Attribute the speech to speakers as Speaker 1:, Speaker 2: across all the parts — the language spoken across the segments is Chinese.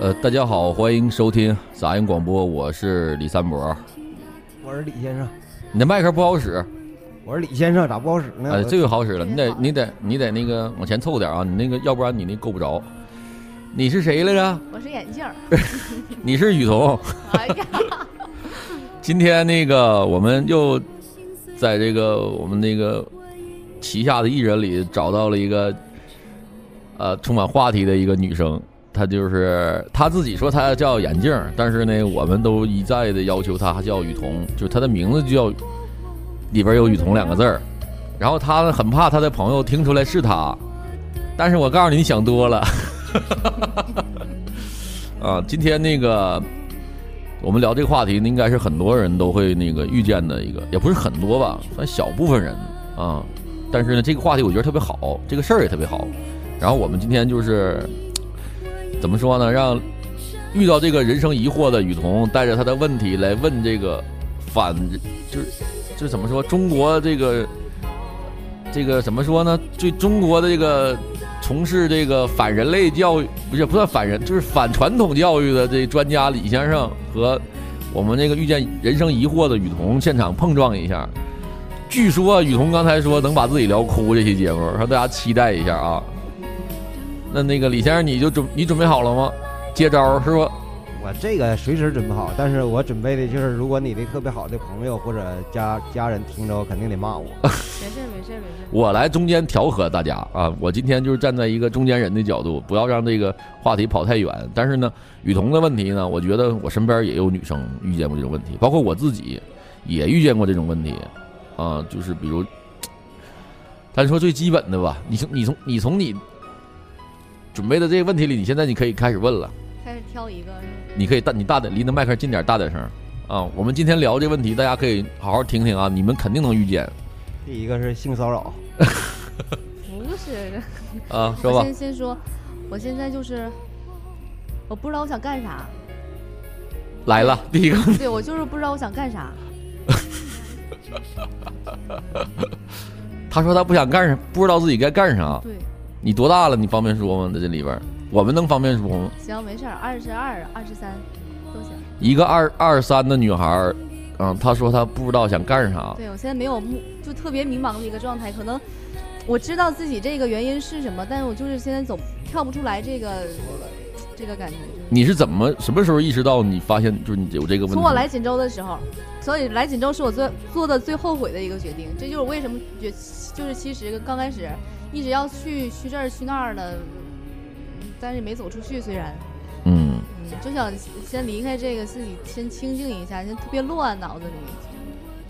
Speaker 1: 呃，大家好，欢迎收听杂音广播，我是李三博。
Speaker 2: 我是李先生，
Speaker 1: 你的麦克不好使，
Speaker 2: 我是李先生，咋不好使呢？
Speaker 1: 呃，这个好使了，你得你得你得那个往前凑点啊，你那个要不然你那够不着。你是谁来着？
Speaker 3: 我是眼镜儿。
Speaker 1: 你是雨桐。
Speaker 3: 哎呀，
Speaker 1: 今天那个我们又在这个我们那个旗下的艺人里找到了一个呃充满话题的一个女生，她就是她自己说她叫眼镜儿，但是呢，我们都一再的要求她叫雨桐，就她的名字就叫里边有雨桐两个字儿，然后她很怕她的朋友听出来是她，但是我告诉你，你想多了。 啊，今天那个我们聊这个话题呢，应该是很多人都会那个遇见的一个，也不是很多吧，算小部分人啊。但是呢，这个话题我觉得特别好，这个事儿也特别好。然后我们今天就是怎么说呢，让遇到这个人生疑惑的雨桐，带着他的问题来问这个反，就是就是怎么说，中国这个这个怎么说呢？对中国的这个从事这个反人类教育，不是不算反人，就是反传统教育的这专家李先生和我们那个遇见人生疑惑的雨桐现场碰撞一下。据说啊雨桐刚才说能把自己聊哭这期节目，让大家期待一下啊。那那个李先生，你就准你准备好了吗？接招儿是不？
Speaker 2: 我这个随时准备好，但是我准备的就是，如果你的特别好的朋友或者家家人听着，肯定得骂我。
Speaker 1: 啊
Speaker 3: 没事儿没事儿没事儿。
Speaker 1: 我来中间调和大家啊！我今天就是站在一个中间人的角度，不要让这个话题跑太远。但是呢，雨桐的问题呢，我觉得我身边也有女生遇见过这种问题，包括我自己也遇见过这种问题啊，就是比如，咱说最基本的吧，你从你从你从你准备的这个问题里，你现在你可以开始问了，
Speaker 3: 开始挑一个是吗？
Speaker 1: 你可以大你大点离那麦克近点，大点声啊！我们今天聊这问题，大家可以好好听听啊，你们肯定能遇见
Speaker 2: 第一个是性骚扰，
Speaker 3: 不是，
Speaker 1: 啊，说
Speaker 3: 我
Speaker 1: 吧
Speaker 3: 先，先说，我现在就是，我不知道我想干啥，
Speaker 1: 来了第一个。
Speaker 3: 对我就是不知道我想干啥。
Speaker 1: 他说他不想干啥，不知道自己该干啥。
Speaker 3: 对，
Speaker 1: 你多大了？你方便说吗？在这里边儿，我们能方便说吗？
Speaker 3: 行，没事儿，二十二、二十三都行。
Speaker 1: 一个二二三的女孩儿，嗯，她说她不知道想干啥，
Speaker 3: 对我现在没有目，就特别迷茫的一个状态，可能我知道自己这个原因是什么，但是我就是现在总跳不出来这个这个感觉。就是
Speaker 1: 你是怎么什么时候意识到你发现就是你有这个问题？
Speaker 3: 从我来锦州的时候，所以来锦州是我最做的最后悔的一个决定。这就是为什么觉，就是其实刚开始一直要去去这儿去那儿的，嗯但是没走出去。虽然，
Speaker 1: 嗯，
Speaker 3: 嗯，就想先离开这个，自己先清静一下，先特别乱，脑子里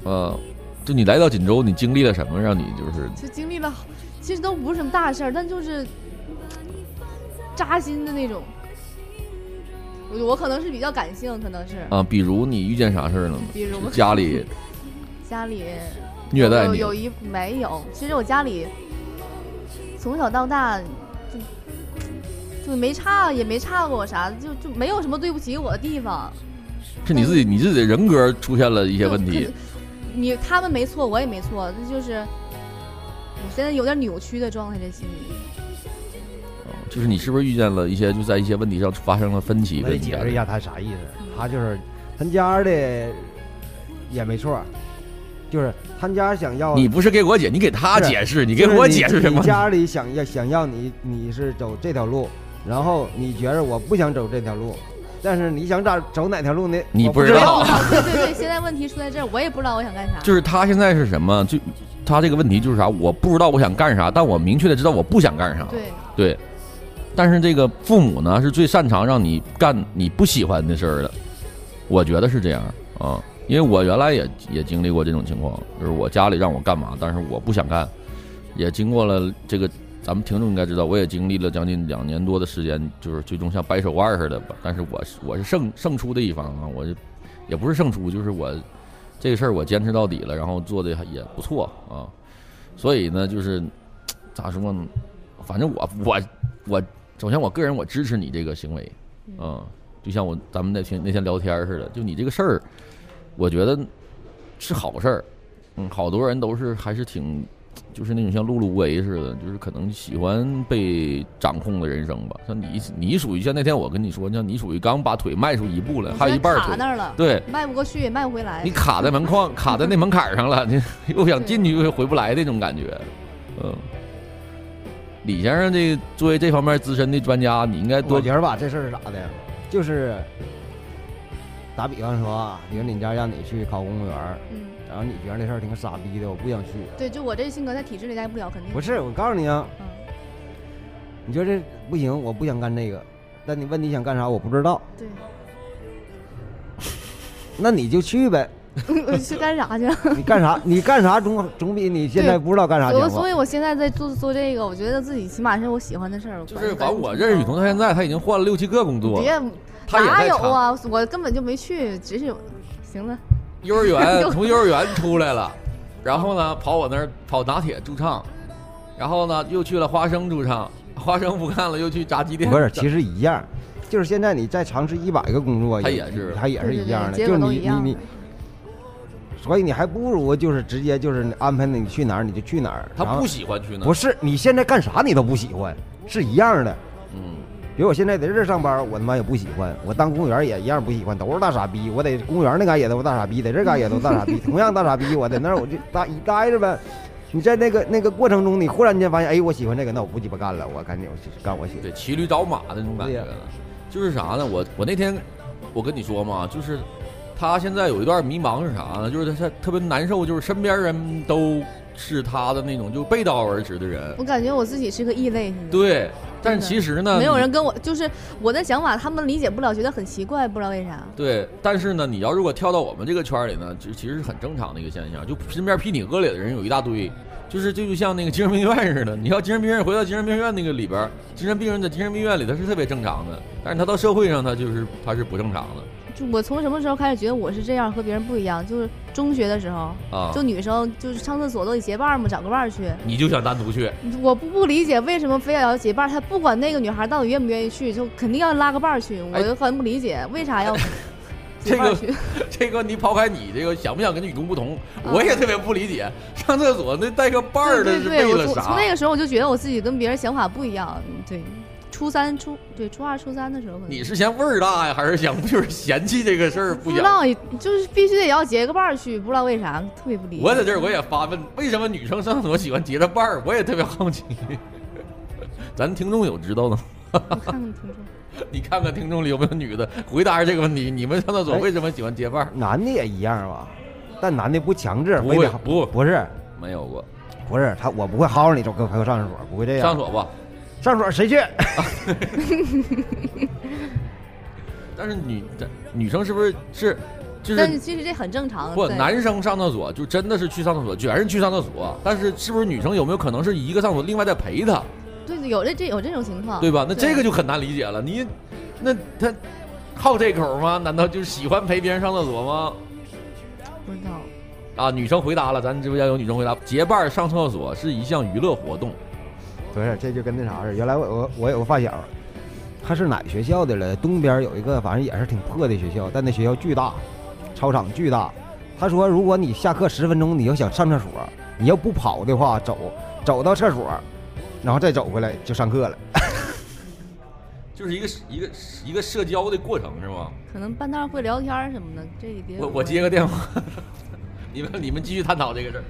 Speaker 1: 呃，就你来到锦州，你经历了什么，让你就是
Speaker 3: 就经历了好，其实都不是什么大事儿，但就是扎心的那种。我我可能是比较感性，可能是，
Speaker 1: 啊、比如你遇见啥事儿了吗？
Speaker 3: 比如
Speaker 1: 家里
Speaker 3: 家里
Speaker 1: 虐待
Speaker 3: 有
Speaker 1: 你，啊
Speaker 3: 哦有一没有，其实我家里从小到大就就没差，也没差过我啥，就就没有什么对不起我的地方。
Speaker 1: 是你
Speaker 2: 嗯
Speaker 1: 自己你自己的人格出现了一些问
Speaker 3: 就
Speaker 1: 题
Speaker 3: 可。你他们没错，我也没错，那就是我现在有点扭曲的状态，这心理。
Speaker 1: 啊就是你是不是遇见了一些就在一些问题上发生了分歧？啊
Speaker 2: 我
Speaker 1: 跟
Speaker 2: 得
Speaker 1: 你家
Speaker 2: 解
Speaker 1: 人
Speaker 2: 释一下他啥意思。他就是他家的也没错，就是他家想要
Speaker 1: 你不是给我解，你给他
Speaker 2: 是
Speaker 1: 解释，你
Speaker 2: 你
Speaker 1: 给我解释什么
Speaker 2: 你？家里想要想要你，你是走这条路，然后你觉着我不想走这条路，但是你想咋走哪条路呢？
Speaker 1: 你
Speaker 2: 我
Speaker 1: 不
Speaker 2: 不
Speaker 1: 知道
Speaker 2: 道。
Speaker 3: 哦对对对，现在问题出在这儿，我也不知道我想干啥。
Speaker 1: 就是他现在是什么？就他这个问题就是啥？我不知道我想干啥，但我明确的知道我不想干啥。
Speaker 3: 对，
Speaker 1: 对但是这个父母呢，是最擅长让你干你不喜欢的事儿的，我觉得是这样啊。因为我原来也也经历过这种情况，就是我家里让我干嘛，但是我不想干，也经过了这个，咱们听众应该知道，我也经历了将近两年多的时间，就是最终像掰手腕似的吧。但是我是我是胜胜出的一方啊，我就也不是胜出，就是我这个事儿我坚持到底了，然后做的也不错啊。所以呢，就是咋说呢，反正我我我首先我个人我支持你这个行为，啊、就像我咱们那天那天聊天似的，就你这个事儿，我觉得是好事儿，嗯，好多人都是还是挺就是那种像碌碌无为似的，就是可能喜欢被掌控的人生吧。像你，你属于像那天我跟你说，像你属于刚把腿迈出一步来，
Speaker 3: 我
Speaker 1: 还有一
Speaker 3: 现在
Speaker 1: 半儿
Speaker 3: 卡
Speaker 1: 腿，
Speaker 3: 那儿了，
Speaker 1: 对
Speaker 3: 迈不过去也迈不回来
Speaker 1: 你。卡在门框，卡在那门槛儿上了，你 又想进去又回不来那种感觉。嗯，李先生这作为这方面资深的专家，你应该
Speaker 2: 我
Speaker 1: 多
Speaker 2: 觉得吧，这事儿是咋的呀？就是打比方说啊，比如你家让你去考公务员儿，
Speaker 3: 嗯，
Speaker 2: 然后你觉得那事儿挺傻逼的，我不想去。
Speaker 3: 对，就我这性格在体制里待不了，肯定
Speaker 2: 不是，我告诉你啊，
Speaker 3: 嗯，
Speaker 2: 你觉得这不行，我不想干这个。但你问你想干啥，我不知道，
Speaker 3: 对，
Speaker 2: 那你就去 呗。
Speaker 3: 我去干啥去？
Speaker 2: 你干啥？你干啥总总比你现在
Speaker 3: 对
Speaker 2: 不知道干啥
Speaker 3: 我
Speaker 2: 强啊吧
Speaker 3: 所？以，我现在在做做这个，我觉得自己起码是我喜欢的事儿。
Speaker 1: 就是，
Speaker 3: 把
Speaker 1: 反正我认识雨桐到现在，他已经换了六七个工作，
Speaker 3: 别
Speaker 1: 他也
Speaker 3: 哪
Speaker 1: 在
Speaker 3: 有
Speaker 1: 尝
Speaker 3: 啊？我根本就没去，只是有行了，
Speaker 1: 幼儿 园，从幼儿园出来了，然后呢，跑我那儿跑拿铁驻唱，然后呢又去了花生驻唱，花生不干了，又去炸鸡店。
Speaker 2: 不是，其实一样，就是现在你再尝试一百个工作，
Speaker 1: 它也是
Speaker 2: 它也是
Speaker 3: 对对
Speaker 2: 一样的，
Speaker 3: 对结
Speaker 2: 就
Speaker 3: 果
Speaker 2: 是
Speaker 3: 都
Speaker 2: 你
Speaker 3: 一
Speaker 2: 你
Speaker 3: 样
Speaker 2: 你，所以你还不如就是直接就是安排你去哪儿你就去哪儿，
Speaker 1: 他
Speaker 2: 然后
Speaker 1: 不喜欢去那儿。
Speaker 2: 不是你现在干啥你都不喜欢，是一样的。
Speaker 1: 嗯，
Speaker 2: 比如我现在在这儿上班，我他妈也不喜欢；我当公务员也一样不喜欢，都是大傻逼。我在公务员那嘎也都大傻逼，在这嘎也都大 傻逼，同样大傻逼。我在那儿我就待一待着呗。你在那个那个过程中，你忽然间发现，哎，我喜欢这个，那我不鸡巴干了，我赶紧我去干我喜欢。
Speaker 1: 对，骑驴找马的那种感觉
Speaker 2: 对呀
Speaker 1: 了。就是啥呢？我我那天我跟你说嘛，就是他现在有一段迷茫是啥呢？就是他他特别难受，就是身边人都是他的那种就背道而驰的人。
Speaker 3: 我感觉我自己是个异类，现在
Speaker 1: 对，但
Speaker 3: 真的
Speaker 1: 其实呢，
Speaker 3: 没有
Speaker 1: 你
Speaker 3: 人跟我，就是我的想法，他们理解不了，觉得很奇怪，不知道为啥。
Speaker 1: 对，但是呢，你要如果跳到我们这个圈儿里呢，其实其实是很正常的一个现象，就身边批你恶劣的人有一大堆，就是这就像那个精神病院似的。你要精神病院回到精神病院那个里边儿，精神病人在精神病院里他是特别正常的，但是他到社会上他就是他是不正常的
Speaker 3: 就我从什么时候开始觉得我是这样，和别人不一样？就是中学的时候，
Speaker 1: 啊。
Speaker 3: 就女生就是上厕所都得结伴儿嘛，找个伴儿去。
Speaker 1: 你就想单独去，
Speaker 3: 我不不理解为什么非要要结伴儿，他不管那个女孩到底愿不愿意去，就肯定要拉个伴儿去。我
Speaker 1: 哎
Speaker 3: 就很不理解为 啥要
Speaker 1: 这
Speaker 3: 结伴
Speaker 1: 个
Speaker 3: 儿去。
Speaker 1: 这个你抛开你这个想不想跟女工不同，我也特别不理解。上厕所那带个伴儿的
Speaker 3: 啊对
Speaker 1: 是
Speaker 3: 对对，
Speaker 1: 为
Speaker 3: 我
Speaker 1: 了
Speaker 3: 从
Speaker 1: 啥
Speaker 3: 从？那个时候我就觉得我自己跟别人想法不一样。嗯对，初三初对初二初三的时候可能
Speaker 1: 你是嫌味儿大呀，还是想就是嫌弃这个事儿不
Speaker 3: 不知
Speaker 1: 想？
Speaker 3: 道，就是必须得要结个伴儿去，不知道为啥，特别不理解。
Speaker 1: 我在这儿我也发问，为什么女生上厕所喜欢结着伴儿？我 也特别好奇。咱听众有知道的吗？
Speaker 3: 你
Speaker 1: 你看
Speaker 3: 看看听众，
Speaker 1: 看听众里有没有女的回答这个问题？你们上厕所为什么喜欢结伴儿？
Speaker 2: 男的也一样吧，但男的不强制，
Speaker 1: 不
Speaker 2: 非
Speaker 1: 会
Speaker 2: 得，
Speaker 1: 不
Speaker 2: 不是
Speaker 1: 没有过。
Speaker 2: 不是他，我不会薅着你走，跟朋友上厕所，不会这样。
Speaker 1: 上所吧，
Speaker 2: 上厕所谁去？
Speaker 1: 但是女这女生是不是是就
Speaker 3: 但是
Speaker 1: 是
Speaker 3: 其实这很正常。
Speaker 1: 不
Speaker 3: 啊对
Speaker 1: 男生上厕所就真的是去上厕所，全是去上厕所。但是是不是女生有没有可能是一个上厕所，另外再陪他，
Speaker 3: 对有这这有这种情况，
Speaker 1: 对吧？那
Speaker 3: 啊对
Speaker 1: 这个就很难理解了。你那他好这口吗？难道就是喜欢陪别人上厕所吗？
Speaker 3: 不知道。
Speaker 1: 啊，女生回答了，咱直播间有女生回答，结伴儿上厕所是一项娱乐活动。
Speaker 2: 不是，这就跟那啥似的。原来我我我有个发小，他是哪个学校的了？东边有一个，反正也是挺破的学校，但那学校巨大，操场巨大。他说，如果你下课十分钟，你要想上厕所，你要不跑的话，走走到厕所，然后再走回来就上课了。
Speaker 1: 就是一个一个一个社交的过程是吗？
Speaker 3: 可能半道儿会聊天儿什么的，这也别
Speaker 1: 我我接个电话， 你们你们继续探讨这个事儿。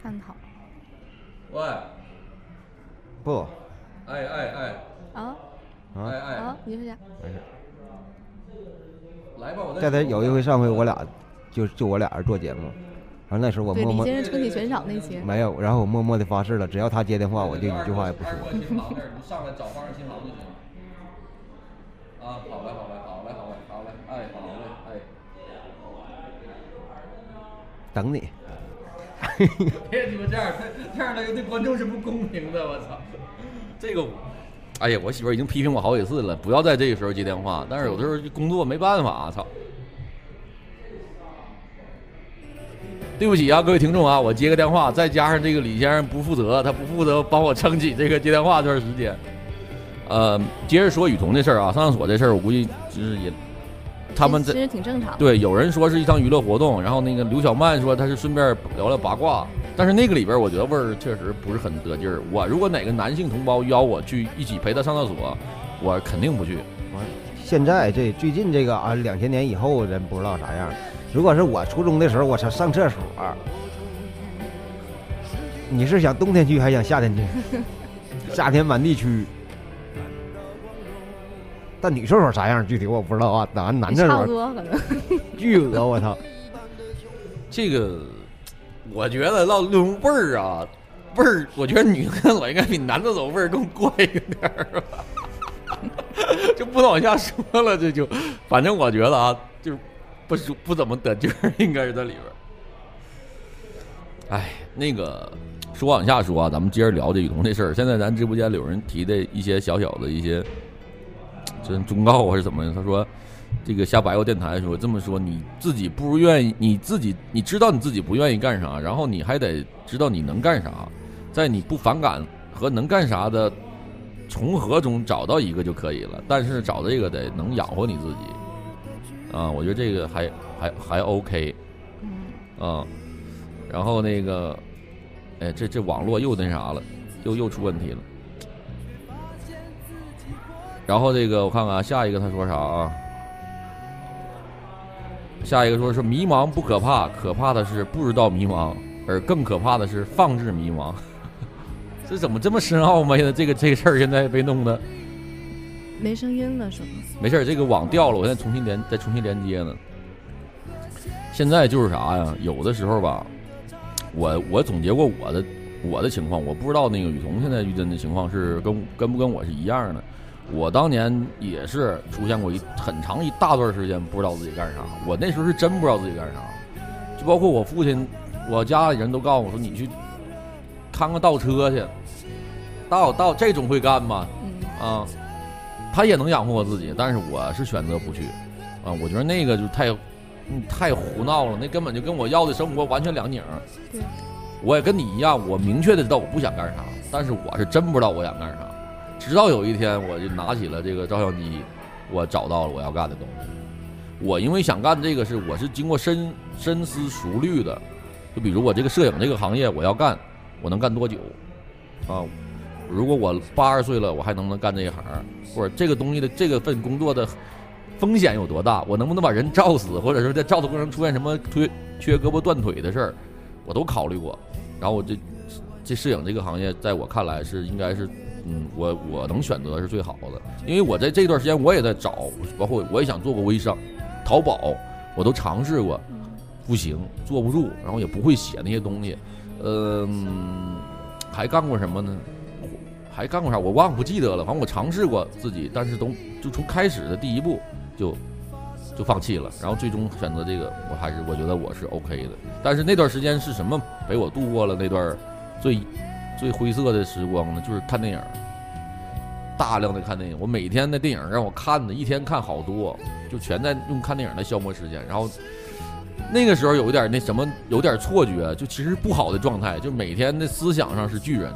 Speaker 3: 探讨
Speaker 1: 喂，
Speaker 2: 不，
Speaker 1: 哎哎哎
Speaker 3: 啊
Speaker 2: 啊，
Speaker 1: 哎
Speaker 3: 啊，你说啥？
Speaker 2: 没事。
Speaker 1: 来吧，我
Speaker 2: 在他有一回，上回我俩就就我俩人做节目，然后那时候我
Speaker 3: 对
Speaker 2: 默
Speaker 3: 李
Speaker 2: 默
Speaker 3: 先生春体全场那些，
Speaker 1: 嗯
Speaker 2: 没有，然后我默默的发誓了，只要他接电话，我就一句话也不说。
Speaker 1: 新郎那儿，你上来找二新郎就行。啊，好嘞，好嘞，好嘞，好嘞，好嘞，哎，好嘞，哎。
Speaker 2: 等你，
Speaker 1: 别你们这样，这样的对观众是不公平的。我操，这个我，哎呀，我媳妇儿已经批评我好几次了，不要在这个时候接电话。但是有的时候工作没办法，啊操。对不起啊，各位听众啊，我接个电话，再加上这个李先生不负责，他不负责帮我撑起这个接电话这段时间。呃，接着说雨桐这事儿啊，上厕所这事儿，我估计就是也他们
Speaker 3: 其
Speaker 1: 在
Speaker 3: 实挺正常。
Speaker 1: 对，有人说是一场娱乐活动，然后那个刘小曼说她是顺便聊聊八卦，但是那个里边我觉得味儿确实不是很得劲儿。我如果哪个男性同胞邀我去一起陪他上厕所，我肯定不去。
Speaker 2: 现在这最近这个啊，两千年以后人不知道啥样。如果是我初中的时候，我上上厕所，你是想冬天去还是想 夏天去？夏天满地蛆。但女厕所啥样具体我不知道啊，男男厕
Speaker 3: 差不
Speaker 2: 所
Speaker 3: 多 可能。
Speaker 2: 巨恶我操！
Speaker 1: 这个，我觉得唠论味儿啊，味儿，我觉得女厕所应该比男厕所味儿更怪一点儿吧， 就不能往下说了，这就，反正我觉得啊，就是不舒不怎么得劲儿，应该是在里边儿。哎，那个说往下说啊，咱们接着聊这雨桐这事儿。现在咱直播间里有人提的一些小小的一些，这忠告啊还是怎么？他说这个瞎白话电台说这么说，你自己不愿意，你自己你知道你自己不愿意干啥，然后你还得知道你能干啥，在你不反感和能干啥的重合中找到一个就可以了。但是找这个得能养活你自己啊，我觉得这个还还还 OK
Speaker 3: 嗯，
Speaker 1: 啊。然后那个，哎，这这网络又那啥了，又又出问题了。然后这个我看看啊下一个他说啥啊？下一个说是迷茫不可怕，可怕的是不知道迷茫，而更可怕的是放置迷茫。 这怎么这么深奥吗？现在这个这个事儿现在被弄的
Speaker 3: 没声音了是吗？
Speaker 1: 没事儿，这个网掉了，我现在重新连再重新连接呢。现在就是啥呀？有的时候吧，我我总结过我的我的情况，我不知道那个雨桐现在遇见的情况是跟跟不跟我是一样的。我当年也是出现过一很长一大段时间不知道自己干啥，我那时候是真不知道自己干啥，就包括我父亲，我家里人都告诉我说你去看看倒车去，倒倒这种会干吗？
Speaker 3: 嗯，
Speaker 1: 啊，他也能养活我自己，但是我是选择不去，啊，我觉得那个就太，嗯太胡闹了，那根本就跟我要的生活完全两拧儿。
Speaker 3: 对，
Speaker 1: 我也跟你一样，我明确的知道我不想干啥，但是我是真不知道我想干啥，直到有一天我就拿起了这个照相机，我找到了我要干的东西。我因为想干这个事，我是经过深深思熟虑的，就比如我这个摄影这个行业，我要干，我能干多久？啊，如果我八十岁了，我还能不能干这一行？或者这个东西的这个份工作的风险有多大？我能不能把人照死，或者说在照的过程中出现什么推缺胳膊断腿的事儿，我都考虑过。然后我这这摄影这个行业，在我看来是应该是，嗯，我我能选择是最好的，因为我在这段时间我也在找，包括我也想做过微商、淘宝，我都尝试过，不行，坐不住，然后也不会写那些东西，嗯，还干过什么呢？还干过啥？我忘不记得了。反正我尝试过自己，但是都就从开始的第一步就就放弃了，然后最终选择这个，我还是我觉得我是 OK 的。但是那段时间是什么陪我度过了那段最最灰色的时光呢？就是看电影，大量的看电影。我每天的电影让我看的，一天看好多，就全在用看电影来消磨时间。然后那个时候有一点那什么，有点错觉，就其实不好的状态，就每天的思想上是巨人，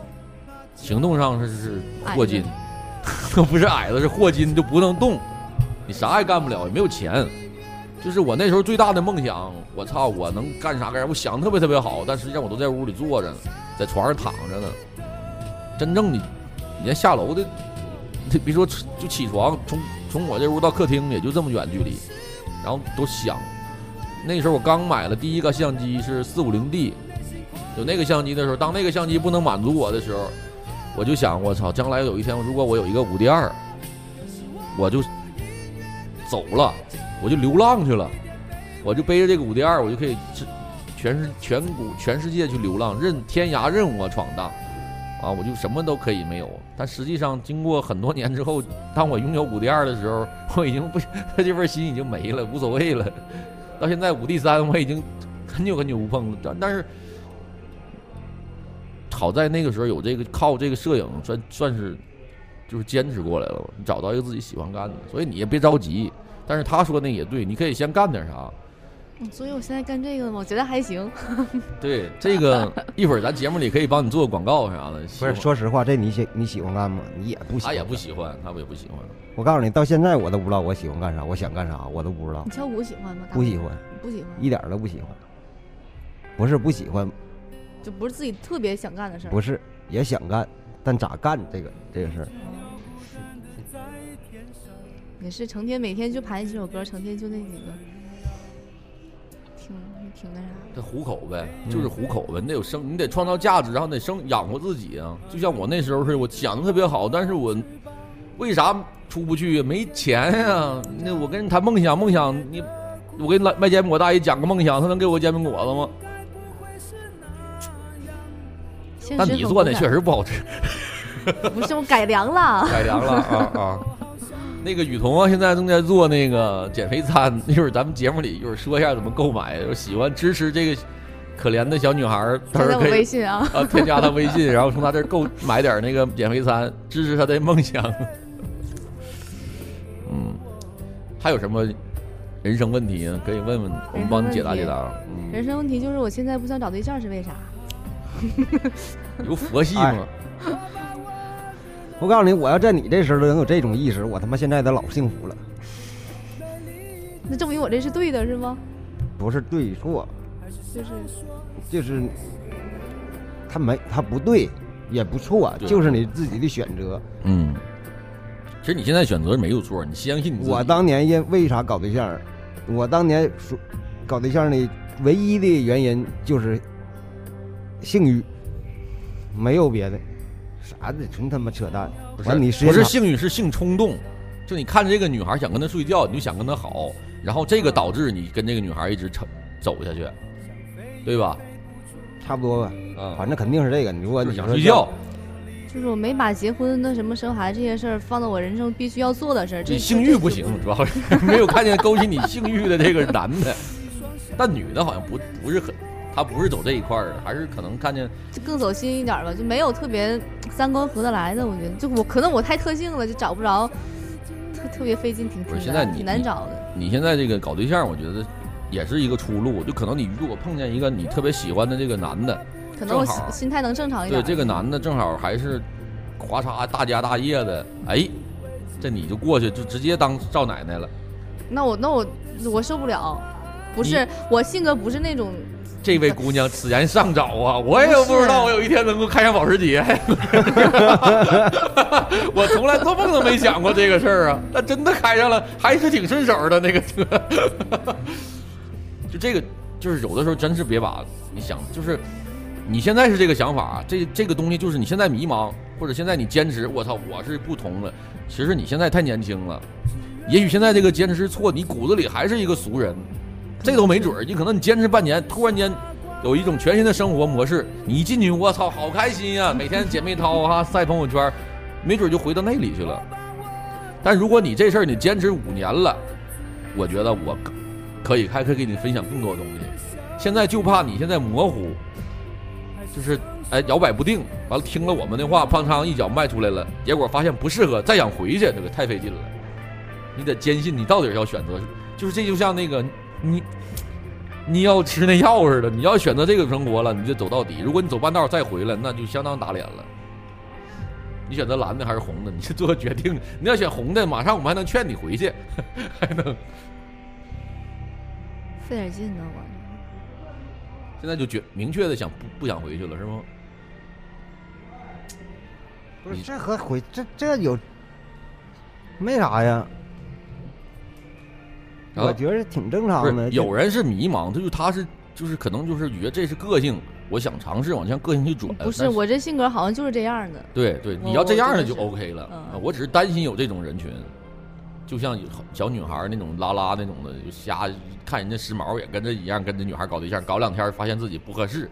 Speaker 1: 行动上是是霍金， 不是矮子，是霍金，就不能动，你啥也干不了，也没有钱。就是我那时候最大的梦想，我操，我能干啥干啥，我想特别特别好，但实际上我都在屋里坐着呢，在床上躺着呢。真正你，你连下楼的，你别说就起床，从从我这屋到客厅也就这么远距离，然后都想。那时候我刚买了第一个相机是四五零 D，有那个相机的时候，当那个相机不能满足我的时候，我就想，我操，将来有一天，如果我有一个五 D 二，我就走了，我就流浪去了，我就背着这个五 D 二，我就可以是全世全国全世界去流浪，任天涯任我闯荡，啊，我就什么都可以没有。但实际上，经过很多年之后，当我拥有五 D 二的时候，我已经不，他这份心已经没了，无所谓了。到现在五 D 三，我已经很久很久不碰了，但但是。好在那个时候有这个靠这个摄影算算是就是坚持过来了吧，你找到一个自己喜欢干的，所以你也别着急。但是他说那也对，你可以先干点啥，
Speaker 3: 嗯所以我现在干这个，我觉得还行。
Speaker 1: 对，这个一会儿咱节目里可以帮你做广告啥的。喜
Speaker 2: 不
Speaker 1: 欢
Speaker 2: 是，说实话，这你喜你喜欢干吗？你也不喜
Speaker 1: 他
Speaker 2: 欢，
Speaker 1: 啊也不。喜欢，他也不喜欢。
Speaker 2: 我告诉你，到现在我都不知道我喜欢干啥，我想干啥我都不知道
Speaker 3: 你，跳舞喜欢吗？大
Speaker 2: 不喜
Speaker 3: 伙
Speaker 2: 欢，
Speaker 3: 儿，不喜欢，
Speaker 2: 一点儿都不喜欢。不是不喜欢，
Speaker 3: 就不是自己特别想干的事儿。
Speaker 2: 不是也想干，但咋干这个这个事儿，
Speaker 3: 也是成天每天就盘几首歌，成天就那几个，挺挺那啥。
Speaker 1: 这糊口呗，
Speaker 2: 嗯
Speaker 1: 就是糊口呗。你得有生，你得创造价值，然后得生养活自己啊。就像我那时候似的，我想的特别好，但是我为啥出不去？没钱呀、那我跟人谈梦想，梦想你，我给你来卖煎饼果大爷讲个梦想，他能给我煎饼果子吗？
Speaker 3: 现
Speaker 1: 但
Speaker 3: 实
Speaker 1: 你
Speaker 3: 很
Speaker 1: 做
Speaker 3: 骨
Speaker 1: 那
Speaker 3: 感
Speaker 1: 确实不好吃。
Speaker 3: 不是我改良了，
Speaker 1: 改 良了啊啊！那个雨桐啊，现在正在做那个减肥餐， 一会儿咱们节目里一会儿说一下怎么购买。就是喜欢支持这个可怜的小女孩儿， 到
Speaker 3: 加
Speaker 1: 时
Speaker 3: 在
Speaker 1: 候
Speaker 3: 我
Speaker 1: 可
Speaker 3: 微
Speaker 1: 以
Speaker 3: 信啊。
Speaker 1: 啊添加她微信，然后从她这儿购买点儿那个减肥餐，支持她的梦想。 嗯，还有什么人生问题啊可以问问，我们帮你解答解啊答。
Speaker 3: 人生问题就是我现在不想找对象是为啥？
Speaker 1: 嗯，有佛系吗？
Speaker 3: 哎
Speaker 2: 哎我告诉你，我要在你这时候能有这种意识，我他妈现在都老幸福了。
Speaker 3: 那证明我这是对的是吗？
Speaker 2: 不是对与错，
Speaker 3: 就是
Speaker 2: 就是他没他不对，也不错，
Speaker 1: 对
Speaker 2: 就是你自己的选择。
Speaker 1: 嗯，其实你现在选择没有错，你相信你自己。
Speaker 2: 我当年因为啥搞对象儿？我当年说搞对象的唯一的原因就是性欲，没有别的，啥的纯他妈扯淡。
Speaker 1: 不是
Speaker 2: 完你时
Speaker 1: 不
Speaker 2: 间
Speaker 1: 是
Speaker 2: 长
Speaker 1: 性欲，是性冲动。就你看这个女孩想跟她睡觉，你就想跟她好，然后这个导致你跟这个女孩一直走走下去，对吧？
Speaker 2: 差不多吧，
Speaker 1: 嗯，
Speaker 2: 反正肯定是这个。你如果
Speaker 1: 就是
Speaker 2: 你
Speaker 1: 想
Speaker 2: 说
Speaker 1: 睡觉，
Speaker 3: 就是我没把结婚、那什么生孩子这些事儿放到我人生必须要做的事儿。
Speaker 1: 这
Speaker 3: 这
Speaker 1: 性欲不行，主要是 没有看见勾起你性欲的这个男的，但女的好像不不是很，她不是走这一块儿的，还是可能看见
Speaker 3: 就更走心一点儿吧，就没有特别三观合得来的。我觉得，就我可能我太特性了，就找不着，特特别费劲，挺
Speaker 1: 不是
Speaker 3: 挺
Speaker 1: 现在
Speaker 3: 难
Speaker 1: 你
Speaker 3: 挺难找的。
Speaker 1: 你现在这个搞对象，我觉得也是一个出路。就可能你如果碰见一个你特别喜欢的这个男的，
Speaker 3: 可能我
Speaker 1: 正
Speaker 3: 心
Speaker 1: 好啊
Speaker 3: 心态能正常一点
Speaker 1: 对，
Speaker 3: 儿。
Speaker 1: 这个男的正好还是华嚓大家大业的，哎，这你就过去就直接当少奶奶了。
Speaker 3: 那我那我我受不了，不是我性格不是那种
Speaker 1: 这位姑娘此言尚早啊，我也不知道我有一天能够开上保时捷，我从来做梦都没想过这个事儿啊。但真的开上了，还是挺顺手的那个 车。就这个，就是有的时候真是别把你想，就是你现在是这个想法，啊这这个东西就是你现在迷茫，或者现在你坚持，我操，我是不同了。其实你现在太年轻了，也许现在这个坚持是错，你骨子里还是一个俗人，这都没准儿。你可能你坚持半年，突然间。有一种全新的生活模式，你一进去，我操，好开心呀、每天姐妹淘哈、晒朋友圈，没准就回到那里去了。但如果你这事儿你坚持五年了，我觉得我可可以还可以给你分享更多东西。现在就怕你现在模糊，就是哎摇摆不定，完了听了我们的话，砰嚓一脚迈出来了，结果发现不适合，再想回去这个太费劲了。你得坚信你到底要选择，就是这就像那个你。你要吃那药似的，你要选择这个生活了，你就走到底。如果你走半道再回来，那就相当打脸了。你选择蓝的还是红的，你去做决定。你要选红的，马上我们还能劝你回去，还能
Speaker 3: 费点劲呢。我
Speaker 1: 现在就决明确的想不不想回去了，是吗？
Speaker 2: 不是这和回这这有没啥呀？
Speaker 1: 啊
Speaker 2: 我觉得挺正
Speaker 1: 不
Speaker 2: 常的。
Speaker 1: 是，有人是迷茫，他就他是就是可能就是觉得这是个性，我想尝试往向个性去转。
Speaker 3: 不是
Speaker 1: 但
Speaker 3: 我这性格好像就是这样的。
Speaker 1: 对对，你
Speaker 3: 我
Speaker 1: 要这
Speaker 3: 我
Speaker 1: 样的
Speaker 3: 哦真
Speaker 1: 就
Speaker 3: 的是
Speaker 1: OK 了。
Speaker 3: 嗯
Speaker 1: 啊我只是担心有这种人群，就像有小女孩那种拉拉那种的，就瞎看人家时髦，也跟着一样，跟着女孩搞对象，搞两天发现自己不合适，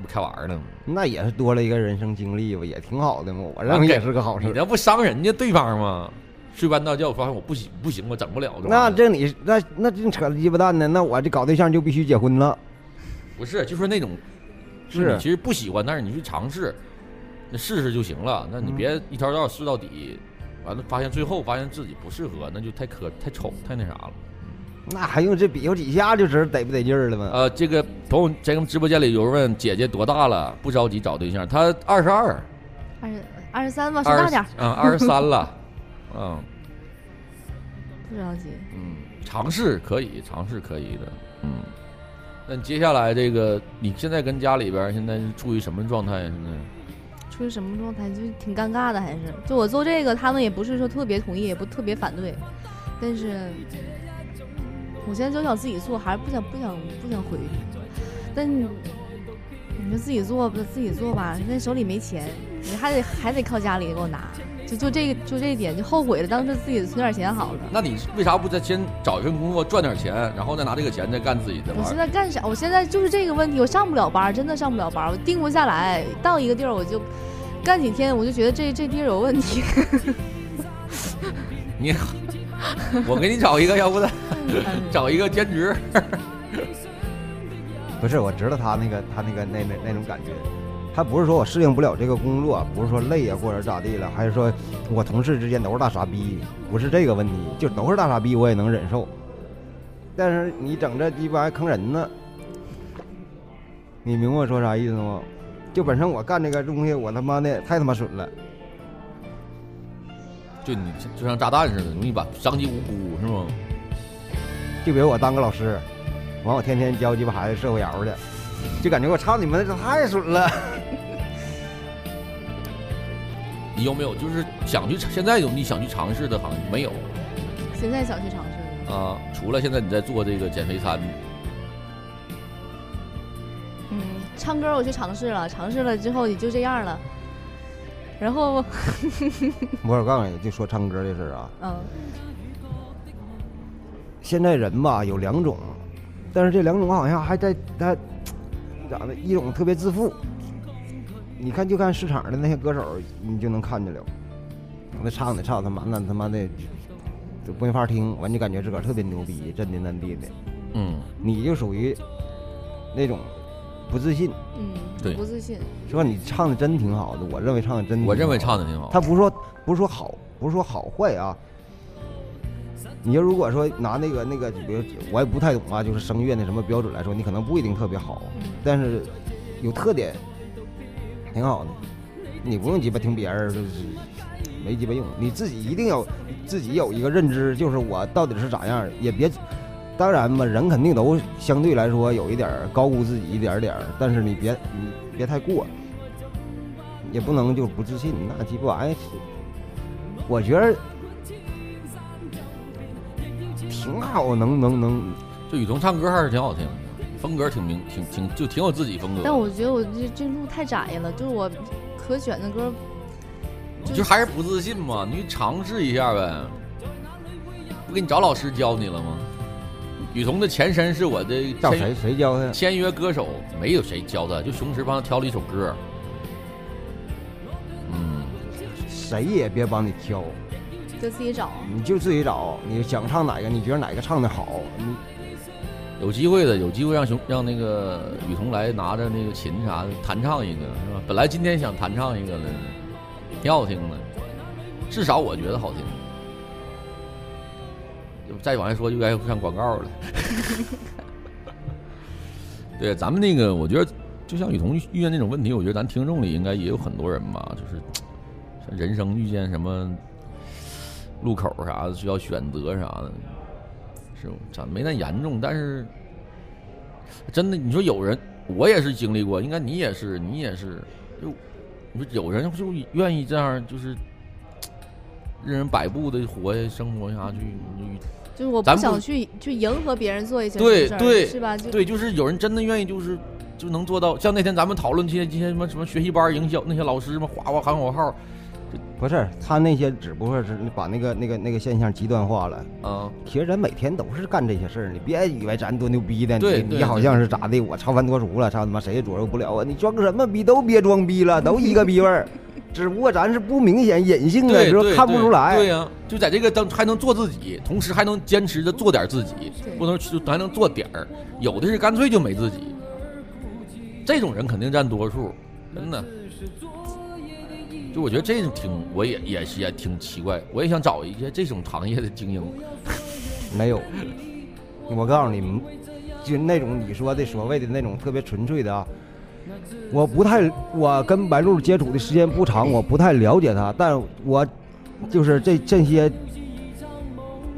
Speaker 1: 不开玩儿呢吗？
Speaker 2: 那也是多了一个人生经历吧，也挺好的嘛。我
Speaker 1: 啊
Speaker 2: 认为
Speaker 1: 给
Speaker 2: 也哦是个好事
Speaker 1: 你
Speaker 2: 儿。
Speaker 1: 这不伤人家对方吗？睡半道觉，我发现我不行不行，我整不了。
Speaker 2: 那这你那那这扯鸡巴蛋呢？那我这搞对象就必须结婚了，
Speaker 1: 不是，就说那种，
Speaker 2: 是
Speaker 1: 你其实不喜欢，但是你去尝试，那试试就行了。那
Speaker 2: 嗯
Speaker 1: 你别一条道试到底，完了发现最后发现自己不适合，那就太可太丑太那啥了。
Speaker 2: 那还用这比划几下就知道得不得劲儿了吗？
Speaker 1: 呃，这个朋友在我们直播间里有人问姐姐多大了，不着急找对象，她二十二，
Speaker 3: 二十二十三吧，说
Speaker 1: 二
Speaker 3: 哦大
Speaker 1: 十
Speaker 3: 点儿，
Speaker 1: 嗯，二十三了，嗯
Speaker 3: 不着急。
Speaker 1: 嗯，尝试可以，尝试可以的，嗯。那你接下来这个，你现在跟家里边儿现在是处于什么状态？现在
Speaker 3: 处于什么状态？就挺尴尬的，还是就我做这个，他们也不是说特别同意，也不特别反对，但是我现在就想自己做，还是不想不想不想回去。但你你说自己做吧，自己做吧，那手里没钱，你还得还得靠家里给我拿，就就这个就这一点就后悔了，当时自己存点钱好了。
Speaker 1: 那你为啥不再先找一份工作赚点钱，然后再拿这个钱再干自己的
Speaker 3: 我
Speaker 1: 玩
Speaker 3: 现
Speaker 1: 儿？
Speaker 3: 在干啥？我现在就是这个问题，我上不了班儿，真的上不了班儿，我定不下来。到一个地儿我就干几天，我就觉得这这地儿有问题。
Speaker 1: 你，我给你找一个，要不再
Speaker 3: 嗯
Speaker 1: 找一个兼职。
Speaker 2: 不是，我知道他那个他那个那那那种感觉，他不是说我适应不了这个工作，不是说累呀或者咋地了，还是说我同事之间都是大傻逼，不是这个问题，就都是大傻逼我也能忍受。但是你整这鸡巴还坑人呢，你明白我说啥意思吗？就本身我干这个东西，我他妈的太他妈损了。
Speaker 1: 就你就像炸弹似的，容易把伤及无辜是吗？
Speaker 2: 就比如我当个老师，完我天天教鸡巴孩子社会摇去，就感觉我操你们这太损了。
Speaker 1: 你有没有就是想去现在有你想去尝试的行业没有
Speaker 3: 现在想去尝试的。
Speaker 1: 啊？除了现在你在做这个减肥餐，
Speaker 3: 嗯，唱歌我去尝试了，尝试了之后也就这样了。然后，
Speaker 2: 我我告诉你，就说唱歌这事儿啊，
Speaker 3: 嗯，
Speaker 2: 现在人吧有两种，但是这两种好像还在在咋的？一种特别自负，你看就看市场的那些歌手，你就能看见了，那唱的唱他妈那他妈的就没法听，完就感觉自个儿特别牛逼，真的那地的，
Speaker 1: 嗯，
Speaker 2: 你就属于那种不自信，
Speaker 3: 嗯，
Speaker 1: 对
Speaker 3: 不自信，
Speaker 2: 说你唱的真挺好的，我认为唱的真挺好，
Speaker 1: 我认为唱的挺好。
Speaker 2: 他不是说不是说好，不是说好坏啊。你就如果说拿那个那个，比如我也不太懂啊，就是声乐那什么标准来说，你可能不一定特别好，但是有特点，挺好的。你不用鸡巴听别人，就是没鸡巴用，你自己一定要自己有一个认知，就是我到底是咋样，也别。当然吧，人肯定都相对来说有一点儿高估自己一点儿点儿，但是你别你别太过，也不能就不自信，那鸡巴玩意儿，我觉得挺好，能能能，
Speaker 1: 就雨桐唱歌还是挺好听的，风格挺明挺挺就挺有自己风格的。
Speaker 3: 但我觉得我这这路太窄了，就是我可选的歌，
Speaker 1: 你就还是不自信嘛，你去尝试一下呗。不给你找老师教你了吗？雨桐的前身是我的
Speaker 2: 叫
Speaker 1: 签
Speaker 2: 谁谁教他？
Speaker 1: 签约歌手，没有谁教他，就熊池帮他挑了一首歌。嗯，
Speaker 2: 谁也别帮你挑，
Speaker 3: 就自己找。
Speaker 2: 你就自己找，你想唱哪个，你觉得哪个唱的好，你
Speaker 1: 有机会的，有机会让熊让那个雨桐来拿着那个琴啥的弹唱一个，是吧？本来今天想弹唱一个的，挺好听的，至少我觉得好听。再往下说就该上广告了。 对，咱们那个，我觉得就像雨桐遇见那种问题，我觉得咱听众里应该也有很多人吧，就是像人生遇见什么路口啥的需要选择啥的，是吧咱没那严重，但是真的，你说有人，我也是经历过，应该你也是，你也是，就你说有人就愿意这样，就是任人摆布的活下生活下去，你
Speaker 3: 就是我
Speaker 1: 咱
Speaker 3: 不
Speaker 1: 不
Speaker 3: 想去去迎合别人做一些
Speaker 1: 对
Speaker 3: 事儿
Speaker 1: 对
Speaker 3: 是吧？就
Speaker 1: 对，就是有人真的愿意，就是就能做到。像那天咱们讨论这些这些什么什么学习班营销那些老师嘛，哗哗喊口号
Speaker 2: 不是他那些只不过是把那个那个那个现象极端化了。
Speaker 1: 啊，
Speaker 2: 其实咱每天都是干这些事儿，你别以为咱多牛逼的，
Speaker 1: 对
Speaker 2: 你
Speaker 1: 对
Speaker 2: 你好像是咋的，我超凡脱俗了，操他妈谁也左右不了啊！你装什么逼都别装逼了，都一个逼 味儿，只不过咱是不明显隐性的，
Speaker 1: 对
Speaker 2: 就是
Speaker 1: 对
Speaker 2: 看不
Speaker 1: 对
Speaker 2: 出来。
Speaker 1: 对呀、就在这个当还能做自己，同时还能坚持着做点自己
Speaker 3: 对，
Speaker 1: 不能去还能做点儿。有的是干脆就没自己，这种人肯定占多数，真的。就我觉得这种挺，我也也是也挺奇怪，我也想找一些这种行业的精英。
Speaker 2: 没有，我告诉你，就那种你说的所谓的那种特别纯粹的啊，我不太，我跟白露接触的时间不长，我不太了解他，但我就是这这些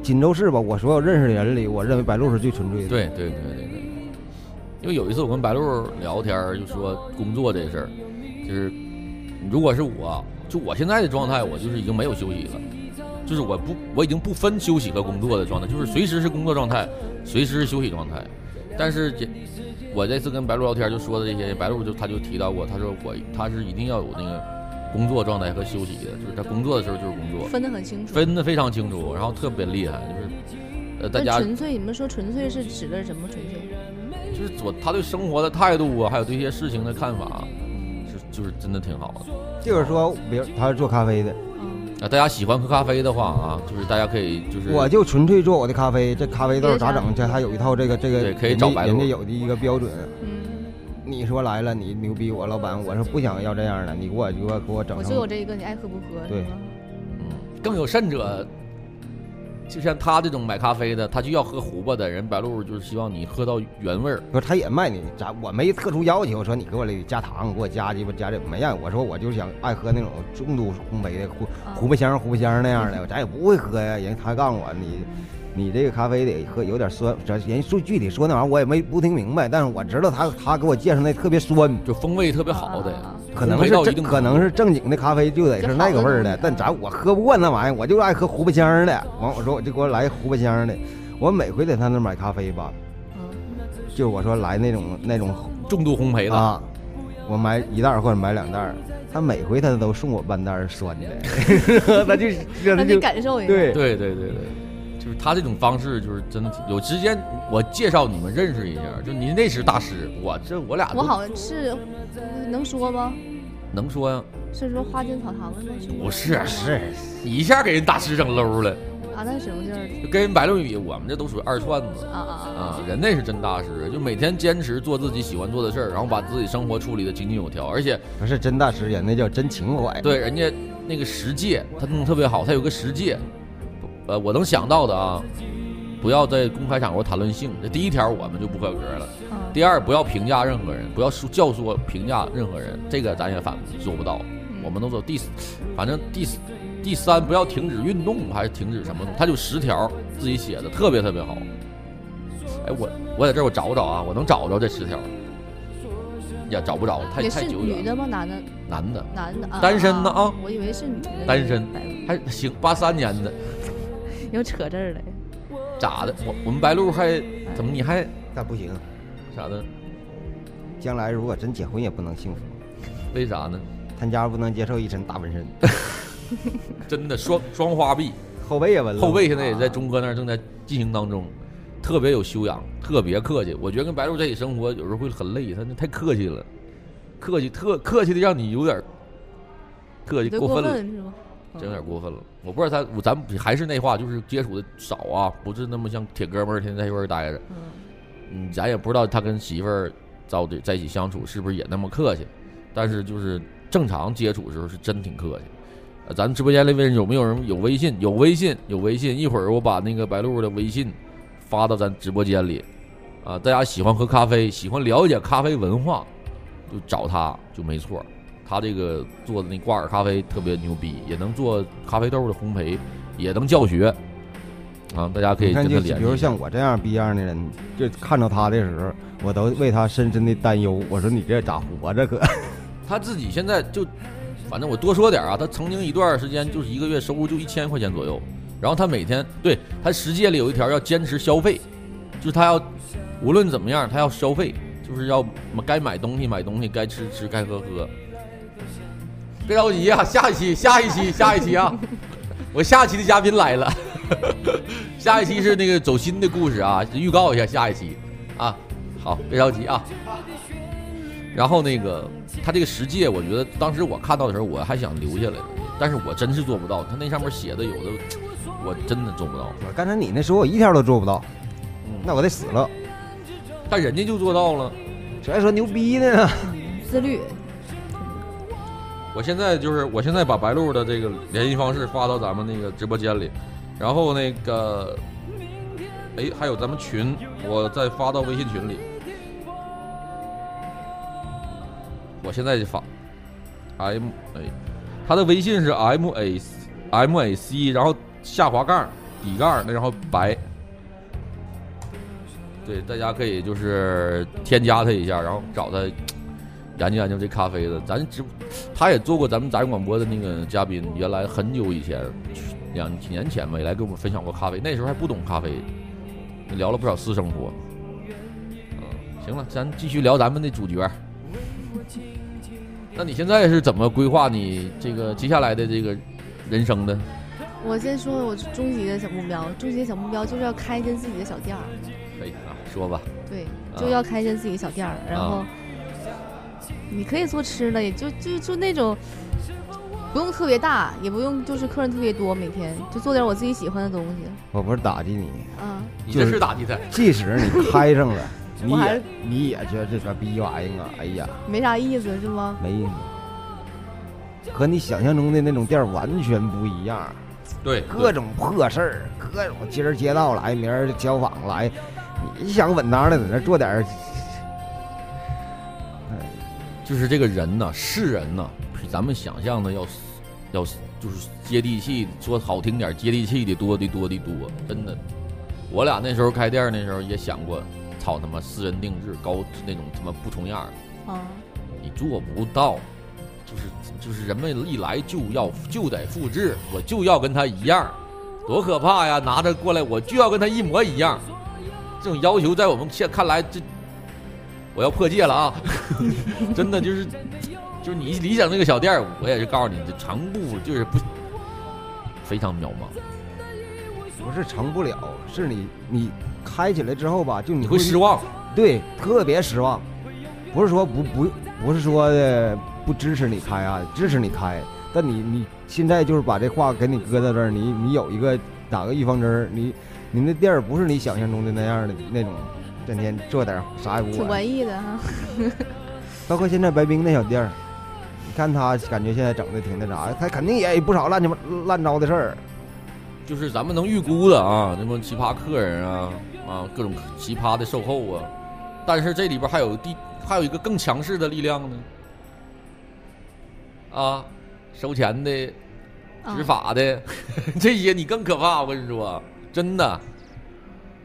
Speaker 2: 锦州市吧，我所有认识的人里，我认为白露是最纯粹的。
Speaker 1: 对对对对对，因为有一次我跟白露聊天儿，就说工作这事儿，就是如果是我，就我现在的状态，我就是已经没有休息了，就是我不我已经不分休息和工作的状态，就是随时是工作状态，随时是休息状态。但是这我这次跟白露聊天就说的这些，白露就他就提到过，他说我他是一定要有那个工作状态和休息的，就是他工作的时候就是工作，
Speaker 3: 分得很清楚。
Speaker 1: 分的非常清楚，然后特别厉害，就是呃大
Speaker 3: 那
Speaker 1: 家
Speaker 3: 纯粹，你们说纯粹是指的是什么纯粹？
Speaker 1: 就是我他对生活的态度啊，还有对一些事情的看法，是就是真的挺好的
Speaker 2: 就是说，比如他是做咖啡的，
Speaker 3: 嗯，
Speaker 1: 啊。大家喜欢喝咖啡的话啊，就是大家可以就是
Speaker 2: 我就纯粹做我的咖啡，这咖啡豆咋整？这还有一套这个这个
Speaker 1: 对
Speaker 2: 人家，
Speaker 1: 可以找白鹿
Speaker 2: 人家有的一个标准。
Speaker 3: 嗯，
Speaker 2: 你说来了，你牛逼，我老板，我是不想要这样的，你给我给我给我整
Speaker 3: 我
Speaker 2: 成
Speaker 3: 就有这一个，你爱喝不喝？
Speaker 2: 对
Speaker 3: 是吗
Speaker 1: 嗯更有甚者，就像他这种买咖啡的，他就要喝胡巴的人，白露就是希望你喝到原味儿。
Speaker 2: 说他也卖你，咋我没特殊要求？说你给我里加糖，给我加鸡巴加这没让。我说我就想爱喝那种重度烘焙的胡
Speaker 3: 啊
Speaker 2: 胡不香胡不香那样的，咱也不会喝呀。人家他告诉我你。你这个咖啡得喝有点酸，咱人说具体说那玩意儿我也没不听明白，但是我知道他他给我介绍那特别酸，
Speaker 1: 就风味特别好的
Speaker 3: 啊啊啊，
Speaker 2: 可能
Speaker 1: 烘
Speaker 2: 是
Speaker 1: 焙到一
Speaker 2: 正
Speaker 1: 定
Speaker 2: 可能是正经的咖啡就得是那个味儿的，但咱我喝不惯那玩意儿，我就爱喝胡不香儿的。完我说我就给我来胡不香儿的，我每回在他那儿买咖啡吧，
Speaker 3: 嗯，
Speaker 2: 就我说来那种那种
Speaker 1: 重度烘焙的，
Speaker 2: 啊，我买一袋儿或者买两袋儿，他每回他都送我半袋儿酸的， 他就
Speaker 3: 让
Speaker 2: 他
Speaker 3: 你
Speaker 2: 就
Speaker 3: 感受一下。
Speaker 2: 对
Speaker 1: 对对对对，就是他这种方式，就是真的挺有时间我介绍你们认识一下，就您那是大师，我这我俩都
Speaker 3: 我好像是嗯能说吗？
Speaker 1: 能说呀、
Speaker 3: 是说花间草堂的吗？
Speaker 1: 不是，
Speaker 2: 是
Speaker 1: 你一下给人大师整 low 了，
Speaker 3: 啊，那什么劲儿
Speaker 1: 就跟人白鹿比，我们这都属于二串子
Speaker 3: 啊啊啊！
Speaker 1: 啊，人那是真大师，就每天坚持做自己喜欢做的事儿，然后把自己生活处理的井井有条，而且
Speaker 2: 不是真大师人，那叫真情怀。
Speaker 1: 对人家那个十戒他弄得特别好，他有个十戒，呃，我能想到的啊，不要在公开场合谈论性，这第一条我们就不合格了。
Speaker 3: 啊
Speaker 1: 第二，不要评价任何人，不要说教唆评价任何人，这个咱也反做不到。
Speaker 3: 嗯
Speaker 1: 我们都走第四，反正第四第三，不要停止运动还是停止什么东西，他就十条自己写的，特别特别好。哎，我我在这儿我找找啊，我能找着这十条，也找不着，太
Speaker 3: 也
Speaker 1: 太
Speaker 3: 是
Speaker 1: 久
Speaker 3: 女
Speaker 1: 远了。
Speaker 3: 的吗？男的？
Speaker 1: 男的
Speaker 3: 男的啊？
Speaker 1: 单身的啊
Speaker 3: 我以为是女的。
Speaker 1: 单身还行，八三年的
Speaker 3: 又扯这儿来。
Speaker 1: 咋的？我我们白鹿还怎么你还
Speaker 2: 但不行，
Speaker 1: 啥的？
Speaker 2: 将来如果真结婚也不能幸福，
Speaker 1: 为啥呢？
Speaker 2: 他家不能接受一身大纹身，
Speaker 1: 真的双双花臂。
Speaker 2: 后背也纹了。
Speaker 1: 后卫现在也在钟哥那儿正在进行当中，特别有修养，特别客气。我觉得跟白鹿在一起生活有时候会很累，他那太客气了，客气特客气的让你有点儿客气
Speaker 3: 你对
Speaker 1: 过
Speaker 3: 过
Speaker 1: 分了，
Speaker 3: 是吗？
Speaker 1: 真有点过分了。我不知道他，我咱还是那话，就是接触的少啊，不是那么像铁哥们儿天天在一块儿待着。
Speaker 3: 嗯，
Speaker 1: 嗯，咱也不知道他跟媳妇儿到底在一起相处是不是也那么客气，但是就是正常接触的时候是真挺客气。呃，咱们直播间里面有没有人有微信？有微信，有微信。一会儿我把那个白鹿的微信发到咱直播间里。啊，大家喜欢喝咖啡，喜欢了解咖啡文化，就找他就没错儿。他这个做的那挂耳咖啡特别牛逼，也能做咖啡豆的烘焙，也能教学。啊，大家可以
Speaker 2: 你
Speaker 1: 跟
Speaker 2: 看，
Speaker 1: 他
Speaker 2: 就
Speaker 1: 联系一
Speaker 2: 是
Speaker 1: 下。
Speaker 2: 比如像我这样逼样的人，就看到他的时候，我都为他深深的担忧。我说你这咋活着可？
Speaker 1: 他自己现在就，反正我多说点儿啊，他曾经一段时间就是一个月收入就一千块钱左右，然后他每天对他实践里有一条要坚持消费，就是他要无论怎么样他要消费，就是要该买东西买东西，该吃吃，该喝喝。别着急啊，下一期下一期下一期啊，我下期的嘉宾来了， 下一期是那个走心的故事啊，预告一下下一期啊，好，别着急啊。然后那个他这个十戒，我觉得当时我看到的时候，我还想留下来，但是我真是做不到。他那上面写的有的，我真的做不到。
Speaker 2: 我刚才你那说我一条都做不到，那我得死了。
Speaker 1: 但人家就做到了。
Speaker 2: 谁还说牛逼呢？
Speaker 3: 自律。
Speaker 1: 我现在就是，我现在把白鹿的这个联系方式发到咱们那个直播间里，然后那个哎，还有咱们群，我再发到微信群里。我现在就发，M A，他的微信是 M A M A C，然后下滑杠底杠，那然后白。对，大家可以就是添加他一下，然后找他研究研究这咖啡的。咱直，他也做过咱们杂音广播的那个呃嘉宾，原来很久以前，呃两几年前吧，也来跟我们分享过咖啡。那时候还不懂咖啡，聊了不少私生活。嗯，行了，咱继续聊咱们的主角。 那你现在是怎么规划你这个接下来的这个人生的？
Speaker 3: 我先说我终极的小目标，终极的小目标就是要开一间自己的小店儿，
Speaker 1: 哎啊，说吧，
Speaker 3: 对，
Speaker 1: 啊
Speaker 3: 就要开一间自己的小店儿，然后你可以做吃的，也就就就那种不用特别大，也不用就是客人特别多，每天就做点我自己喜欢的东西，
Speaker 2: 我不是打击你，
Speaker 3: 啊，
Speaker 1: 你
Speaker 2: 就
Speaker 1: 这
Speaker 2: 是
Speaker 1: 是打击他，
Speaker 2: 即使你开上 了，你
Speaker 3: 我还
Speaker 2: 也
Speaker 3: 是
Speaker 2: 你也觉得这个逼玩意儿啊，哎呀，
Speaker 3: 没啥意思是吗？
Speaker 2: 没意思，和你想象中的那种店儿完全不一样。
Speaker 1: 对，
Speaker 2: 各种破事儿，各种今儿街道来，明儿交坊来，你想稳当的在那做点儿，
Speaker 1: 就是这个人呐、是人呐、比咱们想象的要要就是接地气，说好听点儿，接地气的多的多的多，真的。我俩那时候开店儿那时候也想过，操他妈私人定制高那种他妈不重样儿，
Speaker 3: 啊，
Speaker 1: 你做不到，就是就是人们一来就要就得复制，我就要跟他一样，多可怕呀！拿着过来我就要跟他一模一样，这种要求在我们现看来这，我要破戒了啊！ 真的就是就是你理想那个小店儿，我也是告诉你，这长步就是不非常渺茫，
Speaker 2: 不是成不了，是你你开起来之后吧，就你
Speaker 1: 你会失，望。
Speaker 2: 对，特别失望。不是说不不不是说呃不支持你开啊，支持你开，但你你现在就是把这话给你搁在这儿，你你有一个打个预防针儿，你你那店儿不是你想象中的那样的那种，整天做点儿啥也不
Speaker 3: 挺
Speaker 2: 管。
Speaker 3: 文艺的哈，
Speaker 2: 包啊括现在白冰那小店儿，你看他感觉现在整的挺那啥，他肯定也有不少乱七八乱糟的事儿。
Speaker 1: 就是咱们能预估的啊，什么奇葩客人啊，啊，各种奇葩的售后啊，但是这里边还有第还有一个更强势的力量呢，啊，收钱的、
Speaker 3: 啊
Speaker 1: 执法的， 这些你更可怕，我跟你说，真的。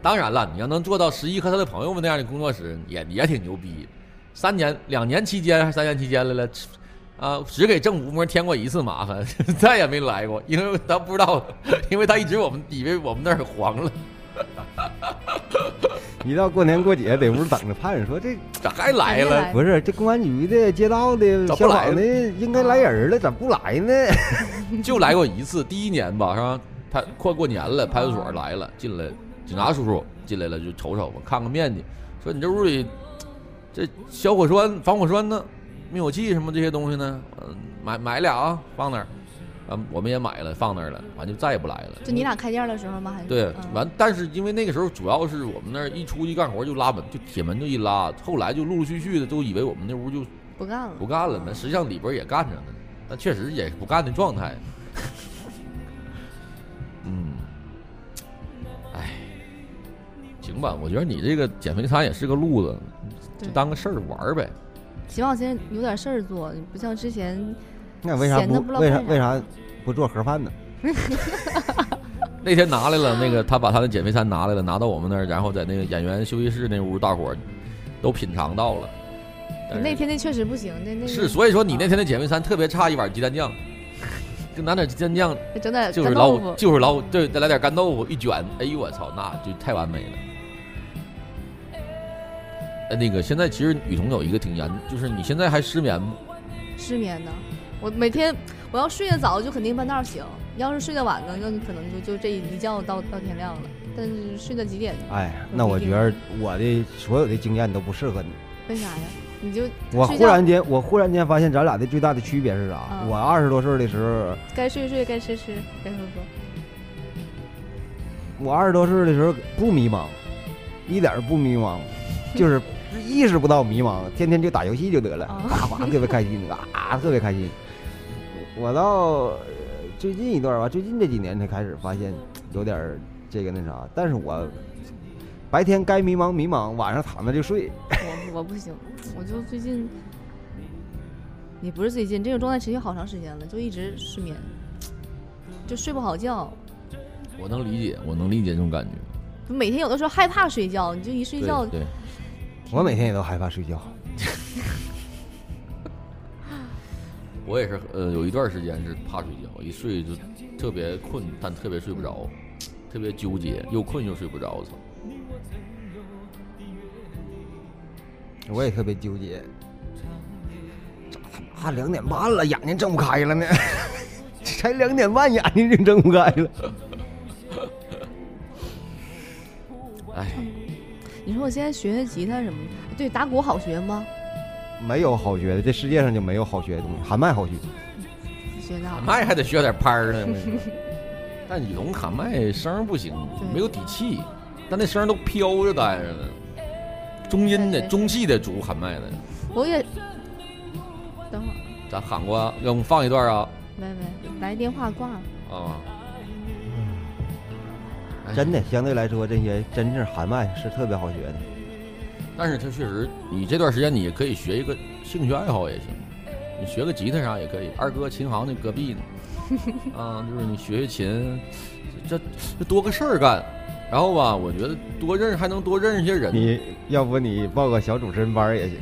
Speaker 1: 当然了，你要能做到十一和他的朋友们那样的工作室，也也挺牛逼。三年、两年期间还是三年期间来了，啊，只给正午摸添过一次麻烦， 再也没来过，因为他不知道，因为他一直我们以为我们那儿黄了，
Speaker 2: 一到过年过节在屋等着盼，说这
Speaker 1: 咋还来
Speaker 3: 还没
Speaker 1: 了？
Speaker 3: 来
Speaker 2: 不是这公安局的、街道的、
Speaker 1: 咋不
Speaker 2: 消
Speaker 1: 来
Speaker 2: 防的应该来人了，咋不来 呢？
Speaker 1: 就来过一次，第一年吧，是吧？派快过年了，派出所来了，进来警察叔叔进来了，就瞅瞅我看看面去，说你这屋里这小火栓、防火栓呢，灭火器什么这些东西呢？嗯，买买俩啊，放那儿。嗯，我们也买了，放那儿了，完就再也不来了。
Speaker 3: 就你俩开店的时候吗？还是
Speaker 1: 对，
Speaker 3: 嗯
Speaker 1: 完，但是因为那个时候主要是我们那儿一出去干活就拉门，就铁门就一拉，后来就陆陆续续的都以为我们那屋就
Speaker 3: 不干了，
Speaker 1: 不干了呢，实际上里边也干着呢，但确实也是不干的状态。 嗯，哎，行吧，我觉得你这个减肥餐也是个路子，就
Speaker 3: 对
Speaker 1: 当个事儿玩儿呗。
Speaker 3: 希望现在有点事儿做，不像之前
Speaker 2: 那为啥
Speaker 3: 闲得不知
Speaker 2: 不
Speaker 3: 道
Speaker 2: 为啥
Speaker 3: 干啥
Speaker 2: 为啥不做盒饭呢？
Speaker 1: 那天拿来了，那个他把他的减肥餐拿来了，拿到我们那儿，然后在那个演员休息室那屋，大伙儿都品尝到了。但是
Speaker 3: 那天那确实不行，那那
Speaker 1: 哎是，所以说你那天的减肥餐特别差，一碗鸡蛋酱，就拿点鸡蛋酱，
Speaker 3: 以整点
Speaker 1: 就是
Speaker 3: 呃干
Speaker 1: 老
Speaker 3: 豆
Speaker 1: 虎，
Speaker 3: 腐，嗯
Speaker 1: 就是老虎，对，再来点干豆腐一卷，哎呦我操，那就太完美了。哎，那个现在其实雨桐有一个挺严，就是你现在还失眠吗？
Speaker 3: 失眠的。我每天我要睡得早，就肯定半道儿醒；要是睡得晚呢，那可能就就这一觉到到天亮了。但是睡到几点？
Speaker 2: 哎，那我觉得我的所有的经验都不适合你。
Speaker 3: 为啥呀？你就
Speaker 2: 我
Speaker 3: 睡
Speaker 2: 忽
Speaker 3: 觉
Speaker 2: 然间，我忽然间发现咱俩的最大的区别是啥？
Speaker 3: 嗯
Speaker 2: 我二十多岁的时候，
Speaker 3: 该睡睡，该吃吃，该喝喝。
Speaker 2: 我二十多岁的时候不迷茫，一点儿不迷茫，就是意识不到迷茫，天天就打游戏就得了，
Speaker 3: 啊
Speaker 2: 哗哗特别开心，啊特别开心。我到呃最近一段吧，最近这几年才开始发现有点儿这个那啥，但是我白天该迷茫迷茫，晚上躺那就睡。
Speaker 3: 我我不行，我就最近，也不是最近，这种状态持续好长时间了，就一直失眠，就睡不好觉。
Speaker 1: 我能理解，我能理解这种感觉。
Speaker 3: 就每天有的时候害怕睡觉，你就一睡觉，
Speaker 1: 对，对
Speaker 2: 我每天也都害怕睡觉，
Speaker 1: 我也是，呃，有一段时间是怕睡觉，一睡就特别困，但特别睡不着，特别纠结，又困又睡不着。我操！
Speaker 2: 我也特别纠结。这他妈两点半了，眼睛睁不开了呢？ 才两点半，眼睛就睁不开了。
Speaker 1: 哎，
Speaker 3: 你说我现在学学吉他什么的，对，打鼓好学吗？
Speaker 2: 没有好学的，这世界上就没有好学的东西，喊麦好学。
Speaker 3: 学的好
Speaker 1: 喊。麦还得学点拍儿 呢。但雨龙喊麦声儿不行，没有底气，但那声儿都飘着待着呢。中音的
Speaker 3: 对对
Speaker 1: 中气的主喊麦的，
Speaker 3: 我也等会儿，
Speaker 1: 咱喊过啊，要不放一段啊
Speaker 3: 喂喂，来电话挂了。
Speaker 1: 啊！哎
Speaker 2: 嗯真的，相对来说，这些真正喊麦是特别好学的。
Speaker 1: 哎但是他确实，你这段时间你也可以学一个兴趣爱好也行，你学个吉他啥也可以。二哥琴行那隔 壁呢，啊，就是你学学琴，这这这多个事儿干。然后吧，我觉得多认识还能多认识些人。
Speaker 2: 你要不你报个小主持人班儿也行。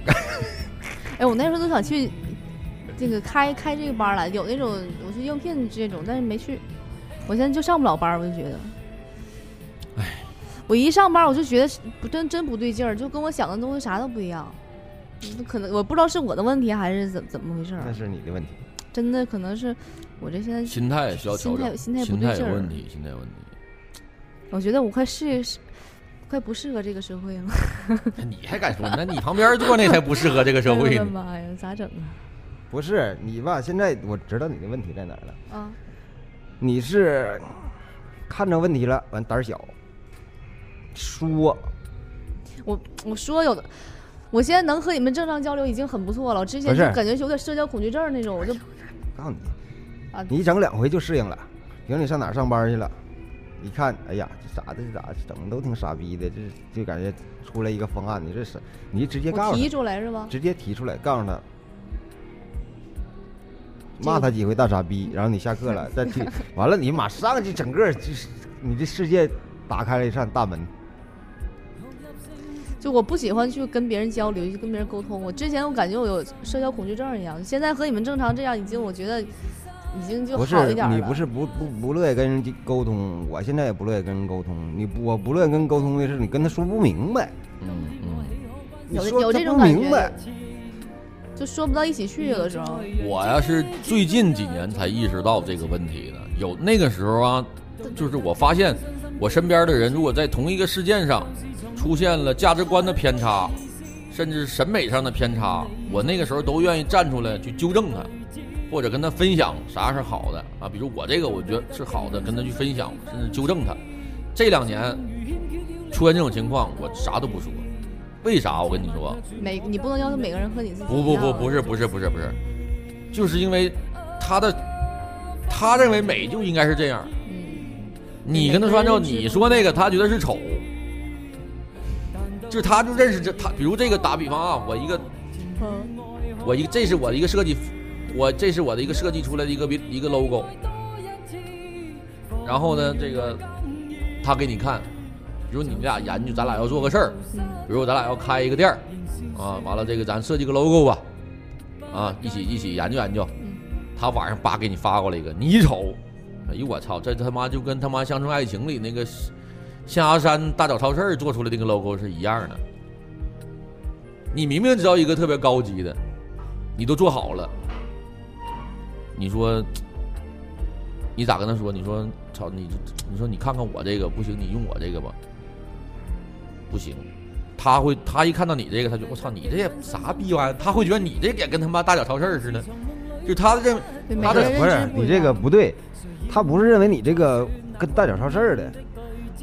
Speaker 3: 哎，我那时候都想去这个开开这个班儿了，有那种我去应聘这种，但是没去。我现在就上不了班儿，我就觉得，哎，我一上班儿我就觉得是不真真不对劲儿，就跟我想的东西啥都不一样。可能我不知道是我的问题还是怎怎么回事儿，啊
Speaker 2: 那是你的问题。
Speaker 3: 真的可能是我这现在
Speaker 1: 心态需要调整，
Speaker 3: 心态
Speaker 1: 心
Speaker 3: 心态不对
Speaker 1: 态
Speaker 3: 劲
Speaker 1: 有
Speaker 3: 儿
Speaker 1: 问题，心态有问题。
Speaker 3: 我觉得我快适适快不适合这个社会了。
Speaker 1: 你还敢说？那你旁边坐那才不适合这个社
Speaker 3: 我
Speaker 1: 会
Speaker 3: 的
Speaker 1: 呢。
Speaker 3: 妈哎呀，咋整
Speaker 2: 不是你吧？现在我知道你的问题在哪儿了。
Speaker 3: 啊？啊，
Speaker 2: 你是看着问题了，完胆儿小，说
Speaker 3: 我我说有的，我现在能和你们正常交流已经很不错了。我之前
Speaker 2: 不
Speaker 3: 就是感觉有点社交恐惧症那种，我
Speaker 1: 哎
Speaker 3: 就
Speaker 2: 告诉你
Speaker 3: 啊，
Speaker 2: 你一整两回就适应了。比如你上哪儿上班去了，一看，哎呀，这咋的？这咋整的都挺傻逼的，这就感觉出来一个方案，你这是你直接告
Speaker 3: 我
Speaker 2: 诉
Speaker 3: 提
Speaker 2: 他，
Speaker 3: 出来是吧？
Speaker 2: 直接提出来，告诉他，
Speaker 3: 这个
Speaker 2: 骂他几回大傻逼，然后你下课 了，再去，完了你马上就整个就是你这世界打开了一扇大门。
Speaker 3: 就我不喜欢去跟别人交流，去跟别人沟通。我之前我感觉我有社交恐惧症一样，现在和你们正常这样，已经我觉得已经就
Speaker 2: 不是
Speaker 3: 好一点了。
Speaker 2: 你不是不不不乐意跟人沟通，我现在也不乐意跟人沟通。你不我不乐意跟人沟通的是你跟他说不明白，
Speaker 1: 嗯嗯，
Speaker 2: 你
Speaker 3: 有
Speaker 2: 说
Speaker 3: 有
Speaker 2: 他
Speaker 3: 这种
Speaker 2: 不
Speaker 3: 感觉
Speaker 2: 明白，
Speaker 3: 就说不到一起去，有的时候
Speaker 1: 我呀是最近几年才意识到这个问题的。有那个时候啊，就是我发现我身边的人，如果在同一个事件上出现了价值观的偏差，甚至审美上的偏差，我那个时候都愿意站出来去纠正他，或者跟他分享啥是好的啊。比如我这个我觉得是好的，跟他去分享，甚至纠正他。这两年出现这种情况，我啥都不说。为啥？我跟你说，
Speaker 3: 每你不能要求每个人和你自己
Speaker 1: 不不不，不
Speaker 3: 是
Speaker 1: 是不是不是不是，就是因为他的他认为美就应该是这样，
Speaker 3: 嗯，
Speaker 1: 你跟他说按照你说那个，他觉得是丑，就是他就认识这他，比如这个打比方啊，我一个
Speaker 3: 嗯
Speaker 1: 我一个这是我的一个设计，我这是我的一个设计出来的一个一个 logo，然后呢，这个他给你看，比如你们俩研究，咱俩要做个事儿，
Speaker 3: 嗯
Speaker 1: 比如咱俩要开一个店儿，啊，完了这个咱设计个 logo 吧，啊，一起一起研究研究。
Speaker 3: 嗯，
Speaker 1: 他晚上叭给你发过来一个，你瞅，哎呦我操，这他妈就跟他妈《乡村爱情》里那个象牙山大脚超市做出来那个 logo 是一样的。你明明知道一个特别高级的，你都做好了，你说你咋跟他说？你说操你，你说你看看我这个不行，你用我这个吧，不行。他会，他一看到你这个，他就我操，你这也啥逼玩意儿？他会觉得你这个也跟他妈大脚超市似的，就是他的认为
Speaker 3: 对每
Speaker 1: 他
Speaker 3: 个
Speaker 1: 的
Speaker 3: 人
Speaker 2: 不是
Speaker 3: 认知不
Speaker 2: 你
Speaker 3: 一
Speaker 2: 这
Speaker 3: 样
Speaker 2: 个不对，他不是认为你这个跟大脚超市儿的，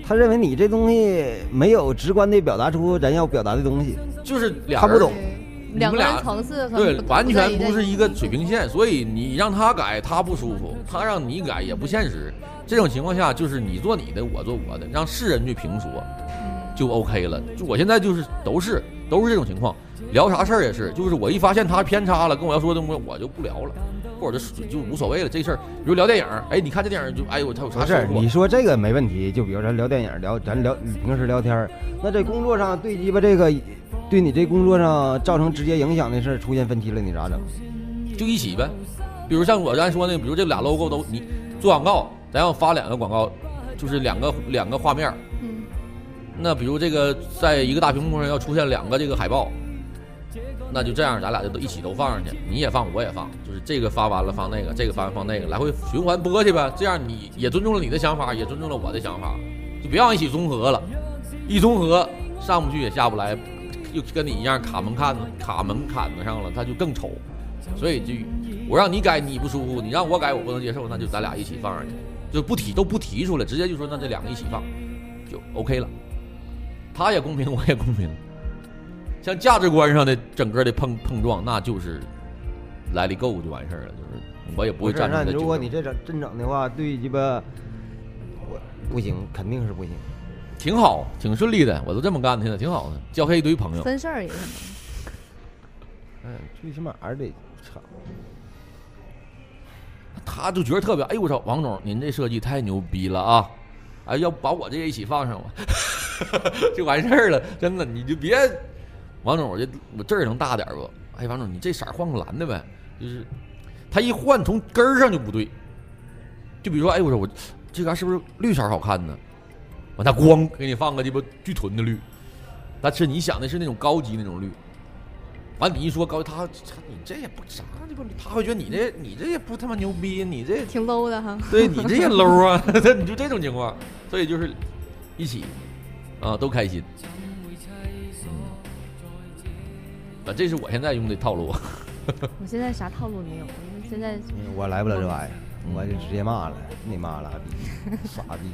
Speaker 2: 他认为你这东西没有直观的表达出咱要表达的东西。
Speaker 1: 就是俩
Speaker 2: 他
Speaker 1: 人
Speaker 2: 不懂
Speaker 3: 对
Speaker 1: 们
Speaker 3: 两个人
Speaker 1: 俩
Speaker 3: 层次可能
Speaker 1: 对
Speaker 3: 不，
Speaker 1: 完
Speaker 3: 在
Speaker 1: 全不
Speaker 3: 在
Speaker 1: 是一个水平线，所以你让他改，他不舒服；他让你改也不现实。这种情况下，就是你做你的，我做我的，让世人去评说。
Speaker 3: 嗯
Speaker 1: 就 OK 了。就我现在就是都是都是这种情况，聊啥事儿也是，就是我一发现他偏差了，跟我要说的东西我就不聊了，或者就就无所谓了这事儿。比如聊电影，哎，你看这电影就哎呦，他有啥
Speaker 2: 不
Speaker 1: 事
Speaker 2: 啊
Speaker 1: 儿？
Speaker 2: 是你说这个没问题，就比如咱聊电影，聊咱聊平时聊天儿，那这工作上对鸡巴这个，对你这工作上造成直接影响的事儿出现分歧了，你咋整？
Speaker 1: 就一起呗。比如像我刚才说那，比如这俩 logo 都你做广告，咱要发两个广告，就是两个两个画面儿。
Speaker 3: 嗯，
Speaker 1: 那比如这个在一个大屏幕上要出现两个这个海报，那就这样，咱俩就都一起都放上去，你也放我也放，就是这个发完了放那个，这个发完放那个，来回循环播去呗。这样你也尊重了你的想法，也尊重了我的想法，就别让一起综合了，一综合上不去也下不来，又跟你一样卡门槛卡门槛子上了，他就更丑。所以就我让你改你不舒服，你让我改我不能接受，那就咱俩一起放上去，就不提都不提出来，直接就说那这两个一起放就 OK 了。他也公平，我也公平。像价值观上的整个的碰碰撞，那就是来里够就完事儿了，就是我也不会
Speaker 2: 是
Speaker 1: 站出
Speaker 2: 那
Speaker 1: 来。
Speaker 2: 如果你这整真整的话，对鸡巴，我不行，肯定是不行。
Speaker 1: 挺好，挺顺利的，我都这么干的，现在挺好的，交下一堆朋友。
Speaker 3: 分事儿也可能。
Speaker 2: 嗯，最起码还得操，
Speaker 1: 他就觉得特别，哎呦我操，王总您这设计太牛逼了啊！哎，要不把我这也一起放上吧， 就完事儿了。真的，你就别，王总，我这我这儿能大点儿不？哎，王总，你这色儿换个蓝的呗，就是他一换从根儿上就不对。就比如说，哎，我说我这嘎、是不是绿色儿好看呢？完他咣给你放个鸡巴巨豚的绿，但是你想的是那种高级那种绿。完你一说高级，他他你这也不啥鸡巴，他会觉得你这你这也不他妈牛逼，你这
Speaker 3: 挺 low 的哈。
Speaker 1: 对你这也 low 啊， 你就这种情况，所以就是一起啊都开心。嗯啊，这是我现在用的套路。
Speaker 3: 我现在啥套路没有，我现在
Speaker 2: 我来不了这玩意儿，我就直接骂了，你妈拉逼，傻逼。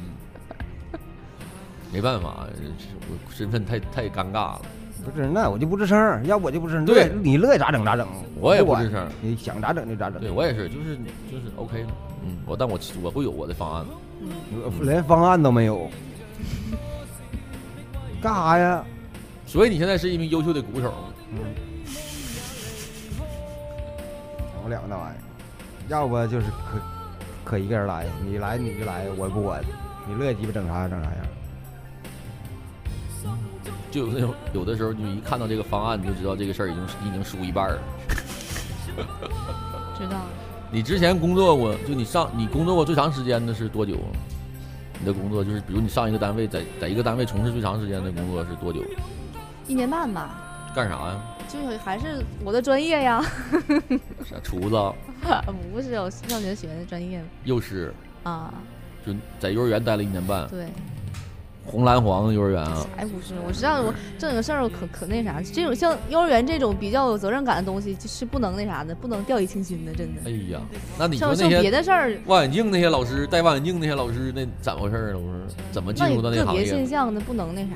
Speaker 1: 没办法，这是我身份太太尴尬了。
Speaker 2: 不是，那我就不吱声儿，要不我就不吱声儿。
Speaker 1: 对
Speaker 2: 乐你乐意咋整咋整，
Speaker 1: 我也不
Speaker 2: 管
Speaker 1: 吱声儿
Speaker 2: 你想咋整就咋整。
Speaker 1: 对我也是，就是就是 OK 了。嗯，我但我我会有我的方案。
Speaker 2: 我连方案都没有，干啥呀？嗯
Speaker 1: 所以你现在是一名优秀的鼓手，
Speaker 2: 整不了那玩意儿，要不就是可可一个人来，你来你就来，我不管，你乐意鸡巴整啥样整啥样。
Speaker 1: 就有那种有的时候你一看到这个方案，你就知道这个事儿已经已经输一半儿了。
Speaker 3: 知道了。
Speaker 1: 你之前工作过，就你上你工作过最长时间的是多久？你的工作就是，比如你上一个单位，在在一个单位从事最长时间的工作是多久？
Speaker 3: 一年半吧，
Speaker 1: 干啥呀？
Speaker 3: 就是还是我的专业呀，
Speaker 1: 啥厨子啊、
Speaker 3: 不是我上学学的专业
Speaker 1: 幼师，
Speaker 3: 啊，
Speaker 1: 就在幼儿园待了一年 半，
Speaker 3: 对，
Speaker 1: 红蓝黄幼儿园啊。
Speaker 3: 哎，不是，我知道我这种事儿我可可那啥，这种像幼儿园这种比较有责任感的东西，就是不能那啥的，不能掉以轻心的，真的
Speaker 1: 哎。呀，那你
Speaker 3: 像
Speaker 1: 说
Speaker 3: 像
Speaker 1: 那
Speaker 3: 别
Speaker 1: 些
Speaker 3: 的事儿，
Speaker 1: 望远镜那些老师，戴望远镜那些老师，那咋回事儿啊？都是怎么进
Speaker 3: 那
Speaker 1: 入到那
Speaker 3: 个
Speaker 1: 个行
Speaker 3: 别现
Speaker 1: 业？
Speaker 3: 象的不能那啥，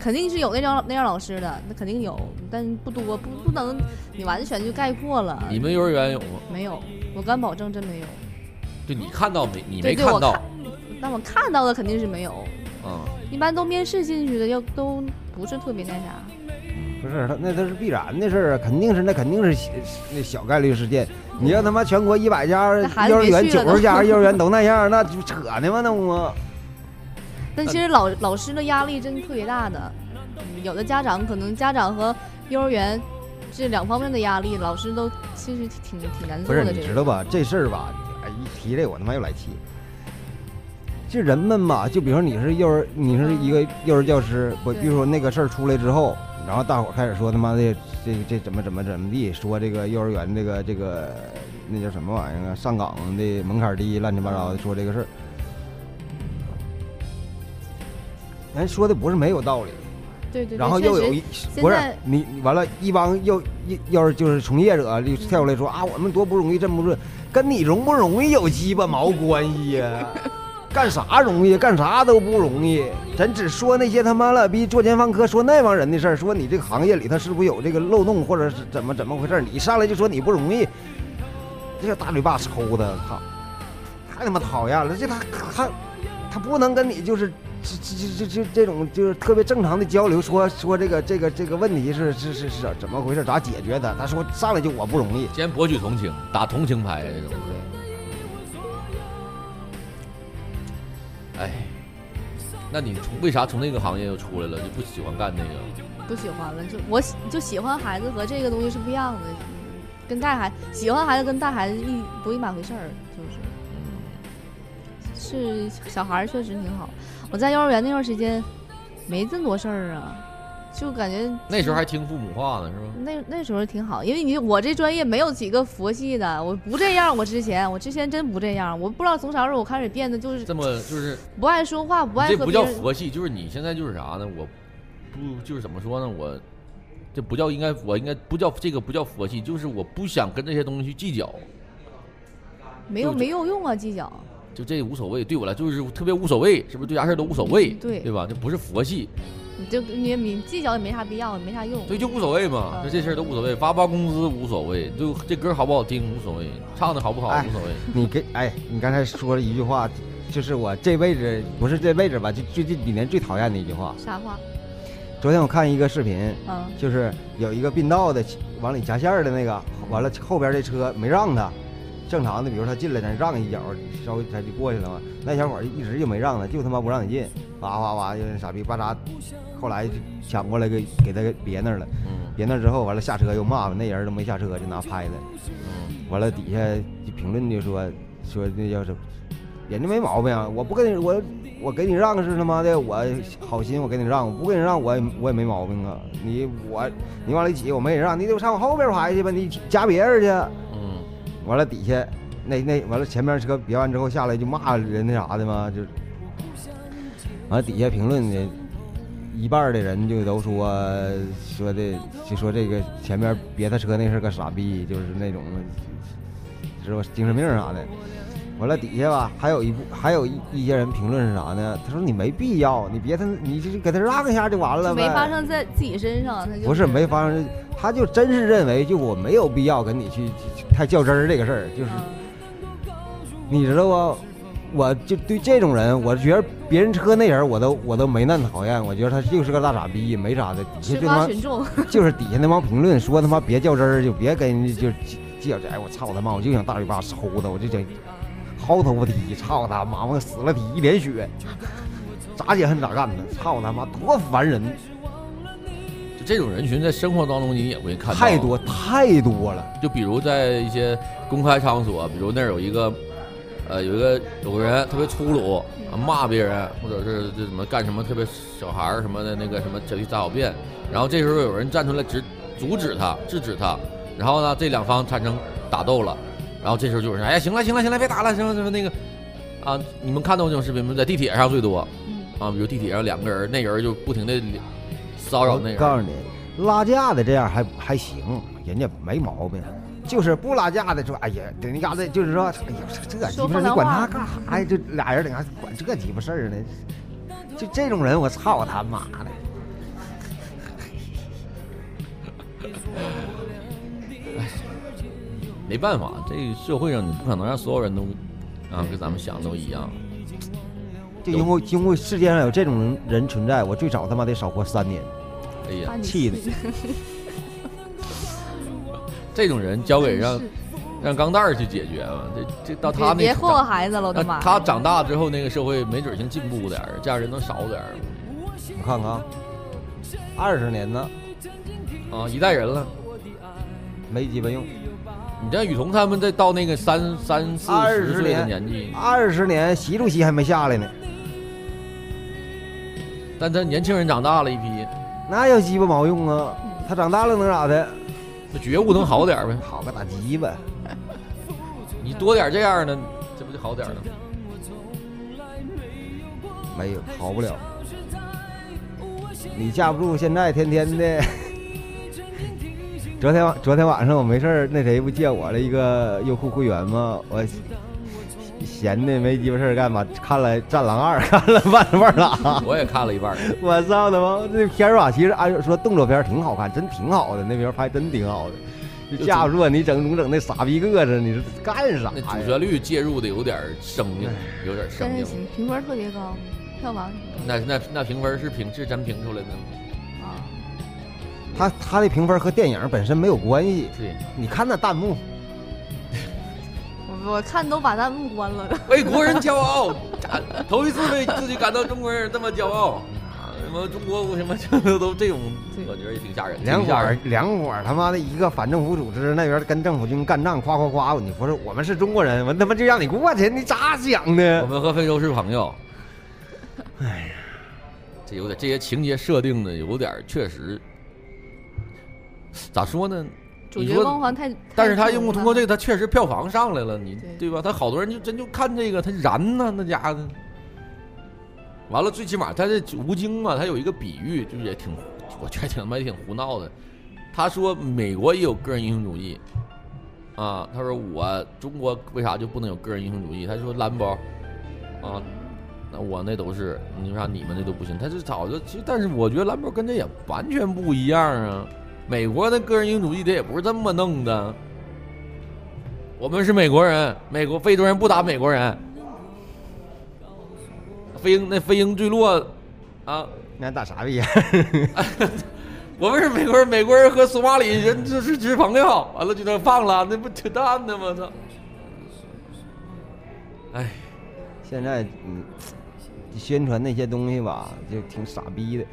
Speaker 3: 肯定是有那种那样老师的，那肯定有，但不多，不不能你完全就概括了。
Speaker 1: 你们幼儿园有吗？
Speaker 3: 没有，我敢保证真没有。
Speaker 1: 就你看到没？你
Speaker 3: 对
Speaker 1: 没
Speaker 3: 对，我
Speaker 1: 看到
Speaker 3: 看，那我看到的肯定是没有，
Speaker 1: 啊？
Speaker 3: 一般都面试进去的，要都不是特别那啥。
Speaker 2: 不是，那都是必然的事儿啊，肯定是那肯定是小那小概率事件。你让他妈全国一百家
Speaker 3: 那孩子
Speaker 2: 幼儿
Speaker 3: 别
Speaker 2: 园，
Speaker 3: 去了
Speaker 2: 九
Speaker 3: 都
Speaker 2: 十家幼儿园都那样，那就扯呢吗？那不
Speaker 3: 但其实老
Speaker 2: 呃
Speaker 3: 老师的压力真的特别大的，嗯有的家长可能家长和幼儿园这两方面的压力，老师都其实挺挺难
Speaker 2: 不
Speaker 3: 做
Speaker 2: 是，
Speaker 3: 的。
Speaker 2: 你
Speaker 3: 这
Speaker 2: 知
Speaker 3: 个
Speaker 2: 道吧？这事儿吧，哎，一提这我他妈又来气。就人们吧，就比如说你是幼儿，你是一个幼儿教师，我
Speaker 3: 嗯对
Speaker 2: 比如说那个事儿出来之后，然后大伙儿开始说他妈的这这怎么怎么怎么地，说这个幼儿园这个这个那叫什么玩意儿啊，上岗的门槛低，乱七八
Speaker 3: 嗯
Speaker 2: 糟的说这个事儿。咱哎说的不是没有道理，
Speaker 3: 对对对，
Speaker 2: 然后
Speaker 3: 确
Speaker 2: 又
Speaker 3: 实
Speaker 2: 有一
Speaker 3: 现
Speaker 2: 不是
Speaker 3: 在
Speaker 2: 你你完了，一帮又一要是就是从业者就跳出来说啊，我们多不容易，这么不是跟你容不容易有鸡巴毛关系呀、 干啥容易，干啥都不容易。咱只说那些他妈了逼作奸犯科，说那帮人的事儿，说你这个行业里头是不是有这个漏洞，或者是怎么怎么回事儿？你上来就说你不容易，这个大嘴巴抽他，操，太他妈讨厌了！这他他他不能跟你就是这这这这这种就是特别正常的交流，说说这个这个这个问题是是是是怎怎么回事，咋解决的？他说上来就我不容易，
Speaker 1: 先博取同情，打同情牌这种。哎，那你从为啥从那个行业又出来了，就不喜欢干那个？
Speaker 3: 不喜欢了，就我喜就喜欢孩子和这个东西是不一样的，嗯跟带孩喜欢孩子跟带孩子一不一码回事儿，就是是小孩儿确实挺好。我在幼儿园那段时间没这么多事儿啊，就感觉
Speaker 1: 那时候还听父母话呢，是吧？
Speaker 3: 那那时候挺好，因为你我这专业没有几个佛系的，我不这样。我之前我之前真不这样，我不知道从啥时候我开始变得就是
Speaker 1: 这么就是，
Speaker 3: 不爱说话，
Speaker 1: 你
Speaker 3: 不爱
Speaker 1: 这
Speaker 3: 和
Speaker 1: 不
Speaker 3: 别
Speaker 1: 叫
Speaker 3: 人。
Speaker 1: 佛系，就是你现在就是啥呢？我不就是怎么说呢？我这不叫应该，我应该不叫这个不叫佛系，就是我不想跟这些东西去计较，
Speaker 3: 没有
Speaker 1: 就
Speaker 3: 没有用啊，计较。
Speaker 1: 就这无所谓，对我来就是特别无所谓，是不是？对啥事儿都无所谓，
Speaker 3: 对
Speaker 1: 对吧？这不是佛系，
Speaker 3: 你就你你计较也没啥必要，也没啥用。
Speaker 1: 所以就无所谓嘛，
Speaker 3: 嗯
Speaker 1: 就这事儿都无所谓，发不发工资无所谓，就这歌好不好听无所谓，唱的好不好
Speaker 2: 哎
Speaker 1: 无所谓。
Speaker 2: 你给哎，你刚才说了一句话，就是我这辈子不是这辈子吧，就最近几年最讨厌的一句话。
Speaker 3: 啥话？
Speaker 2: 昨天我看一个视频，
Speaker 3: 嗯
Speaker 2: 就是有一个并道的往里夹线儿的那个，完了后边这车没让他，正常的，比如他进来咱让一脚，稍微他就过去了嘛。那小伙儿一直就没让他，就他妈不让你进，哇哇哇，就那傻逼巴扎，后来就抢过来给给他给别那儿了，
Speaker 1: 嗯
Speaker 2: 别那儿之后完了下车又骂那人都没下车就拿拍的，
Speaker 1: 嗯，
Speaker 2: 完了底下就评论就说说那叫什么，人家没毛病啊，我不跟你我我给你让是他妈的我好心我给你让，我不给你让我也我也没毛病啊，你我你往里挤我没给你让，你得上我后边排去吧，你夹别人去。
Speaker 1: 嗯，
Speaker 2: 完了底下那那完了前面车别完之后下来就骂人那啥的嘛，就完了底下评论的。一半儿的人就都说说的，就说这个前面别他车那是个傻逼，就是那种是吧？精神病啥的。完了底下吧，还有一部，还有一一些人评论是啥呢？他说你没必要，你别他，你就给他让一下就完了
Speaker 3: 就没
Speaker 2: 呗。
Speaker 3: 发生在自己身上，他就
Speaker 2: 不是没发生，他就真是认为就我没有必要跟你去去去太较真儿这个事儿，就是
Speaker 3: 嗯
Speaker 2: 你知道不？我就对这种人，我觉得别人车那人我都我都没那么讨厌，我觉得他就是个大傻逼，没啥的。底下
Speaker 3: 吃
Speaker 2: 这帮
Speaker 3: 瓜 群众，
Speaker 2: 就是底下那帮评论说他妈别较真儿，就别跟人家就计计较这。哎，我操他妈，我就想大嘴巴抽他，我就想薅头发踢，操他妈，我死了踢一脸血， 咋解恨咋干呢？操他妈，多烦人，
Speaker 1: 就这种人群在生活当中你也会看到
Speaker 2: 太多太多了。
Speaker 1: 就比如在一些公开场所，比如那儿有一个，呃，有一个有个人特别粗鲁，啊骂别人，或者是这怎么干什么特别小孩儿什么的那个什么小去大小便，然后这时候有人站出来指阻止他，制止他，然后呢，这两方产生打斗了，然后这时候就有人说，哎呀，行了行了行了，别打了，什么什么那个，啊，你们看到这种视频吗？在地铁上最多
Speaker 3: 嗯，
Speaker 1: 啊，比如地铁上两个人，那人就不停的骚扰那
Speaker 2: 我
Speaker 1: 人，
Speaker 2: 告诉你，拉架的这样还还行，人家没毛病。就是不拉架的说，哎呀，等那嘎达就是说，哎呀，这这鸡巴
Speaker 3: 说
Speaker 2: 事儿
Speaker 3: 风
Speaker 2: 你
Speaker 3: 凉
Speaker 2: 管他
Speaker 3: 话
Speaker 2: 干啥呀？就俩人在那管这鸡巴事儿呢？就这种人，我操他妈的！
Speaker 1: 没办法，这个社会上你不可能让所有人都啊跟咱们想的都一样。
Speaker 2: 就因为因为世界上有这种人人存在，我最少他妈得少活三年。
Speaker 1: 哎
Speaker 3: 把
Speaker 1: 呀，
Speaker 3: 你
Speaker 2: 气的
Speaker 1: 这种人交给让
Speaker 3: 真是
Speaker 1: 让钢蛋儿去解决吧，这这到他
Speaker 3: 别
Speaker 1: 那
Speaker 3: 别
Speaker 1: 个
Speaker 3: 祸害孩子了，我的
Speaker 1: 让
Speaker 3: 妈呀！
Speaker 1: 他长大之后，那个社会没准儿先进步点儿，这样人能少点儿
Speaker 2: 我看看，啊，二十年呢，
Speaker 1: 啊，一代人了。
Speaker 2: 没鸡巴用。
Speaker 1: 你像雨桐他们再到那个三三四
Speaker 2: 20
Speaker 1: 十岁的
Speaker 2: 年
Speaker 1: 年纪，
Speaker 2: 二十年，习主席还没下来呢，
Speaker 1: 但他年轻人长大了一批，
Speaker 2: 那有鸡巴毛用啊？他长大了能咋的？
Speaker 1: 他觉悟能好点 儿呗。
Speaker 2: 好个大鸡巴！
Speaker 1: 你多点儿这样的，这不就好点儿了 吗？
Speaker 2: 没有，好不了。你架不住现在天天的。 昨天晚昨天晚上我没事儿，那谁不借我了一个优酷会员吗？我闲的没鸡巴事儿干嘛，看了《战狼二》， 看了 半半拉。
Speaker 1: 我也看了一半儿，
Speaker 2: 我操他妈！这片儿吧，啊其实按说动作片儿挺好看，真挺好的，那片儿拍真挺好的。就架不住你整总整那傻逼个子，你是干啥
Speaker 1: 那主
Speaker 2: 呀？
Speaker 1: 哎旋律介入的有点儿生硬，有点儿生
Speaker 3: 真是
Speaker 1: 硬。
Speaker 3: 行，评分特别高，票房什么
Speaker 1: 那那那评分是评是咱评出来的吗？
Speaker 3: 的啊，
Speaker 2: 他他的评分和电影本身没有关系。
Speaker 1: 是，
Speaker 2: 你看那弹幕，
Speaker 3: 我我看都把弹幕关了。
Speaker 1: 为国人骄傲，啊头一次为自己感到中国人这么骄傲。什么中国什么这都这种，我觉得也挺吓人，
Speaker 2: 两
Speaker 1: 挺
Speaker 2: 伙
Speaker 1: 吓
Speaker 2: 儿
Speaker 1: 人。
Speaker 2: 两伙儿他妈的一个反政府组织那边跟政府军干仗，夸夸夸，你不是我们是中国人，我他妈就让你过去，你咋想
Speaker 1: 我
Speaker 2: 的？
Speaker 1: 们和非洲是朋友。哎呀， 这有点这些情节设定的有点儿确实，咋说呢？
Speaker 3: 主
Speaker 1: 你
Speaker 3: 角
Speaker 1: 说
Speaker 3: 光环太，
Speaker 1: 但是
Speaker 3: 太
Speaker 1: 他
Speaker 3: 重
Speaker 1: 用通
Speaker 3: 了
Speaker 1: 过这个，他确实票房上来了，你对
Speaker 3: 对
Speaker 1: 吧？他好多人就真就看这个，他燃呐、那家伙的。完了，最起码他这吴京啊嘛，他有一个比喻，就是也挺，我觉得挺他妈也挺胡闹的。他说美国也有个人英雄主义，啊，他说我中国为啥就不能有个人英雄主义？他说蓝包，啊，那我那都是，你为啥你们那都不行？他这早就其实，但是我觉得蓝包跟这也完全不一样啊。美国的个人英雄主义他也不是这么弄的。我们是美国人，美国非洲人不打美国人。飞鹰那飞鹰坠落，啊，
Speaker 2: 那打 啥逼呀？
Speaker 1: 我们是美国人，美国人和索马里人这是是朋友，完了就那放了，那不扯淡呢吗？操！哎，
Speaker 2: 现在嗯，宣传那些东西吧，就挺傻逼的。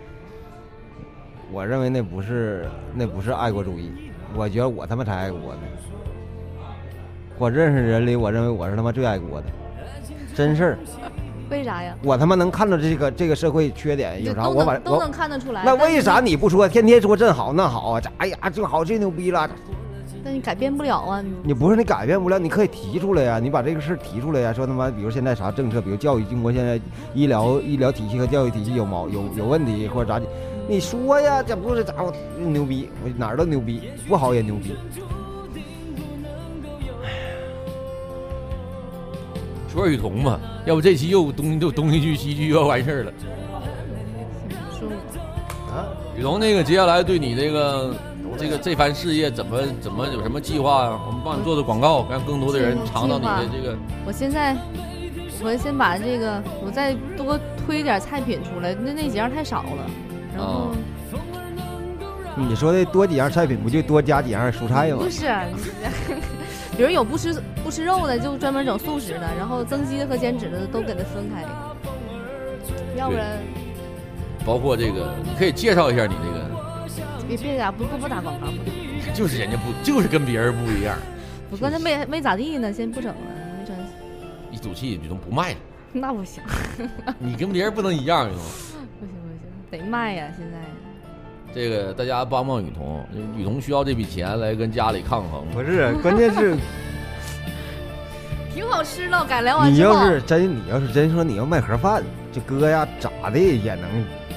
Speaker 2: 我认为那不是那不是爱国主义，我觉得我他妈才爱国呢。我认识人里，我认为我是他妈最爱国的，真事儿。
Speaker 3: 为啥呀？
Speaker 2: 我他妈能看到这个这个社会缺点有
Speaker 3: 就
Speaker 2: 啥，
Speaker 3: 都
Speaker 2: 我把
Speaker 3: 能都
Speaker 2: 我
Speaker 3: 能看得出来。
Speaker 2: 那
Speaker 3: 但
Speaker 2: 为
Speaker 3: 是
Speaker 2: 啥你不说？天天说这好那好啊，这哎呀这好这牛逼了，
Speaker 3: 但你改变不了啊，你
Speaker 2: 你不是你改变不了，你可以提出来呀、你把这个事儿提出来呀、说他妈，比如现在啥政策，比如教育，中国现在医疗医疗体系和教育体系有毛有有问题或者咋的，你说呀，这不是家伙牛逼，我哪儿都牛逼，不好也牛逼。
Speaker 1: 说雨桐嘛，要不这期又东就东一句西一句又要完事儿了。
Speaker 3: 说我
Speaker 2: 啊，
Speaker 1: 雨桐，那个接下来对你这个这个这番事业怎么怎么有什么计划呀、啊我们帮你做做广告，让更多的人尝到你的这个。
Speaker 3: 我现在我先把这个，我再多推点菜品出来，那那几样太少了。然后、
Speaker 1: 啊
Speaker 2: 你说的多几样菜品，不就多加几样蔬菜吗
Speaker 3: 不？是， 比如有不吃不吃肉的，就专门整素食的，然后增肌的和减脂的都给它分开，要不然
Speaker 1: 包括这个，你可以介绍一下你这个，
Speaker 3: 别别打不不不打广告，不
Speaker 1: 就是人家不就是跟别人不一样，
Speaker 3: 我刚才没没咋地呢，先不整了，没整，
Speaker 1: 一赌气雨桐不卖了，
Speaker 3: 那不行。
Speaker 1: 你跟别人不能一样，雨桐。
Speaker 3: 不行不行，得卖呀！现在
Speaker 1: 这个大家帮帮雨桐，雨桐需要这笔钱来跟家里抗衡。
Speaker 2: 不是，关键是
Speaker 3: 挺好吃的，改良完
Speaker 2: 你
Speaker 3: 哦之后，
Speaker 2: 要是真你要是真说你要卖盒饭，这哥呀咋的也能，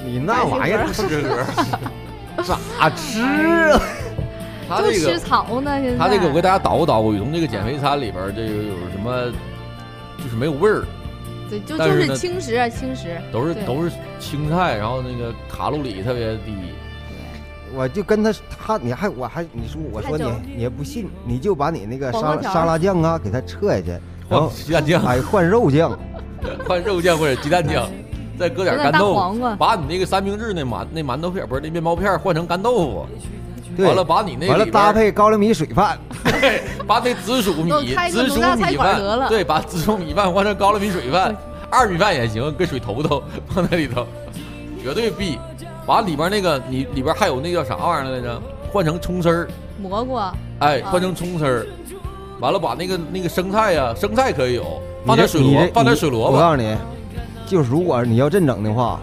Speaker 2: 你那玩意儿
Speaker 1: 不合格，
Speaker 2: 咋吃啊？
Speaker 1: 他
Speaker 3: 就
Speaker 1: 这
Speaker 3: 吃
Speaker 1: 个
Speaker 3: 草呢。现在
Speaker 1: 他这个我给大家捣鼓捣鼓，雨桐这个减肥餐里边儿这个有什么，就是没有味儿，
Speaker 3: 对，就
Speaker 1: 但
Speaker 3: 就是是
Speaker 1: 呢
Speaker 3: 轻食啊，轻食。
Speaker 1: 都是
Speaker 3: 对
Speaker 1: 都是青菜，然后那个卡路里特别低。
Speaker 2: 我就跟他他你还我还你说我说
Speaker 3: 太
Speaker 2: 你
Speaker 3: 久
Speaker 2: 你也不信，你就把你那个沙拉
Speaker 3: 黄瓜条儿
Speaker 2: 沙拉酱啊给它撤下去，然
Speaker 1: 换
Speaker 2: 后
Speaker 1: 鸡蛋酱，
Speaker 2: 哎换 肉酱，
Speaker 1: 换肉酱或者鸡蛋 酱，再搁点
Speaker 3: 整点
Speaker 1: 干
Speaker 3: 大
Speaker 1: 豆
Speaker 3: 黄
Speaker 1: 腐，
Speaker 3: 瓜，
Speaker 1: 把你那个三明治那馒那馒头片儿不是那面包片儿换成干豆腐，
Speaker 2: 对，
Speaker 1: 完了把你那
Speaker 2: 完了
Speaker 1: 里边
Speaker 2: 搭
Speaker 1: 儿
Speaker 2: 配高粱米水饭，
Speaker 1: 对， 把那紫薯米
Speaker 3: 我开、一个
Speaker 1: 紫薯
Speaker 3: 农大菜
Speaker 1: 米
Speaker 3: 馆得
Speaker 1: 饭，
Speaker 3: 了
Speaker 1: 对，把紫薯米饭换成高粱米水饭、二米饭也行，跟水头头放在里头，绝对必。完里边那个，你里边还有那叫啥玩意儿来着？换成葱丝儿，
Speaker 3: 蘑菇，
Speaker 1: 哎，
Speaker 3: 啊
Speaker 1: 换成葱丝儿。完了，把那个那个生菜呀、生菜可以有，
Speaker 2: 你
Speaker 1: 放点
Speaker 2: 这
Speaker 1: 水
Speaker 2: 你
Speaker 1: 萝
Speaker 2: 这
Speaker 1: 卜，放点
Speaker 2: 你
Speaker 1: 水萝
Speaker 2: 我
Speaker 1: 卜。
Speaker 2: 告诉你，就是如果你要真整的话，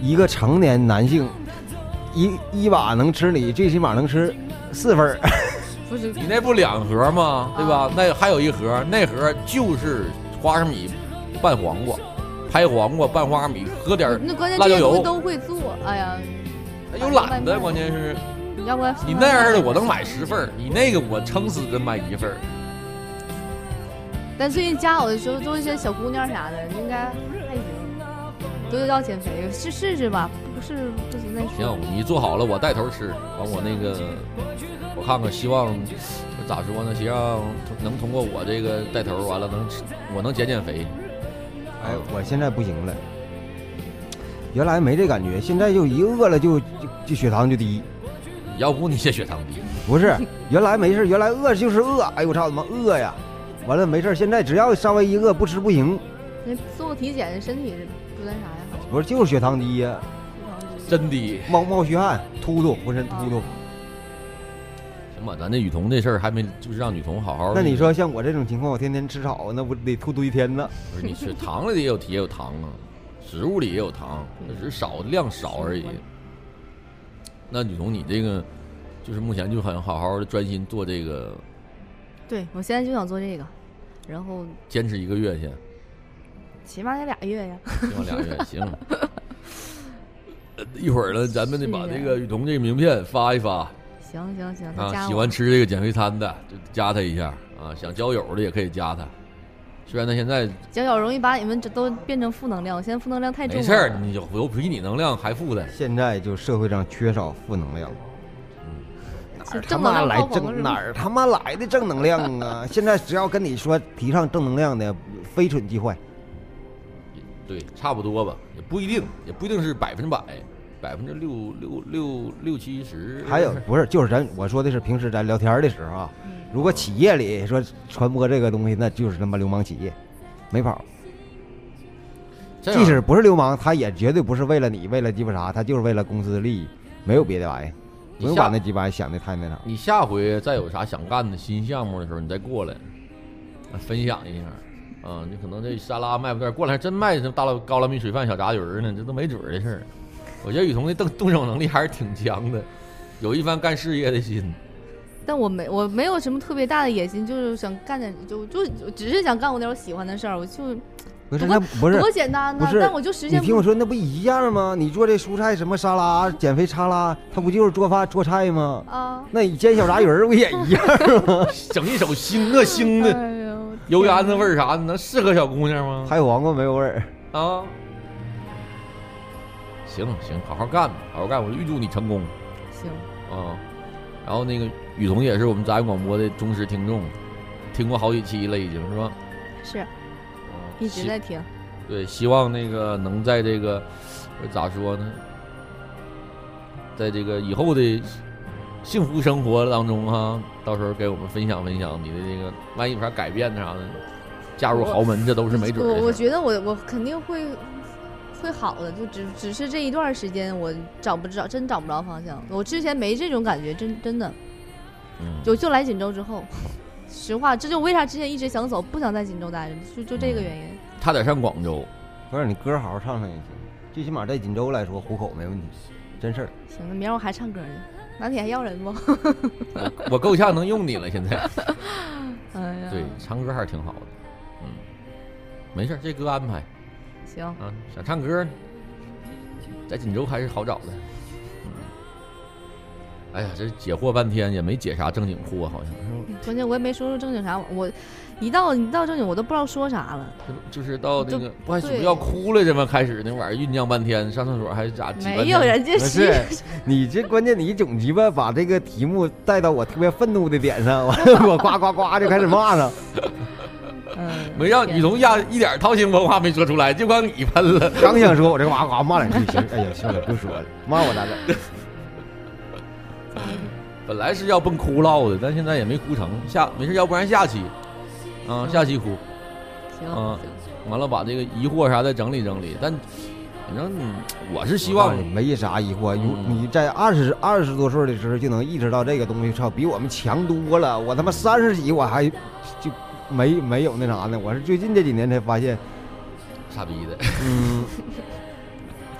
Speaker 2: 一个成年男性一一把能吃你最起码能吃四份儿，
Speaker 3: 不是
Speaker 1: 你那不两盒吗？对吧
Speaker 3: 啊？
Speaker 1: 那还有一盒，那盒就是花生米拌黄瓜，拍黄瓜拌花生米，喝点儿
Speaker 3: 那关键
Speaker 1: 嗯辣
Speaker 3: 这
Speaker 1: 椒
Speaker 3: 些东
Speaker 1: 油
Speaker 3: 西都会做。哎呀，嗯
Speaker 1: 又懒得，关键是。
Speaker 3: 你要不然
Speaker 1: 你那样的我能买十份儿，你那个我撑死真买一份儿。
Speaker 3: 但最近加我的时候都是一些小姑娘啥的，应该还行，都要减肥，试试试吧，不是不行再
Speaker 1: 行
Speaker 3: 说。，
Speaker 1: 你做好了，我带头吃。完我那个，我看看，希望咋说呢？希望能通过我这个带头，完了能吃，我能减减肥。
Speaker 2: 哎，我现在不行了，原来没这感觉，现在就一饿了就就就血糖就低。
Speaker 1: 要不你也血糖低，
Speaker 2: 不是， 原来没事，原来饿就是饿，哎呦我操怎么饿呀？完了没事，现在只要稍微一饿不吃不行，
Speaker 3: 那做过体检，身体不算啥呀，
Speaker 2: 不是就是血糖低呀、
Speaker 3: 非常啊低
Speaker 1: 真低。
Speaker 2: 冒冒虚汗，突突浑身突突。
Speaker 1: 行吧，咱这雨桐这事儿还没，就是让雨桐好好。
Speaker 2: 那你，说像我这种情况，我天天吃草，那不得突突一天呢？
Speaker 1: 不是你吃糖里也有也有糖啊，食物里也有糖，只是少量少而已。那雨桐，你这个就是目前就很好好的专心做这个，
Speaker 3: 对我现在就想做这个，然后
Speaker 1: 坚持一个月先，
Speaker 3: 起码得俩月呀。
Speaker 1: 希望俩月行。呃一会儿呢，咱们得把
Speaker 3: 是呀啊
Speaker 1: 这个雨桐这个名片发一发。
Speaker 3: 行行行，他
Speaker 1: 啊，
Speaker 3: 加
Speaker 1: 喜
Speaker 3: 我。
Speaker 1: 欢吃这个减肥餐的，就加他一下啊。想交友的也可以加他。虽然他现在
Speaker 3: 小小容易把你们这都变成负能量，我现在负能量太重
Speaker 1: 没
Speaker 3: 了。
Speaker 1: 事儿，你有有比你能量还负的，
Speaker 2: 现在就社会上缺少负能量，哪儿他
Speaker 3: 是嗯正能
Speaker 2: 妈
Speaker 3: 量
Speaker 2: 来
Speaker 3: 爆棚
Speaker 2: 正
Speaker 3: 是
Speaker 2: 哪
Speaker 3: 吗？
Speaker 2: 儿他妈来的正能量啊？现在只要跟你说提倡正能量的，非蠢即坏。
Speaker 1: 对，差不多吧，也不一定，也不一定是百分之百，百分之六六六六七十。
Speaker 2: 还 有不是，就是咱我说的是平时咱聊天的时候啊，
Speaker 3: 嗯
Speaker 2: 如果企业里说传播这个东西，那就是他妈流氓企业，没跑。
Speaker 1: 这样
Speaker 2: 即使不是流氓，他也绝对不是为了你，为了鸡巴啥，他就是为了公司的利益，没有别的玩意儿。
Speaker 1: 你
Speaker 2: 不用
Speaker 1: 下
Speaker 2: 把那鸡巴想的太那啥。
Speaker 1: 你下回再有啥想干的新项目的时候，你再过来，啊分享一下。啊，你可能这沙拉卖不掉，过来还真卖这大老高粱米水饭小炸鱼儿呢，这都没准儿的事儿。我觉得雨桐的动动手能力还是挺强的，有一番干事业的心。
Speaker 3: 但我没我没有什么特别大的野心，就是想干点就就只是想干我点我喜欢的事儿，我就
Speaker 2: 不是，
Speaker 3: 不过
Speaker 2: 那不是
Speaker 3: 多简单
Speaker 2: 不
Speaker 3: 呢。
Speaker 2: 是，
Speaker 3: 但我就实
Speaker 2: 你
Speaker 3: 现
Speaker 2: 听
Speaker 3: 不
Speaker 2: 我
Speaker 3: 了。
Speaker 2: 说，那不一样吗？你做这蔬菜什么沙拉、减肥沙拉，它不就是做饭做菜吗？
Speaker 3: 啊。
Speaker 2: 那你煎小炸鱼儿不也一样 吗？
Speaker 1: 整一手腥啊腥 的，
Speaker 3: 哎呦，
Speaker 1: 油盐子味儿啥的，能适合小姑娘吗？
Speaker 2: 还有黄瓜没有味儿？
Speaker 1: 啊，行行，好好干吧，好好干，我预祝你成功
Speaker 3: 行，
Speaker 1: 啊。然后那个雨桐也是我们杂音广播的忠实听众，听过好几期了，已经是吧？
Speaker 3: 是
Speaker 1: 嗯
Speaker 3: 一直
Speaker 1: 希
Speaker 3: 在听，
Speaker 1: 对，希望那个能在这个呃咋说呢，在这个以后的幸福生活当中哈、到时候给我们分享分享你的这个，万一有啥改变啥的，嫁入豪门这都是没准儿
Speaker 3: 我我
Speaker 1: 的事儿。
Speaker 3: 觉得我我肯定会会好的，就只只是这一段时间我找不着，真找不着方向。我之前没这种感觉，真真的，
Speaker 1: 嗯，
Speaker 3: 就就来锦州之后， 实话，这就为啥之前一直想走，不想在锦州待着，就就这个原因。
Speaker 1: 他得上广州，
Speaker 2: 不是，你歌好好唱唱也行，最起码在锦州来说糊口没问题，真事儿。
Speaker 1: 嗯
Speaker 3: 行，那明儿我还唱歌呢，拿铁还要人不？
Speaker 1: 我我够呛能用你了。现在
Speaker 3: 哎呀，
Speaker 1: 对，唱歌还是挺好的，嗯，没事儿，这歌安排
Speaker 3: 行，
Speaker 1: 啊。想唱歌，在锦州还是好找的。嗯，哎呀，这解惑半天也没解啥正经货，好像。
Speaker 3: 关键我也没说出正经啥，我一到一到正经我都不知道说啥了，
Speaker 1: 就是到那
Speaker 3: 就
Speaker 1: 个不还是不
Speaker 3: 对
Speaker 1: 要哭了，这么开始那玩意儿酝酿半天，上厕所还咋？挤半
Speaker 3: 没有
Speaker 1: 天
Speaker 3: 人家
Speaker 2: 不是
Speaker 3: 是，
Speaker 2: 你这关键你总鸡巴把这个题目带到我特别愤怒的点上，完了我呱呱呱就开始骂 上。
Speaker 3: 嗯，
Speaker 1: 没让雨桐压一点掏心窝话没说出来，就光你喷了。
Speaker 2: 刚想说，我这呱呱骂两句，行，哎呀，算了，不说了，骂我咋整？
Speaker 1: 本来是要奔哭闹的，但现在也没哭成。下没事，要不然下期，啊，下期哭，
Speaker 3: 行
Speaker 1: 啊
Speaker 3: 行
Speaker 1: 完了把这个疑惑啥再整理整理。但反正嗯我是希
Speaker 2: 我告
Speaker 1: 望
Speaker 2: 诉你没啥疑惑，如
Speaker 1: 嗯
Speaker 2: 你在二十二十多岁的时候就能意识到这个东西，操，比我们强多了。我他妈三十几我还就没没有那啥呢，我是最近这几年才发现，
Speaker 1: 傻逼的，
Speaker 2: 嗯，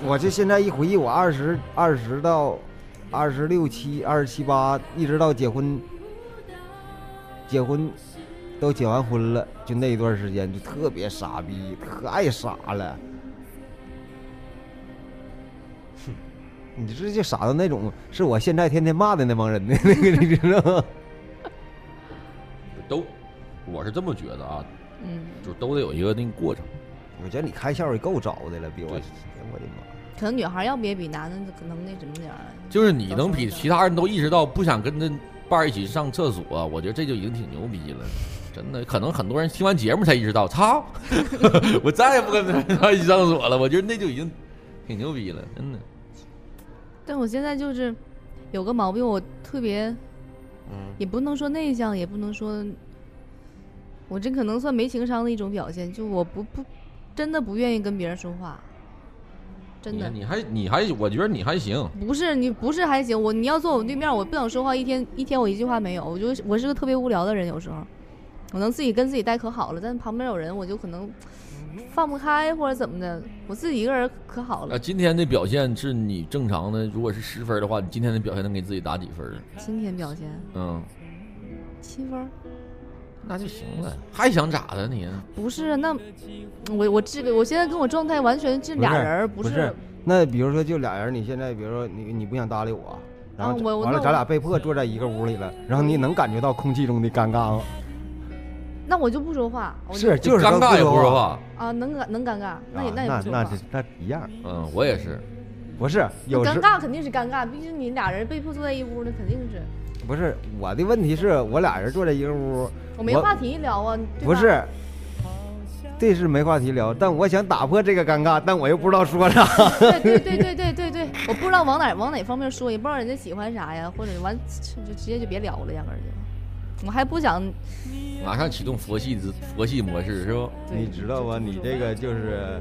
Speaker 2: 我这现在一回忆，我二十二十到二十六七、二十七八，一直到结婚，结婚都结完婚了，就那一段时间就特别傻逼，可爱傻了。哼，你这就傻到那种，是我现在天天骂的那帮人的那个，你知道吗？
Speaker 1: 都我是这么觉得啊，
Speaker 3: 嗯，
Speaker 1: 就都得有一个那个过程。
Speaker 2: 我觉得你开窍也够早的了，比我，
Speaker 1: 对
Speaker 2: 我的妈！
Speaker 3: 可能女孩要不也比男的可能那什么点儿，
Speaker 1: 就是你能比其他人都意识到不想跟着伴儿一起上厕所、我觉得这就已经挺牛逼了。真的，可能很多人听完节目才意识到，操， 我再也不跟他一起上所了。我觉得那就已经挺牛逼了，真的。
Speaker 3: 但我现在就是有个毛病，我特别
Speaker 2: 嗯，
Speaker 3: 也不能说内向，也不能说，我这可能算没情商的一种表现，就我不不真的不愿意跟别人说话，真的
Speaker 1: 你你还你还，我觉得你还行。
Speaker 3: 不是你不是还行，我你要坐我对面，我不想说话，一天一天我一句话没有，我就是我是个特别无聊的人，有时候我能自己跟自己待可好了，但旁边有人我就可能放不开或者怎么的，我自己一个人可
Speaker 1: 啊，
Speaker 3: 好了。
Speaker 1: 今天的表现是你正常的，如果是十分的话，你今天的表现能给自己打几分？
Speaker 3: 今天表现
Speaker 1: 嗯，
Speaker 3: 七分儿，
Speaker 1: 那就行了，还想咋的你？
Speaker 3: 不是那我我这个我现在跟我状态完全这
Speaker 2: 不
Speaker 3: 俩
Speaker 2: 是
Speaker 3: 人儿不
Speaker 2: 不是那比如说就俩人，你现在比如说你你不想搭理我，然后
Speaker 3: 啊
Speaker 2: 这
Speaker 3: 我我
Speaker 2: 完了
Speaker 3: 那
Speaker 2: 咱
Speaker 3: 我
Speaker 2: 俩被迫坐在一个屋里了，然后你能感觉到空气中的尴尬吗？
Speaker 3: 那我就不说话，我
Speaker 2: 是就是
Speaker 1: 尴尬也不
Speaker 2: 说
Speaker 1: 说，话。
Speaker 3: 啊，能尴能尴尬，那
Speaker 2: 啊
Speaker 3: 也、也
Speaker 2: 那
Speaker 3: 不说话
Speaker 2: 那。是那一样，
Speaker 1: 嗯，我也是。
Speaker 2: 不是有
Speaker 3: 尴
Speaker 2: 时
Speaker 3: 尬肯定是尴尬，毕竟你俩人被迫坐在一屋呢，肯定是
Speaker 2: 不是我的问题是我俩人坐在一个屋，
Speaker 3: 我没
Speaker 2: 我
Speaker 3: 话题聊啊。对
Speaker 2: 不
Speaker 3: 吧
Speaker 2: 是，这是没话题聊，但我想打破这个尴尬，但我又不知道说啥。
Speaker 3: 对对对对对对对，我不知道往哪往哪方面说，也不知道人家喜欢啥呀，或者完就直接就别聊了，压根儿就，我还不想
Speaker 1: 马上启动佛系之佛系模式是不？
Speaker 3: 对
Speaker 2: 你知道吗？你这个就是，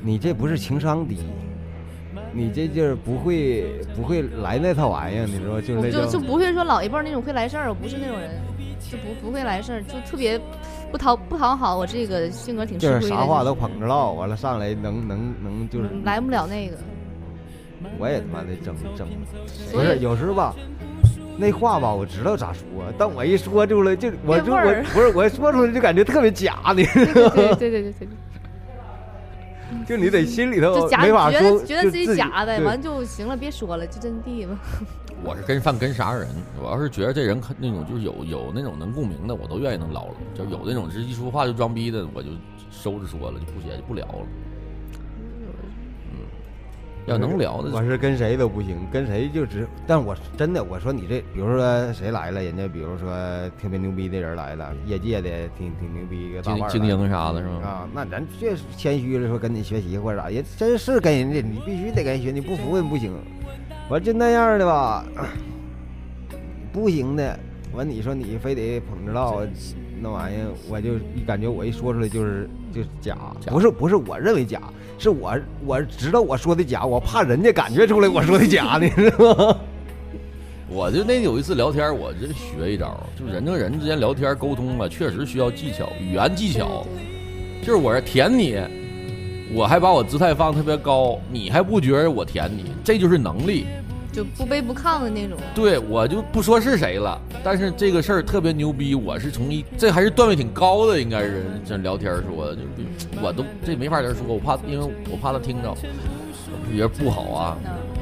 Speaker 2: 你这不是情商低，你这就是不会不会来那套玩意儿，你知道吗就是
Speaker 3: 我
Speaker 2: 那
Speaker 3: 哦就就
Speaker 2: 种。
Speaker 3: 不会说老一辈儿那种会来事儿，我不是那种人，就不不会来事儿，就特别不讨不讨好，我这个性格挺吃
Speaker 2: 就
Speaker 3: 亏
Speaker 2: 是
Speaker 3: 的，
Speaker 2: 啥话
Speaker 3: 就
Speaker 2: 都
Speaker 3: 是嗯
Speaker 2: 捧着唠，完了上来能能能就是，
Speaker 3: 来不了 那个，
Speaker 2: 我也他妈的整整，不
Speaker 3: 所
Speaker 2: 是
Speaker 3: 以
Speaker 2: 有时候吧，那话吧我知道咋说，但我一说出来就我
Speaker 3: 变
Speaker 2: 就我
Speaker 3: 味儿
Speaker 2: 不是我说出来就感觉特别假，你
Speaker 3: 对对对对对对对，
Speaker 2: 就你得心里头
Speaker 3: 就假
Speaker 2: 没法
Speaker 3: 觉
Speaker 2: 说，
Speaker 3: 得觉得
Speaker 2: 就
Speaker 3: 自己假呗，
Speaker 2: 对
Speaker 3: 完就行了，别说了，就真地吧。
Speaker 1: 我是跟饭跟啥人，我要是觉得这人很那种就是有有那种能共鸣的，我都愿意能唠了。就有那种是一说话就装逼的，我就收着说了，就不写就不聊了。嗯，要能聊的，
Speaker 2: 我是跟谁都不行，跟谁就只，但我真的我说你这，比如说谁来了，人家比如说特别牛逼的人来了，业界的挺挺牛逼一个大腕
Speaker 1: 精
Speaker 2: 儿
Speaker 1: 精
Speaker 2: 来
Speaker 1: 英啥的是吧？
Speaker 2: 啊，那咱确实谦虚了说跟你学习或者啥，也真是跟人家你必须得跟人学，你不服人不行。完就那样的吧，不行的，完你说你非得捧着唠那玩意儿，我就一感觉我一说出来就是就是假，
Speaker 1: 假
Speaker 2: 不是不是我认为假，是我我知道我说的假，我怕人家感觉出来我说的假， 你知道吗？
Speaker 1: 我就那有一次聊天，我这学一招，就人跟人之间聊天沟通吧，确实需要技巧，语言技巧。就是我是舔你，我还把我姿态放特别高，你还不觉得我舔你，这就是能力。
Speaker 3: 就不卑不亢的那种。
Speaker 1: 对我就不说是谁了，但是这个事儿特别牛逼，我是从一这还是段位挺高的，应该是这聊天说的，就是我都这没法跟人说，我怕因为我怕他听着，也不好啊。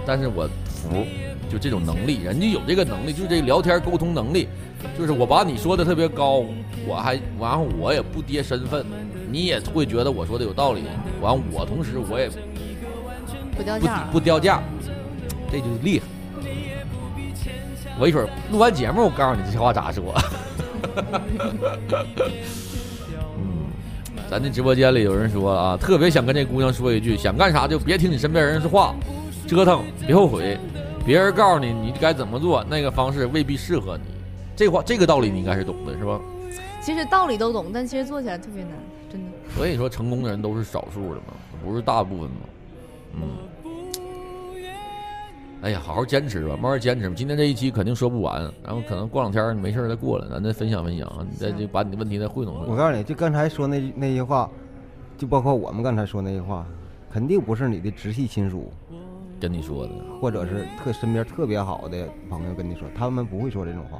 Speaker 1: 但是我服，就这种能力，人家有这个能力，就是这聊天沟通能力，就是我把你说的特别高，我还然后我也不跌身份，你也会觉得我说的有道理，完我同时我也
Speaker 3: 不掉
Speaker 1: 不
Speaker 3: 价儿，
Speaker 1: 不掉价，这就厉害。我一会儿录完节目，我告诉你这话咋说。嗯，咱这直播间里有人说啊，特别想跟这姑娘说一句，想干啥就别听你身边人的话，折腾别后悔。别人告诉你你该怎么做，那个方式未必适合你。这话这个道理你应该是懂的，是吧？
Speaker 3: 其实道理都懂，但其实做起来特别难，真的。
Speaker 1: 所以说，成功的人都是少数的嘛，不是大部分嘛。嗯。哎呀，好好坚持吧，慢慢坚持吧。今天这一期肯定说不完，然后可能过两天儿你没事儿再过来，咱再分享分享啊。你再就把你的问题再汇总汇
Speaker 2: 我
Speaker 1: 总。
Speaker 2: 告诉你，就刚才说那那些话，就包括我们刚才说那些话，肯定不是你的直系亲属。
Speaker 1: 跟你说的，
Speaker 2: 或者是特身边特别好的朋友跟你说，他们不会说这种话，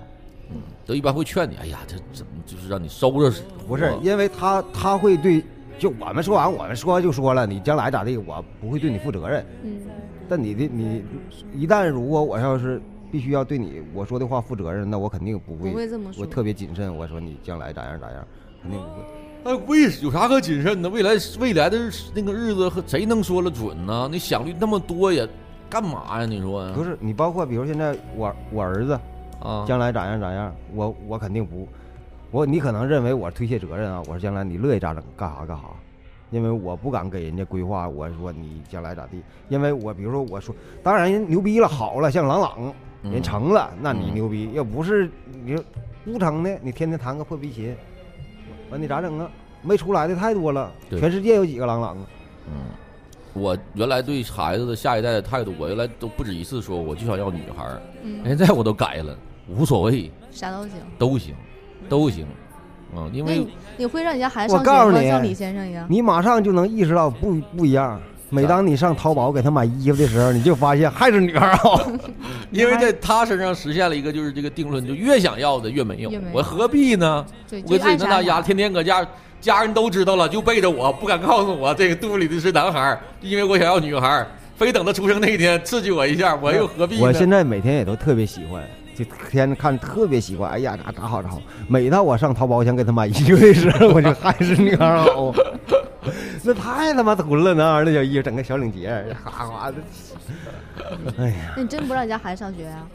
Speaker 1: 嗯，都一般会劝你，哎呀，这怎么就是让你收着是？
Speaker 2: 不是因为他他会对，就我们说完我们说就说了，你将来咋地，我不会对你负责任。
Speaker 3: 嗯，
Speaker 2: 但你的你一旦如果我要是必须要对你我说的话负责任，那我肯定不会，
Speaker 3: 不会这么说
Speaker 2: 我特别谨慎。我说你将来咋样咋样，肯定不会。
Speaker 1: 哎，为有啥可谨慎的？未来未来的日那个日子和谁能说了准呢？你
Speaker 2: 嗯
Speaker 1: 想虑那么多也干嘛呀？你说呀？
Speaker 2: 不是你包括比如现在我我儿子，
Speaker 1: 啊，
Speaker 2: 将来咋样咋样，我我肯定不，我你可能认为我是推卸责任啊，我说将来你乐意咋整干啥干啥，因为我不敢给人家规划，我说你将来咋地，因为我比如说我说，当然人牛逼了好了，像郎朗
Speaker 1: 嗯
Speaker 2: 人成了，那你
Speaker 1: 嗯
Speaker 2: 牛逼，要不是你说不成的，你天天弹个破逼琴，完你咋整啊？没出来的太多了，
Speaker 1: 对
Speaker 2: 全世界有几个郎朗啊？
Speaker 1: 嗯，我原来对孩子的下一代的态度，我原来都不止一次说，我就想要女孩儿，
Speaker 3: 嗯，
Speaker 1: 现在我都改了，无所谓，
Speaker 3: 啥都行。
Speaker 1: 都行，都行，嗯，因
Speaker 3: 那
Speaker 1: 为
Speaker 3: 你你会让你家孩子
Speaker 2: 我
Speaker 3: 上学
Speaker 2: 告诉
Speaker 3: 吗？
Speaker 2: 你
Speaker 3: 像李先生一样？
Speaker 2: 你马上就能意识到不不一样。
Speaker 1: 啊
Speaker 2: 每当你上淘宝给他买衣服的时候，你就发现还是女孩好。
Speaker 1: 因为在他身上实现了一个就是这个定论，就越想要的越没有
Speaker 3: 越没，有
Speaker 1: 我何必呢？
Speaker 3: 对，
Speaker 1: 我给
Speaker 3: 就是
Speaker 1: 自己
Speaker 3: 爱
Speaker 1: 那
Speaker 3: 啥
Speaker 1: 大
Speaker 3: 啥
Speaker 1: 压，。天天搁家，家人都知道了，就背着我，不敢告诉我这个肚里的是男孩儿，因为我想要女孩儿，非等他出生那一天刺激我一下，我又何必呢？
Speaker 2: 我现在每天也都特别喜欢，就天天看特别喜欢。哎呀，咋咋好咋好。每当我上淘宝想给他买衣服的时候，我就还是女孩好。 那太他妈囤了，那玩意儿那小衣服，整个小领结儿，哗哗的。哎呀，
Speaker 3: 那你真不让你家孩子上学啊？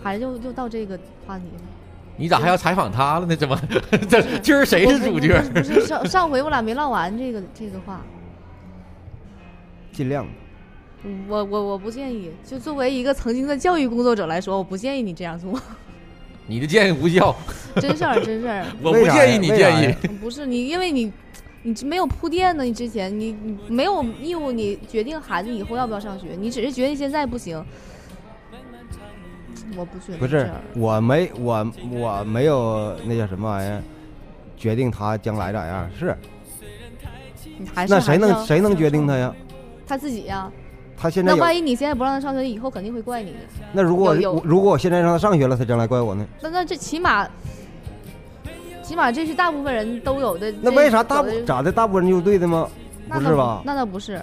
Speaker 3: 孩子又又到这个话题了。
Speaker 1: 你咋还要采访他了呢？怎么 这今儿谁是主角
Speaker 3: 我？不不是不是上上回我俩没唠完这个这个话，
Speaker 2: 尽量吧
Speaker 3: 我我我不建议。就作为一个曾经的教育工作者来说，我不建议你这样做。
Speaker 1: 你的建议无效，
Speaker 3: 真事儿，真事儿，
Speaker 1: 我
Speaker 2: 为
Speaker 1: 不
Speaker 2: 啥
Speaker 1: 建议
Speaker 2: 呀
Speaker 1: 你
Speaker 2: 为啥
Speaker 1: 建
Speaker 2: 呀
Speaker 1: 议。
Speaker 3: 不是你，因为你你没有铺垫呢。你之前你你没有义务，你决定孩子以后要不要上学，你只是决定现在不行。我不觉得
Speaker 2: 不
Speaker 3: 这
Speaker 2: 是
Speaker 3: 样，
Speaker 2: 我没我我没有那叫什么玩意儿，决定他将来咋样是。
Speaker 3: 你还是
Speaker 2: 那谁
Speaker 3: 还是
Speaker 2: 能
Speaker 3: 要
Speaker 2: 谁能决定他？呀？
Speaker 3: 他自己呀。
Speaker 2: 他现在
Speaker 3: 那
Speaker 2: 有
Speaker 3: 万一你现在不让他上学，以后肯定会怪你的。
Speaker 2: 那如果
Speaker 3: 有有
Speaker 2: 我如果我现在让他上学了，他将来怪我呢？
Speaker 3: 那那这起码，起码这是大部分人都有的。
Speaker 2: 那
Speaker 3: 这
Speaker 2: 为啥大
Speaker 3: 有的
Speaker 2: 部咋的大部分人就是对的吗？
Speaker 3: 那
Speaker 2: 不
Speaker 3: 倒
Speaker 2: 是吧？
Speaker 3: 那倒不是，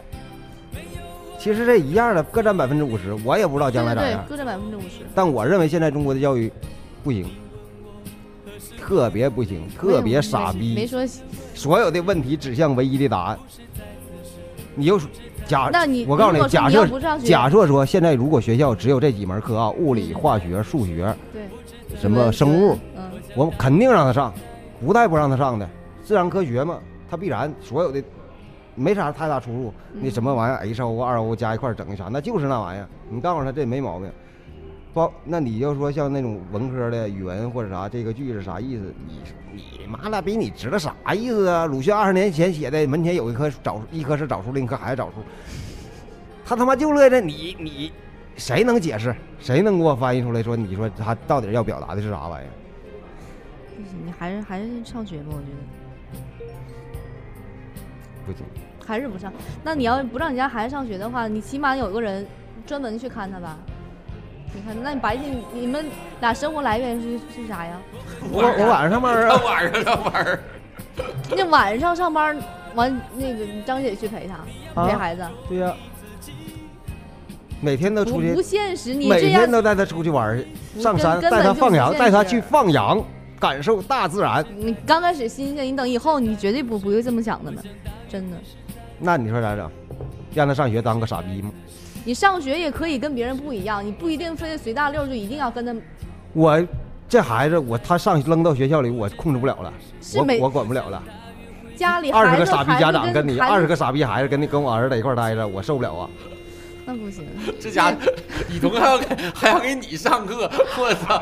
Speaker 2: 其实这一样的，各占百分之五十。我也不知道
Speaker 3: 对
Speaker 2: 将
Speaker 3: 对
Speaker 2: 来啊咋
Speaker 3: 对
Speaker 2: 样，，
Speaker 3: 各占百分之五十。
Speaker 2: 但我认为现在中国的教育不行，特别不行，特别傻
Speaker 3: 没没
Speaker 2: 逼。
Speaker 3: 说，
Speaker 2: 所有的问题指向唯一的答案。你又说假，
Speaker 3: 那你
Speaker 2: 我告诉
Speaker 3: 如
Speaker 2: 你，
Speaker 3: 果说
Speaker 2: 假
Speaker 3: 你要
Speaker 2: 设
Speaker 3: 不上学，嗯
Speaker 2: 假设说现在如果学校只有这几门课啊，物理、化学、数学
Speaker 3: 对
Speaker 2: 什么生物，，
Speaker 3: 嗯，
Speaker 2: 我肯定让他上，不带不让他上的。自然科学嘛，他必然所有的没啥太大出入。
Speaker 3: 嗯
Speaker 2: 那什么玩意儿 H O 二 O 加一块儿整个啥，那就是那玩意儿。你告诉他这没毛病。包，那你要说像那种文科的语文或者啥，这个句是啥意思？你你妈了逼，你知道啥意思啊？鲁迅二十年前写的“门前有一棵枣，一棵是枣树，另一棵还是枣树”，他他妈就乐着你你，谁能解释？谁能给我翻译出来说你说他到底要表达的是啥玩意儿？
Speaker 3: 嗯你还是还是上学吧，我觉得
Speaker 2: 不行。
Speaker 3: 还是不上。那你要不让你家孩子上学的话，你起码有个人专门去看他吧。你看，那你白天你们俩生活来源是是啥呀？
Speaker 2: 我 我晚上上班
Speaker 1: 他
Speaker 3: 哦
Speaker 2: 啊，
Speaker 1: 玩上他玩儿，
Speaker 3: 那晚上上班完，那个张姐去陪他，
Speaker 2: 啊
Speaker 3: 陪孩子，
Speaker 2: 对呀、每天都
Speaker 3: 不
Speaker 2: 出去，
Speaker 3: 不现实。你
Speaker 2: 每
Speaker 3: 这样
Speaker 2: 天都带他出去玩儿去，
Speaker 3: 不
Speaker 2: 上
Speaker 3: 根
Speaker 2: 山
Speaker 3: 根
Speaker 2: 带
Speaker 3: 本
Speaker 2: 他
Speaker 3: 就
Speaker 2: 放
Speaker 3: 不
Speaker 2: 羊，
Speaker 3: 现
Speaker 2: 带他
Speaker 3: 实
Speaker 2: 去放羊，感受大自然。
Speaker 3: 你刚开始新鲜，你等以后你绝对不不会这么想的了，真的。
Speaker 2: 那你说咋整？让他上学当个傻逼吗？
Speaker 3: 你上学也可以跟别人不一样，你不一定非得随大溜儿就一定要跟他。
Speaker 2: 我这孩子，我他上扔到学校里，我控制不了了，
Speaker 3: 是
Speaker 2: 我
Speaker 3: 没
Speaker 2: 我管不了了。
Speaker 3: 家里
Speaker 2: 二
Speaker 3: 孩
Speaker 2: 十个
Speaker 3: 子
Speaker 2: 傻逼
Speaker 3: 孩
Speaker 2: 家
Speaker 3: 子
Speaker 2: 长跟你，
Speaker 3: 孩子
Speaker 2: 二十个傻逼孩子跟你跟我儿子在一块儿待着，我受不了啊！
Speaker 3: 那不行，
Speaker 1: 这家伙 李彤还要给还要给你上课， 我操！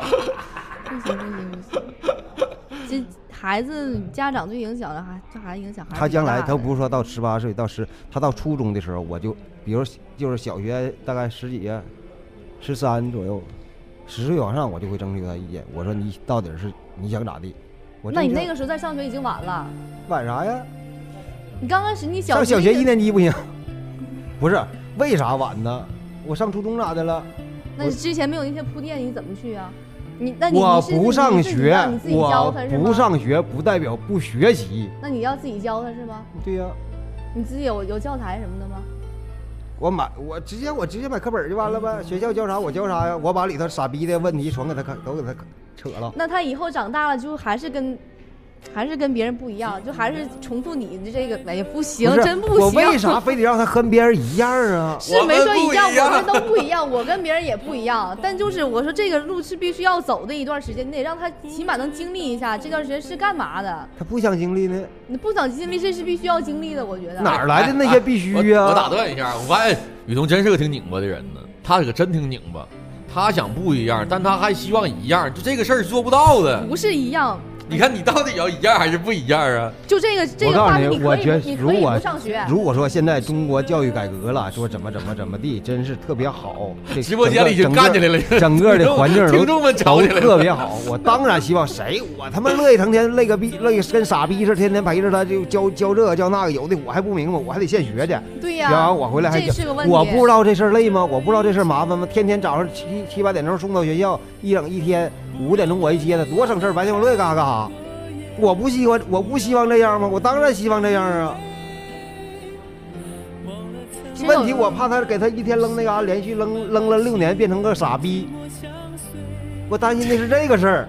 Speaker 3: 不行不行不行。这孩子家长最影响的，还这孩子影响还是
Speaker 2: 他将来
Speaker 3: 挺大
Speaker 2: 他
Speaker 3: 的
Speaker 2: 不是说到十八岁到十，他到初中的时候，我就比如就是小学大概十几、十三左右，十岁往上我就会征求他意见。我说你到底是你想咋地？我
Speaker 3: 那你
Speaker 2: 真
Speaker 3: 那
Speaker 2: 想
Speaker 3: 个时候再上学已经晚了。
Speaker 2: 晚啥呀？
Speaker 3: 你刚开始你小
Speaker 2: 上小学
Speaker 3: 的
Speaker 2: 一，年级不行？ 不是为啥晚呢？我上初中咋的了？
Speaker 3: 那你之前没有那些铺垫，你怎么去啊？你那你
Speaker 2: 我
Speaker 3: 你是
Speaker 2: 不上
Speaker 3: 你自己
Speaker 2: 学
Speaker 3: 让你自，己教
Speaker 2: 我
Speaker 3: 他是吗
Speaker 2: 不，上学不代表不学习。
Speaker 3: 那你要自己教他是吗？
Speaker 2: 对呀、
Speaker 3: 你自己有有教材什么的吗？
Speaker 2: 我买我直接我直接买课本儿就完了呗，学校教啥我教啥呀，我把里头傻逼的问题全给他看都给他扯了。
Speaker 3: 那他以后长大了就还是跟还是跟别人不一样，就还是重复你的这个，哎呀，不行
Speaker 2: 不，是
Speaker 3: 真不
Speaker 2: 我
Speaker 3: 行。
Speaker 2: 为 啥非得让他和别人一样啊？
Speaker 3: 是没说一样，
Speaker 4: 我
Speaker 3: 我
Speaker 4: 们不一样
Speaker 3: 们都不一样，我跟别人也不一样。但就是我说这个路是必须要走的一段时间，你得让他起码能经历一下这段时间是干嘛的。
Speaker 2: 他不想经历呢，
Speaker 3: 你不想经历，这是必须要经历的，我觉得。
Speaker 2: 哪儿来的那些必须
Speaker 1: 我我打
Speaker 2: 啊？
Speaker 1: 断一下，我发现雨桐真是个挺拧巴的人呢，他可真挺拧巴。他想不一样，但他还希望一样，就这个事儿是做不到的。
Speaker 3: 不是一样？
Speaker 1: 你看你到底要一样还是不一样啊？
Speaker 3: 就这个这
Speaker 2: 我
Speaker 3: 个
Speaker 2: 告诉
Speaker 3: 话
Speaker 2: 你
Speaker 3: 题，你
Speaker 2: 我
Speaker 3: 可以
Speaker 2: 觉得
Speaker 3: 不你
Speaker 2: 如
Speaker 3: 可以
Speaker 2: 果
Speaker 3: 不上学。
Speaker 2: 如果说现在中国教育改革了，说怎么怎么怎么地，真是特别好。这
Speaker 1: 直播间里已经
Speaker 2: 整个
Speaker 1: 干起来了，
Speaker 2: 整个的环境
Speaker 1: 听
Speaker 2: 都
Speaker 1: 众们吵
Speaker 2: 都
Speaker 1: 起来
Speaker 2: 特
Speaker 1: 了。
Speaker 2: 别好。我当然希望谁，我他妈乐意成天累个逼，累跟傻逼似的，天天陪着他就教教这个教那个，有的我还不明白，我还得现学去。
Speaker 3: 对
Speaker 2: 然
Speaker 3: 呀、
Speaker 2: 后我回来还
Speaker 3: 这是个问题。
Speaker 2: 我不知道这事儿累吗？我不知道这事儿麻烦吗？天天早上七七八点钟送到学校，一整一天，五点钟我一接他，多省事儿！白天我乐意干啥干啥。我不希望，我不希望这样吗？我当然希望这样啊。
Speaker 3: 其实有
Speaker 2: 问题我怕他给他一天扔那嘎、达，连续扔扔了六年，变成个傻逼。我担心的是这个事儿，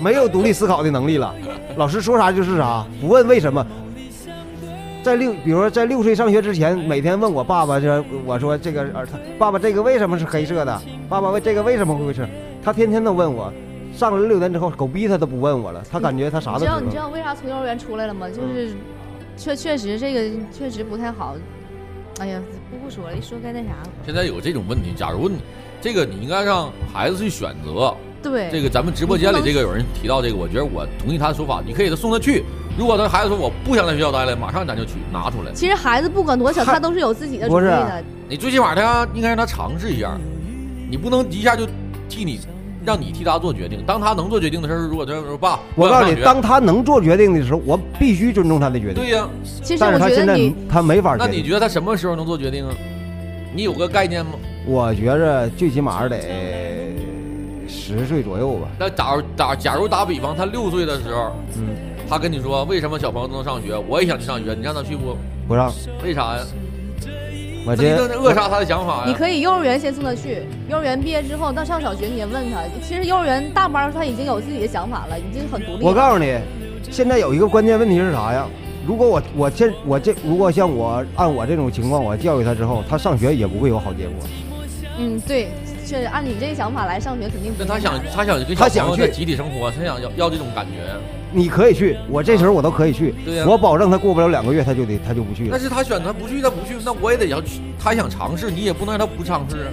Speaker 2: 没有独立思考的能力了。老师说啥就是啥，不问为什么。在六，比如说在六岁上学之前，每天问我爸爸，这我说这个儿子，爸爸这个为什么是黑色的？爸爸问这个为什么会是？他天天都问我。上了六年之后，狗逼他都不问我了，他感觉他啥嗯
Speaker 3: 你
Speaker 2: 都
Speaker 3: 知
Speaker 2: 知
Speaker 3: 道
Speaker 2: 道。
Speaker 3: 你知道为啥从幼儿园出来了吗？就是确确实这个确实不太好。哎呀，不不说了，一说该那啥了。
Speaker 1: 现在有这种问题，假如你这个你应该让孩子去选择。
Speaker 3: 对，
Speaker 1: 这个咱们直播间里这个有人提到这个，我觉得我同意他的说法，你可以送他去。如果他孩子说我不想在学校待了，马上咱就去拿出来。
Speaker 3: 其实孩子不管多小，
Speaker 2: 他
Speaker 3: 他都是有自己的主
Speaker 2: 不
Speaker 3: 意
Speaker 2: 是
Speaker 3: 的。
Speaker 1: 你最起码他应该让他尝试一下，你不能一下就替你让你替他做决定。当他能做决定的时候，如果他说爸，
Speaker 2: 我告诉
Speaker 1: 想
Speaker 2: 你，
Speaker 1: 上学
Speaker 2: 当他能做决定的时候，我必须尊重他的决定。
Speaker 1: 对呀、
Speaker 3: 其实
Speaker 2: 但
Speaker 3: 我
Speaker 2: 是他
Speaker 3: 觉
Speaker 2: 现
Speaker 3: 得
Speaker 2: 在
Speaker 3: 你
Speaker 2: 他没法
Speaker 1: 那
Speaker 2: 决
Speaker 1: 你
Speaker 2: 定。
Speaker 1: 觉得他什么时候能做决定啊？你有个概念吗？
Speaker 2: 我觉着最起码得十岁左右吧。
Speaker 1: 那打打假如打比方，他六岁的时候，
Speaker 2: 嗯，
Speaker 1: 他跟你说为什么小朋友都能上学，我也想去上学，你让他去不？
Speaker 2: 不让
Speaker 1: 为啥呀？
Speaker 2: 我
Speaker 1: 这就
Speaker 2: 这
Speaker 1: 是扼杀他的想
Speaker 2: 嗯
Speaker 1: 法呀。
Speaker 3: 你可以幼儿园先送他去，幼儿园毕业之后到上小学你也问他。其实幼儿园大班儿他已经有自己的想法了，已经很独立了。
Speaker 2: 我告诉你，现在有一个关键问题是啥呀？如果我我这我这如果像我按我这种情况，我教育他之后，他上学也不会有好结果。
Speaker 3: 嗯，对，确实按你这个想法来上学肯定
Speaker 1: 那
Speaker 3: 不是
Speaker 1: 他
Speaker 3: 难
Speaker 1: 想
Speaker 3: 的
Speaker 1: 他想跟
Speaker 2: 他
Speaker 1: 小
Speaker 2: 想
Speaker 1: 朋友在
Speaker 2: 去
Speaker 1: 集体生活，他想要要这种感觉，
Speaker 2: 你可以去，我这时候我都可以去，
Speaker 1: 对呀、
Speaker 2: 我保证他过不了两个月他就得他就不去
Speaker 1: 但
Speaker 2: 了。
Speaker 1: 是他选择不去，他不去，那我也得要去。他想尝试，你也不能让他不尝试。啊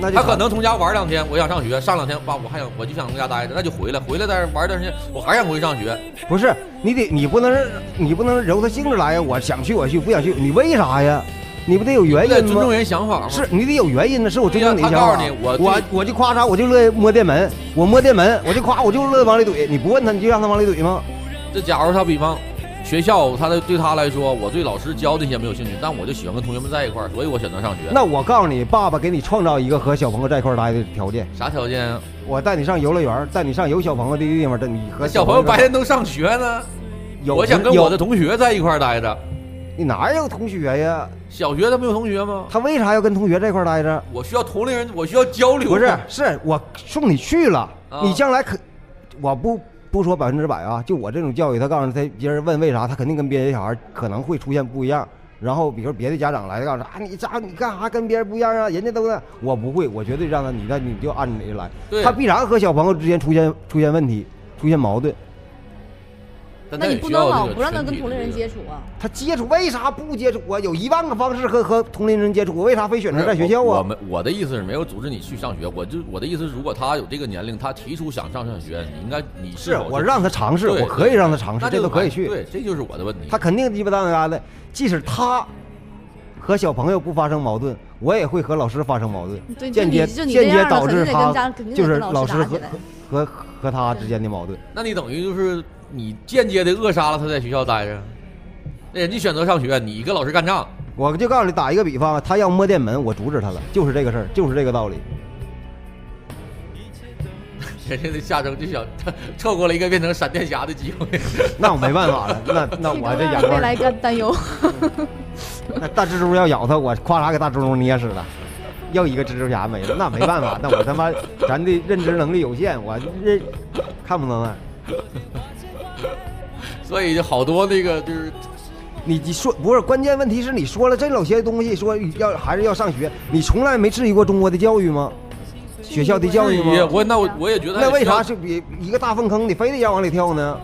Speaker 2: 那就
Speaker 1: 他可能从家玩两天，我想上学，上两天，爸，我还想我就想在家待着，那就回来，回来在这玩一段时间，我还想回去上学。
Speaker 2: 不是你得你不能你不能由他性质来呀。我想去我去，不想去你为啥呀？你不得有原
Speaker 1: 你得
Speaker 2: 因
Speaker 1: 尊
Speaker 2: 吗
Speaker 1: 重？人想法吗？哎
Speaker 2: 是你得有原因的，是我尊重你的
Speaker 1: 他
Speaker 2: 想
Speaker 1: 告
Speaker 2: 法。
Speaker 1: 诉你，我
Speaker 2: 我我就夸嚓，我就乐意摸电门，我摸电门，我就夸，我就乐意往里怼。你不问他，你就让他往里怼吗？
Speaker 1: 这假如他比方学校，他的对他来说，我对老师教这些没有兴趣，但我就喜欢跟同学们在一块儿，所以我选择上学。
Speaker 2: 那我告诉你，爸爸给你创造一个和小朋友在一块儿待的条件。
Speaker 1: 啥条件啊？
Speaker 2: 我带你上游乐园，带你上有小朋友的地方，带你和
Speaker 1: 小朋友白天都上学呢，
Speaker 2: 有
Speaker 1: 我想跟我的同学在一块儿待着。
Speaker 2: 有你哪有同学呀？
Speaker 1: 小学他没有同学吗？
Speaker 2: 他为啥要跟同学在一块儿待着？
Speaker 1: 我需要同龄人，我需要交流。
Speaker 2: 不是，是我送你去了，
Speaker 1: 啊
Speaker 2: 你将来可，我不不说百分之百啊，就我这种教育，他告诉他别人问为啥，他肯定跟别的小孩可能会出现不一样。然后比如别的家长来告诉他啊，你咋你干啥跟别人不一样啊？人家都那，我不会，我绝对让他你那你就按你来，
Speaker 1: 对
Speaker 2: 他必然和小朋友之间出现出现问题，出现矛盾。
Speaker 1: 但
Speaker 3: 那
Speaker 1: 他
Speaker 3: 你
Speaker 1: 也
Speaker 3: 不
Speaker 1: 需
Speaker 3: 能
Speaker 1: 要
Speaker 3: 老
Speaker 1: 这个
Speaker 3: 不让他
Speaker 1: 群
Speaker 3: 跟
Speaker 1: 体
Speaker 3: 同龄
Speaker 1: 的
Speaker 3: 人
Speaker 1: 这个
Speaker 3: 接触啊。
Speaker 2: 他接触为啥不接触？我有一万个方式和和同龄人接触，我为啥非选择在学校
Speaker 1: 我我
Speaker 2: 啊？
Speaker 1: 们我的意思是没有组织你去上学，我就我的意思是，如果他有这个年龄，他提出想上上学，你应该你
Speaker 2: 是
Speaker 1: 否
Speaker 2: 我让他尝试，
Speaker 1: 对
Speaker 2: 我可以让他尝
Speaker 1: 那
Speaker 2: 试，
Speaker 1: 就
Speaker 2: 这都可以
Speaker 1: 完
Speaker 2: 去。
Speaker 1: 对，这就是我的问题。
Speaker 2: 他肯定鸡巴蛋嘎的。即使他和小朋友不发生矛盾，我也会和老师发生矛盾，
Speaker 3: 对，就
Speaker 2: 间
Speaker 3: 你
Speaker 2: 接
Speaker 3: 就你
Speaker 2: 间
Speaker 3: 这
Speaker 2: 接
Speaker 3: 样了
Speaker 2: 导
Speaker 3: 肯
Speaker 2: 致
Speaker 3: 定得跟
Speaker 2: 他
Speaker 3: 家肯定得
Speaker 2: 就是
Speaker 3: 跟老
Speaker 2: 老
Speaker 3: 师
Speaker 2: 师
Speaker 3: 打起
Speaker 2: 和
Speaker 3: 来。
Speaker 2: 和和他之间的矛盾。
Speaker 1: 那你等于就是你间接的扼杀了他在学校待着。那人家选择上学，你跟老师干仗，
Speaker 2: 我就告诉你，打一个比方，啊他要摸电门，我阻止他了，就是这个事儿，就是这个道理。
Speaker 1: 人家的下争就想他错过了一个变成闪电侠的机会。
Speaker 2: 那我没办法了，那那我这眼
Speaker 3: 未
Speaker 2: 光，
Speaker 3: 来担 担忧。
Speaker 2: 那大蜘蛛要咬他，我夸嚓给大蜘蛛捏死了。要一个蜘蛛侠没了，那没办法，那我他妈咱的认知能力有限，我认啊看不到那儿。
Speaker 1: 所以就好多那个就是
Speaker 2: 你你说不是关键问题是你说了这老些东西，说要还是要上学，你从来没质疑过中国的教育吗？学校的教育吗
Speaker 1: 至于我那我我也觉得
Speaker 2: 那为啥是比一个大粪坑，你非得要往里跳呢？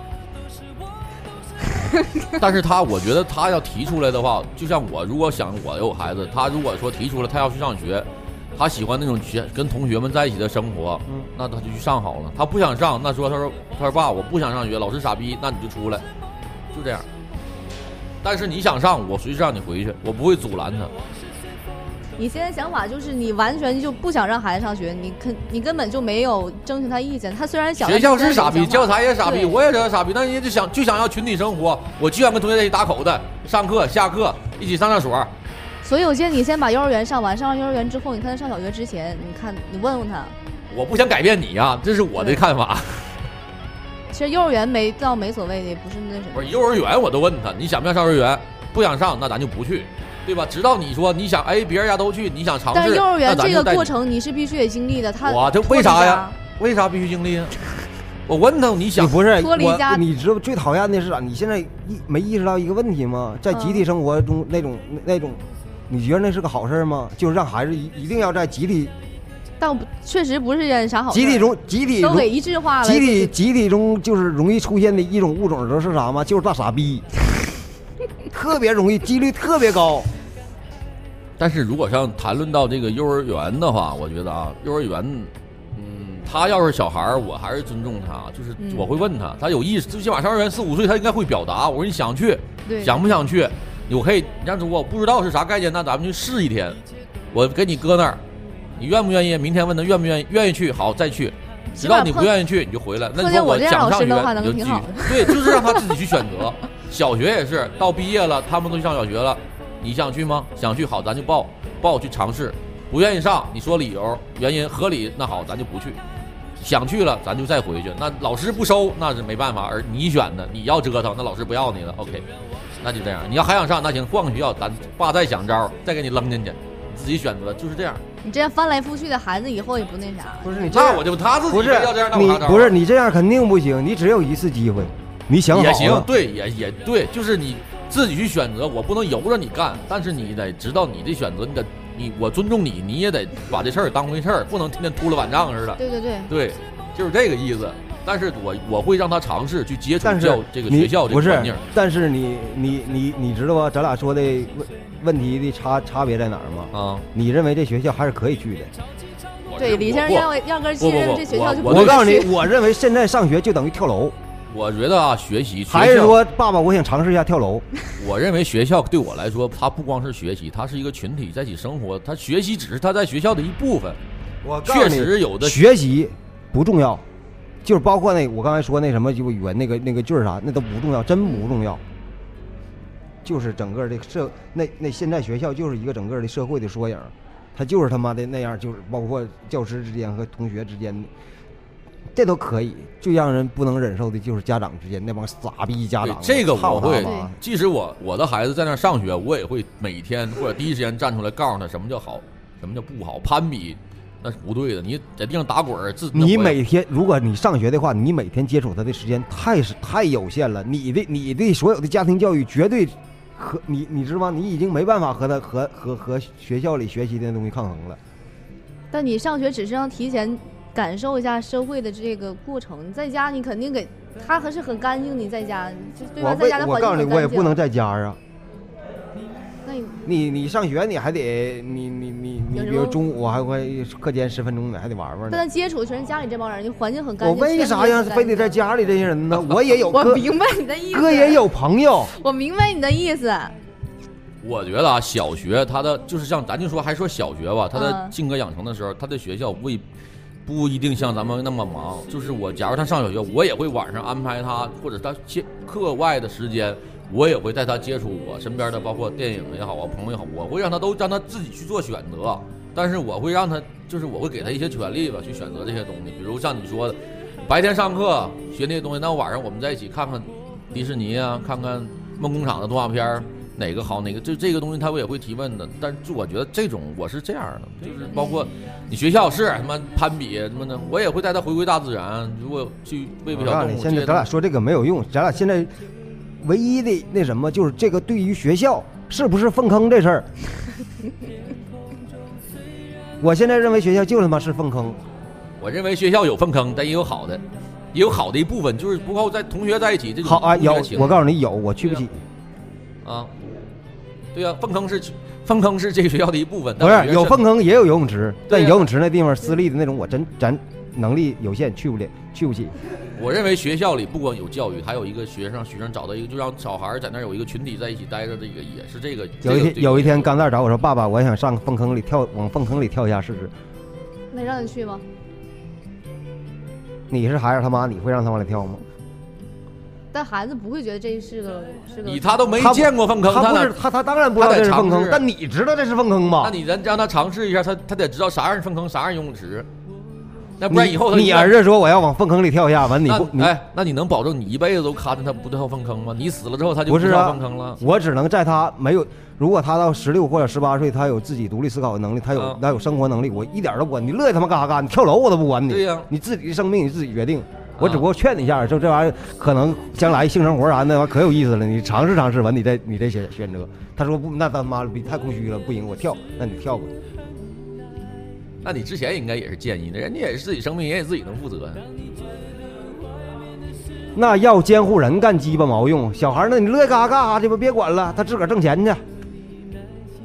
Speaker 1: 但是他，我觉得他要提出来的话，就像我如果想我有孩子，他如果说提出来他要去上学，他喜欢那种学跟同学们在一起的生活，
Speaker 2: 嗯
Speaker 1: 那他就去上好了。他不想上，那说他说他说爸，我不想上学，老师傻逼，那你就出来，就这样。但是你想上，我随时让你回去，我不会阻拦他。
Speaker 3: 你现在想法就是你完全就不想让孩子上学，你根你根本就没有征求他意见。他虽然想，
Speaker 1: 学校是
Speaker 3: 但
Speaker 1: 傻逼，
Speaker 3: 你
Speaker 1: 教
Speaker 3: 想法
Speaker 1: 材也傻逼，
Speaker 3: 对
Speaker 1: 我也知道傻逼，但人家就想就想要群体生活，我就想跟同学在一起打口袋，上课下课一起上厕所，
Speaker 3: 所以我建议你先把幼儿园上完，上完幼儿园之后，你看他上小学之前，你看你问问他，
Speaker 1: 我不想改变你呀、啊这是我的
Speaker 3: 对
Speaker 1: 看法。
Speaker 3: 其实幼儿园没倒没所谓的，也不是那什
Speaker 1: 不
Speaker 3: 么
Speaker 1: 是。幼儿园，我都问他，你想不想上幼儿园？不想上，那咱就不去，对吧？直到你说你想，哎，别人家都去，你想尝试，
Speaker 3: 但是幼儿园
Speaker 1: 那咱
Speaker 3: 这
Speaker 1: 就
Speaker 3: 个
Speaker 1: 带你
Speaker 3: 过程你是必须得经历的，他
Speaker 1: 我这为啥呀？为啥必须经历啊？我问他，你
Speaker 2: 你
Speaker 1: 想
Speaker 2: 不是
Speaker 3: 脱离家
Speaker 2: 我，你知道最讨厌的是啥？啊你现在意没意识到一个问题吗？在集体生活中那种那那种，你觉得那是个好事吗？就是让孩子一一定要在集体
Speaker 3: 但不确实不是件啥好事儿
Speaker 2: 集体中集体
Speaker 3: 都
Speaker 2: 中
Speaker 3: 给一致化了，
Speaker 2: 集体集体中就是容易出现的一种物种，知道是啥吗？就是大傻 逼，特别容易，几率特别高。
Speaker 1: 但是如果像谈论到这个幼儿园的话，我觉得啊，幼儿园，嗯，他要是小孩儿，我还是尊重他，就是
Speaker 3: 嗯
Speaker 1: 我会问他，他有意识，最起码上幼儿园四五岁，他应该会表达。我说你想去，
Speaker 3: 对
Speaker 1: 想不想去？我可以，让我不知道是啥概念，那咱们去试一天。我给你搁那儿，你愿不愿意？明天问他愿不愿意，愿意去好再去。
Speaker 3: 起
Speaker 1: 知
Speaker 3: 码
Speaker 1: 道你不
Speaker 3: 碰
Speaker 1: 愿意去，你就回来。那
Speaker 3: 碰
Speaker 1: 你
Speaker 3: 见
Speaker 1: 说
Speaker 3: 我这样
Speaker 1: 想不
Speaker 3: 老
Speaker 1: 上
Speaker 3: 师的话
Speaker 1: 学，
Speaker 3: 那
Speaker 1: 你
Speaker 3: 就
Speaker 1: 就
Speaker 3: 挺
Speaker 1: 继续
Speaker 3: 好。
Speaker 1: 对，就是让他自己去选择。小学也是，到毕业了，他们都去上小学了，你想去吗？想去好，咱就报报去尝试。不愿意上，你说理由原因合理，那好，咱就不去。想去了，咱就再回去。那老师不收，那是没办法。而你选的，你要折腾，那老师不要你了。OK，那就这样。你要还想上，那行，换个学校，咱爸再想招，再给你扔进去，你自己选择，就是这样。
Speaker 3: 你这样翻来覆去的孩子以后也不那啥。
Speaker 2: 不是你这
Speaker 1: 那我
Speaker 2: 样，
Speaker 1: 就他自己
Speaker 2: 不是
Speaker 1: 要这样，那我
Speaker 2: 你
Speaker 1: 啥招啊？
Speaker 2: 不是你这样肯定不行，你只有一次机会，你想好啊
Speaker 1: 也行，
Speaker 2: 了
Speaker 1: 对，也也对，就是你自己去选择，我不能由着你干，但是你得知道你的选择，你得你我尊重你，你也得把这事儿当回事儿，不能天天秃了板账似的。
Speaker 3: 对对对，
Speaker 1: 对，就是这个意思。但是我我会让他尝试去接触
Speaker 2: 但是
Speaker 1: 教这个
Speaker 2: 你
Speaker 1: 学校这
Speaker 2: 不
Speaker 1: 个
Speaker 2: 是
Speaker 1: 环境。，
Speaker 2: 但是你你你你知道吧？咱俩说的问问题的差差别在哪儿吗？
Speaker 1: 啊，
Speaker 2: 你认为这学校还是可以去的？
Speaker 1: 我
Speaker 3: 对
Speaker 1: 是
Speaker 3: 李
Speaker 1: 我
Speaker 3: 先生
Speaker 1: 我
Speaker 3: 压压根儿信任
Speaker 1: 不不不
Speaker 3: 这学校
Speaker 1: 我
Speaker 3: 就不
Speaker 2: 我
Speaker 1: 对
Speaker 3: 会
Speaker 2: 告诉你
Speaker 3: 去，
Speaker 2: 我认为现在上学就等于跳楼，
Speaker 1: 我觉得啊，学习
Speaker 2: 还
Speaker 1: 学
Speaker 2: 是
Speaker 1: 校
Speaker 2: 说爸爸，我想尝试一下跳 楼？
Speaker 1: 我认为学校对我来说，它不光是学习，它是一个群体在一起生活，它学习只是他在学校的一部分。
Speaker 2: 我
Speaker 1: 确实有的
Speaker 2: 学习不重要，就是包括那我刚才说那什么就语文那个那个句儿啥，那都不重要，真不重要。就是整个这个社那那现在学校就是一个整个的社会的缩影，它就是他妈的那样，就是包括教师之间和同学之间的，这都可以。最让人不能忍受的就是家长之间那帮傻逼家
Speaker 1: 对
Speaker 2: 长，
Speaker 1: 这个
Speaker 2: 操
Speaker 1: 我
Speaker 2: 他
Speaker 1: 会
Speaker 2: 妈
Speaker 1: 即使我我的孩子在那儿上学，我也会每天或者第一时间站出来告诉他什么叫好，什么叫不好。攀比那是不对的，你在地上打滚儿，自那
Speaker 2: 你
Speaker 1: 我也
Speaker 2: 每天，如果你上学的话，你每天接触他的时间太是太有限了。你的你的所有的家庭教育绝对和你你知道吗？你已经没办法和他和和和学校里学习的东西抗衡了。
Speaker 3: 但你上学只是让提前感受一下社会的这个过程，你在家你肯定给他还是很干净，你在家就对
Speaker 2: 我
Speaker 3: 吧？在
Speaker 2: 为
Speaker 3: 家的
Speaker 2: 我
Speaker 3: 环
Speaker 2: 告诉
Speaker 3: 境
Speaker 2: 你，
Speaker 3: 很
Speaker 2: 我也
Speaker 3: 干净。
Speaker 2: 不能在家啊。
Speaker 3: 那你
Speaker 2: 你你上学你还得你你你你，
Speaker 3: 有什
Speaker 2: 比如
Speaker 3: 么
Speaker 2: 中午我还会课间十分钟你还得玩玩
Speaker 3: 但他
Speaker 2: 呢。
Speaker 3: 接触的全是家里这帮人，你环境很干
Speaker 2: 我
Speaker 3: 净。
Speaker 2: 为啥
Speaker 3: 呀
Speaker 2: 呀？？非得在家里这些 人呢？我也有
Speaker 3: 我
Speaker 2: 哥
Speaker 3: 明白你的意思，
Speaker 2: 哥也，有朋友，
Speaker 3: 我明白你的意思。
Speaker 1: 我觉得啊，小学他的就是像咱就说还说小学吧，他的
Speaker 3: 嗯
Speaker 1: 性格养成的时候，他的学校未不一定像咱们那么忙。就是我，假如他上小学，我也会晚上安排他，或者他接课外的时间，我也会带他接触我身边的，包括电影也好啊，朋友也好，我会让他都让他自己去做选择。但是我会让他，就是我会给他一些权利吧，去选择这些东西。比如像你说的，白天上课学那些东西，那晚上我们在一起看看迪士尼啊，看看梦工厂的动画片儿哪个好，哪个就这个东西他们也会提问的。但是就我觉得这种我是这样的，就是包括你学校是什么攀比什么的，我也会带他回归大自然。如果去喂喂
Speaker 2: 我
Speaker 1: 小
Speaker 2: 告诉
Speaker 1: 动
Speaker 2: 你，
Speaker 1: 物，
Speaker 2: 现
Speaker 1: 这
Speaker 2: 在
Speaker 1: 些
Speaker 2: 咱俩
Speaker 1: 东西
Speaker 2: 说这个没有用，咱俩现在唯一的那什么就是这个对于学校是不是粪坑这事儿，我现在认为学校就他妈是粪坑，
Speaker 1: 我认为学校有粪坑，但也有好的，也有好的一部分，就是不靠在同学在一起这种
Speaker 2: 好啊，
Speaker 1: 同学
Speaker 2: 有
Speaker 1: 情
Speaker 2: 我告诉你有，我去不起，
Speaker 1: 啊，对呀、粪坑是粪坑是这个学校的一部分，
Speaker 2: 不
Speaker 1: 但我觉
Speaker 2: 是
Speaker 1: 得
Speaker 2: 有粪坑也有游泳池，但
Speaker 1: 对呀
Speaker 2: 游泳池那地方私立的那种，我真咱能力有限，去不了，去不起。
Speaker 1: 我认为学校里不光有教育，还有一个学生学生找到一个，就让小孩儿在那儿有一个群体在一起待着，这个也是这个。
Speaker 2: 有一
Speaker 1: 这个
Speaker 2: 天有一天，钢蛋儿找我说：“爸爸，我想上粪坑里跳，往粪坑里跳一下试试。
Speaker 3: 那让你去吗？”
Speaker 2: 你是孩子他妈，你会让他往里跳吗？
Speaker 3: 但孩子不会觉得这是个是个。
Speaker 1: 你他都没
Speaker 2: 他不
Speaker 1: 见过粪坑，
Speaker 2: 他不
Speaker 1: 哪
Speaker 2: 是他，他当然不知道
Speaker 1: 他得
Speaker 2: 这是粪
Speaker 1: 尝
Speaker 2: 坑
Speaker 1: 试，
Speaker 2: 但你知道这是粪坑吧
Speaker 1: 那？你人让他尝试一下，他他得知道啥样是粪坑，啥样是游泳池，那啊不然以后他
Speaker 2: 你你啊儿子说我要往粪坑里跳一下，完你
Speaker 1: 那
Speaker 2: 不你，
Speaker 1: 哎，那你能保证你一辈子都看着他不跳粪坑吗？你死了之后他就
Speaker 2: 不是
Speaker 1: 跳
Speaker 2: 啊
Speaker 1: 粪坑了。
Speaker 2: 我只能在他没有，如果他到十六或者十八岁，他有自己独立思考的能力，他有
Speaker 1: 嗯
Speaker 2: 他有生活能力，我一点儿都不管你，乐意他妈干啥干，你跳楼我都不管你。
Speaker 1: 对呀
Speaker 2: 你自己的生命你自己决定。我
Speaker 1: 啊
Speaker 2: 只不过劝你一下，说这玩意儿可能将来性生活啥的那玩意儿可有意思了，你尝试尝试完，你再你再选选择。他说不，那他妈逼太空虚了，不行，我跳，那你跳吧。
Speaker 1: 那你之前应该也是建议的，人家也是自己生命，人也自己能负责。
Speaker 2: 那要监护人干鸡巴毛用？小孩儿，那你乐意干啥干啥去吧，别管了，他自个儿挣钱去。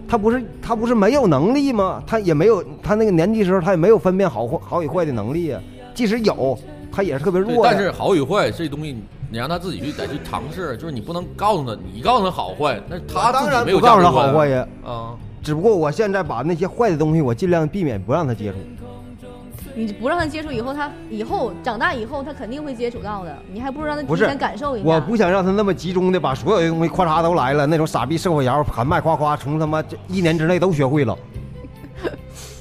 Speaker 2: 他不是他不是没有能力吗？他也没有他那个年纪时候，他也没有分辨好坏好与坏的能力呀。即使有，他也是特别
Speaker 1: 对
Speaker 2: 弱的。
Speaker 1: 但是好与坏这东西，你让他自己去得去尝试，就是你不能告诉他，你告诉他好坏，那他
Speaker 2: 当
Speaker 1: 自己
Speaker 2: 然
Speaker 1: 没有
Speaker 2: 不告诉他好坏
Speaker 1: 坏
Speaker 2: 呀，
Speaker 1: 啊。
Speaker 2: 只不过我现在把那些坏的东西，我尽量避免不让他接触。
Speaker 3: 你不让他接触，以后他以后长大以后他肯定会接触到的，你还不如让他
Speaker 2: 不
Speaker 3: 提
Speaker 2: 是
Speaker 3: 前感受一下。
Speaker 2: 我不想让他那么集中的把所有的东西咔嚓都来了，那种傻逼社会摇喊麦夸夸，从他妈这一年之内都学会了。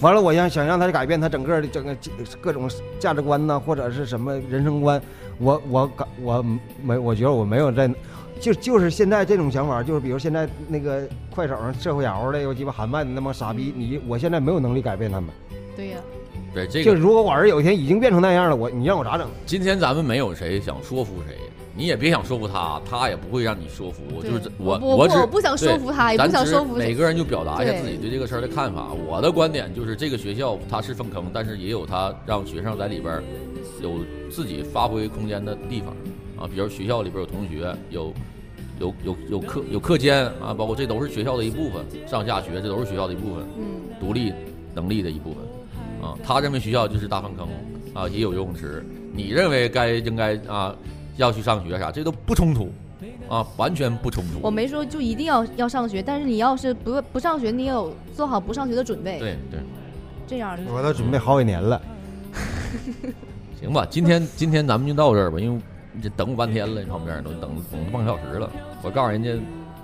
Speaker 2: 完了，我让想让他改变他整个的整个各种价值观呐、或者是什么人生观，我我感我没我觉得我没有在，就就是现在这种想法，就是比如现在那个快手上社会摇的有鸡巴喊麦的那帮傻逼，你我现在没有能力改变他们。
Speaker 3: 对呀、
Speaker 1: 对，这
Speaker 2: 就
Speaker 1: 个
Speaker 2: 如果我儿子有一天已经变成那样了，我你让我咋整？
Speaker 1: 今天咱们没有谁想说服谁，你也别想说服他，他也不会让你说服。
Speaker 3: 对
Speaker 1: 就是我，
Speaker 3: 我
Speaker 1: 只
Speaker 3: 我不想说服他
Speaker 1: 对
Speaker 3: 也不
Speaker 1: 咱
Speaker 3: 想
Speaker 1: 只
Speaker 3: 说服
Speaker 1: 每
Speaker 3: 谁
Speaker 1: 个人就表达一下
Speaker 3: 对
Speaker 1: 自己对这个事儿的看法。我的观点就是，这个学校它是粪坑，但是也有它让学生在里边儿有自己发挥空间的地方啊，比如学校里边有同学有。有有有课有课间啊，包括这都是学校的一部分，上下学这都是学校的一部分。
Speaker 3: 嗯，
Speaker 1: 独立能力的一部分啊。他认为学校就是大粪坑啊，也有游泳池。你认为该应该啊要去上学啥，这都不冲突啊，完全不冲
Speaker 3: 我
Speaker 1: 突。
Speaker 3: 没说就一定要要上学，但是你要是不不上学，你也有做好不上学的准备，
Speaker 1: 对对，
Speaker 3: 这样
Speaker 1: 嗯
Speaker 3: 的
Speaker 2: 我都准备好几年了。
Speaker 1: 行吧，今天今天咱们就到这儿吧，因为你这等我半天了，旁边都等等半个小时了。我告诉人家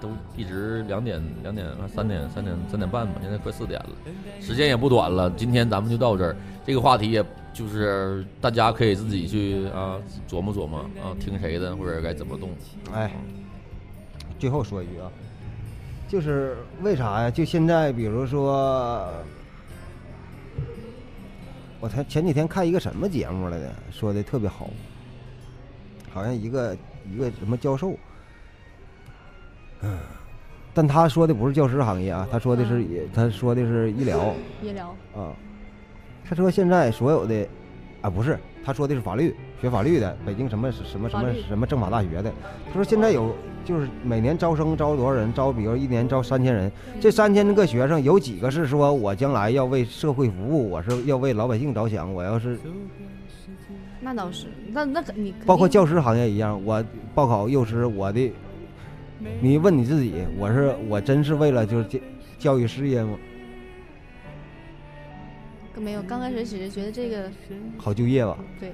Speaker 1: 都一直两点两点三点三点三点半吧，现在快四点了，时间也不短了。今天咱们就到这儿，这个话题也就是大家可以自己去啊琢磨琢磨啊，听谁的或者该怎么动。
Speaker 2: 哎，最后说一句啊，就是为啥呀？就现在，比如说，我才前几天看一个什么节目来的，说的特别好，好像一个一个什么教授，嗯，嗯但他说的不是教师行业啊，他说的是他说的是医疗
Speaker 3: 医疗
Speaker 2: 啊，他说现在所有的啊不是，他说的是法律，学法律的，北京什么什么什
Speaker 3: 法
Speaker 2: 么
Speaker 3: 律
Speaker 2: 什么政法大学的。他说现在有就是每年招生招多少人，招比如一年招三千人，这三千个学生有几个是说我将来要为社会服务，我是要为老百姓着想，我要是
Speaker 3: 那倒是，那那肯你肯
Speaker 2: 包括
Speaker 3: 定
Speaker 2: 教师行业一样，我报考幼师，我的，你问你自己，我是我真是为了就是教教育事业吗？
Speaker 3: 没有，刚开始只是觉得这个
Speaker 2: 好就业吧？
Speaker 3: 对，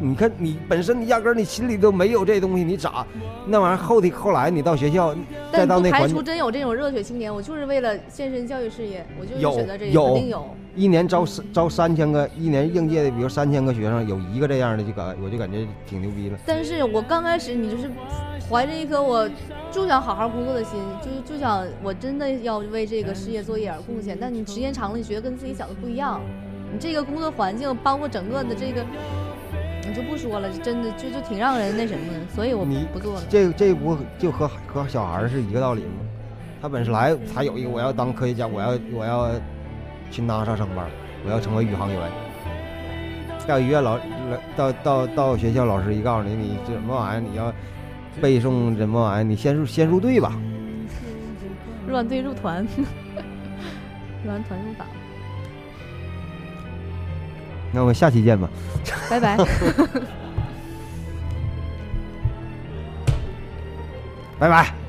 Speaker 2: 你看，你本身你压根儿你心里都没有这东西，你咋那玩意儿后的后来你到学校，再
Speaker 3: 但
Speaker 2: 到
Speaker 3: 不
Speaker 2: 那
Speaker 3: 排
Speaker 2: 环
Speaker 3: 除
Speaker 2: 境，
Speaker 3: 真有这种热血青年，我就是为了健身教育事业，我就是
Speaker 2: 有
Speaker 3: 选择这个，
Speaker 2: 有
Speaker 3: 肯定有。
Speaker 2: 一年招三招三千个，一年应届的，比如三千个学生，有一个这样的就感我就感觉挺牛逼了。
Speaker 3: 但是我刚开始你就是怀着一颗我就想好好工作的心，就是就想我真的要为这个事业做一点贡献。但你时间长了，你觉得跟自己想的不一样，你这个工作环境，包括整个的这个， 你就不说了，真的就就挺让人那什么的。所以我
Speaker 2: 你
Speaker 3: 不做了。
Speaker 2: 这这不就和和小孩儿是一个道理吗？他本来他有一个我要当科学家，我要我要去 NASA 上班，我要成为宇航员。到医院老老到到到学校老师一告诉你，你这什么玩意儿，你要背诵什么玩意儿，你先入先入队吧。
Speaker 3: 乱队入团， 乱团入党，
Speaker 2: 那我们下期见吧。
Speaker 3: 拜拜。
Speaker 2: 拜拜。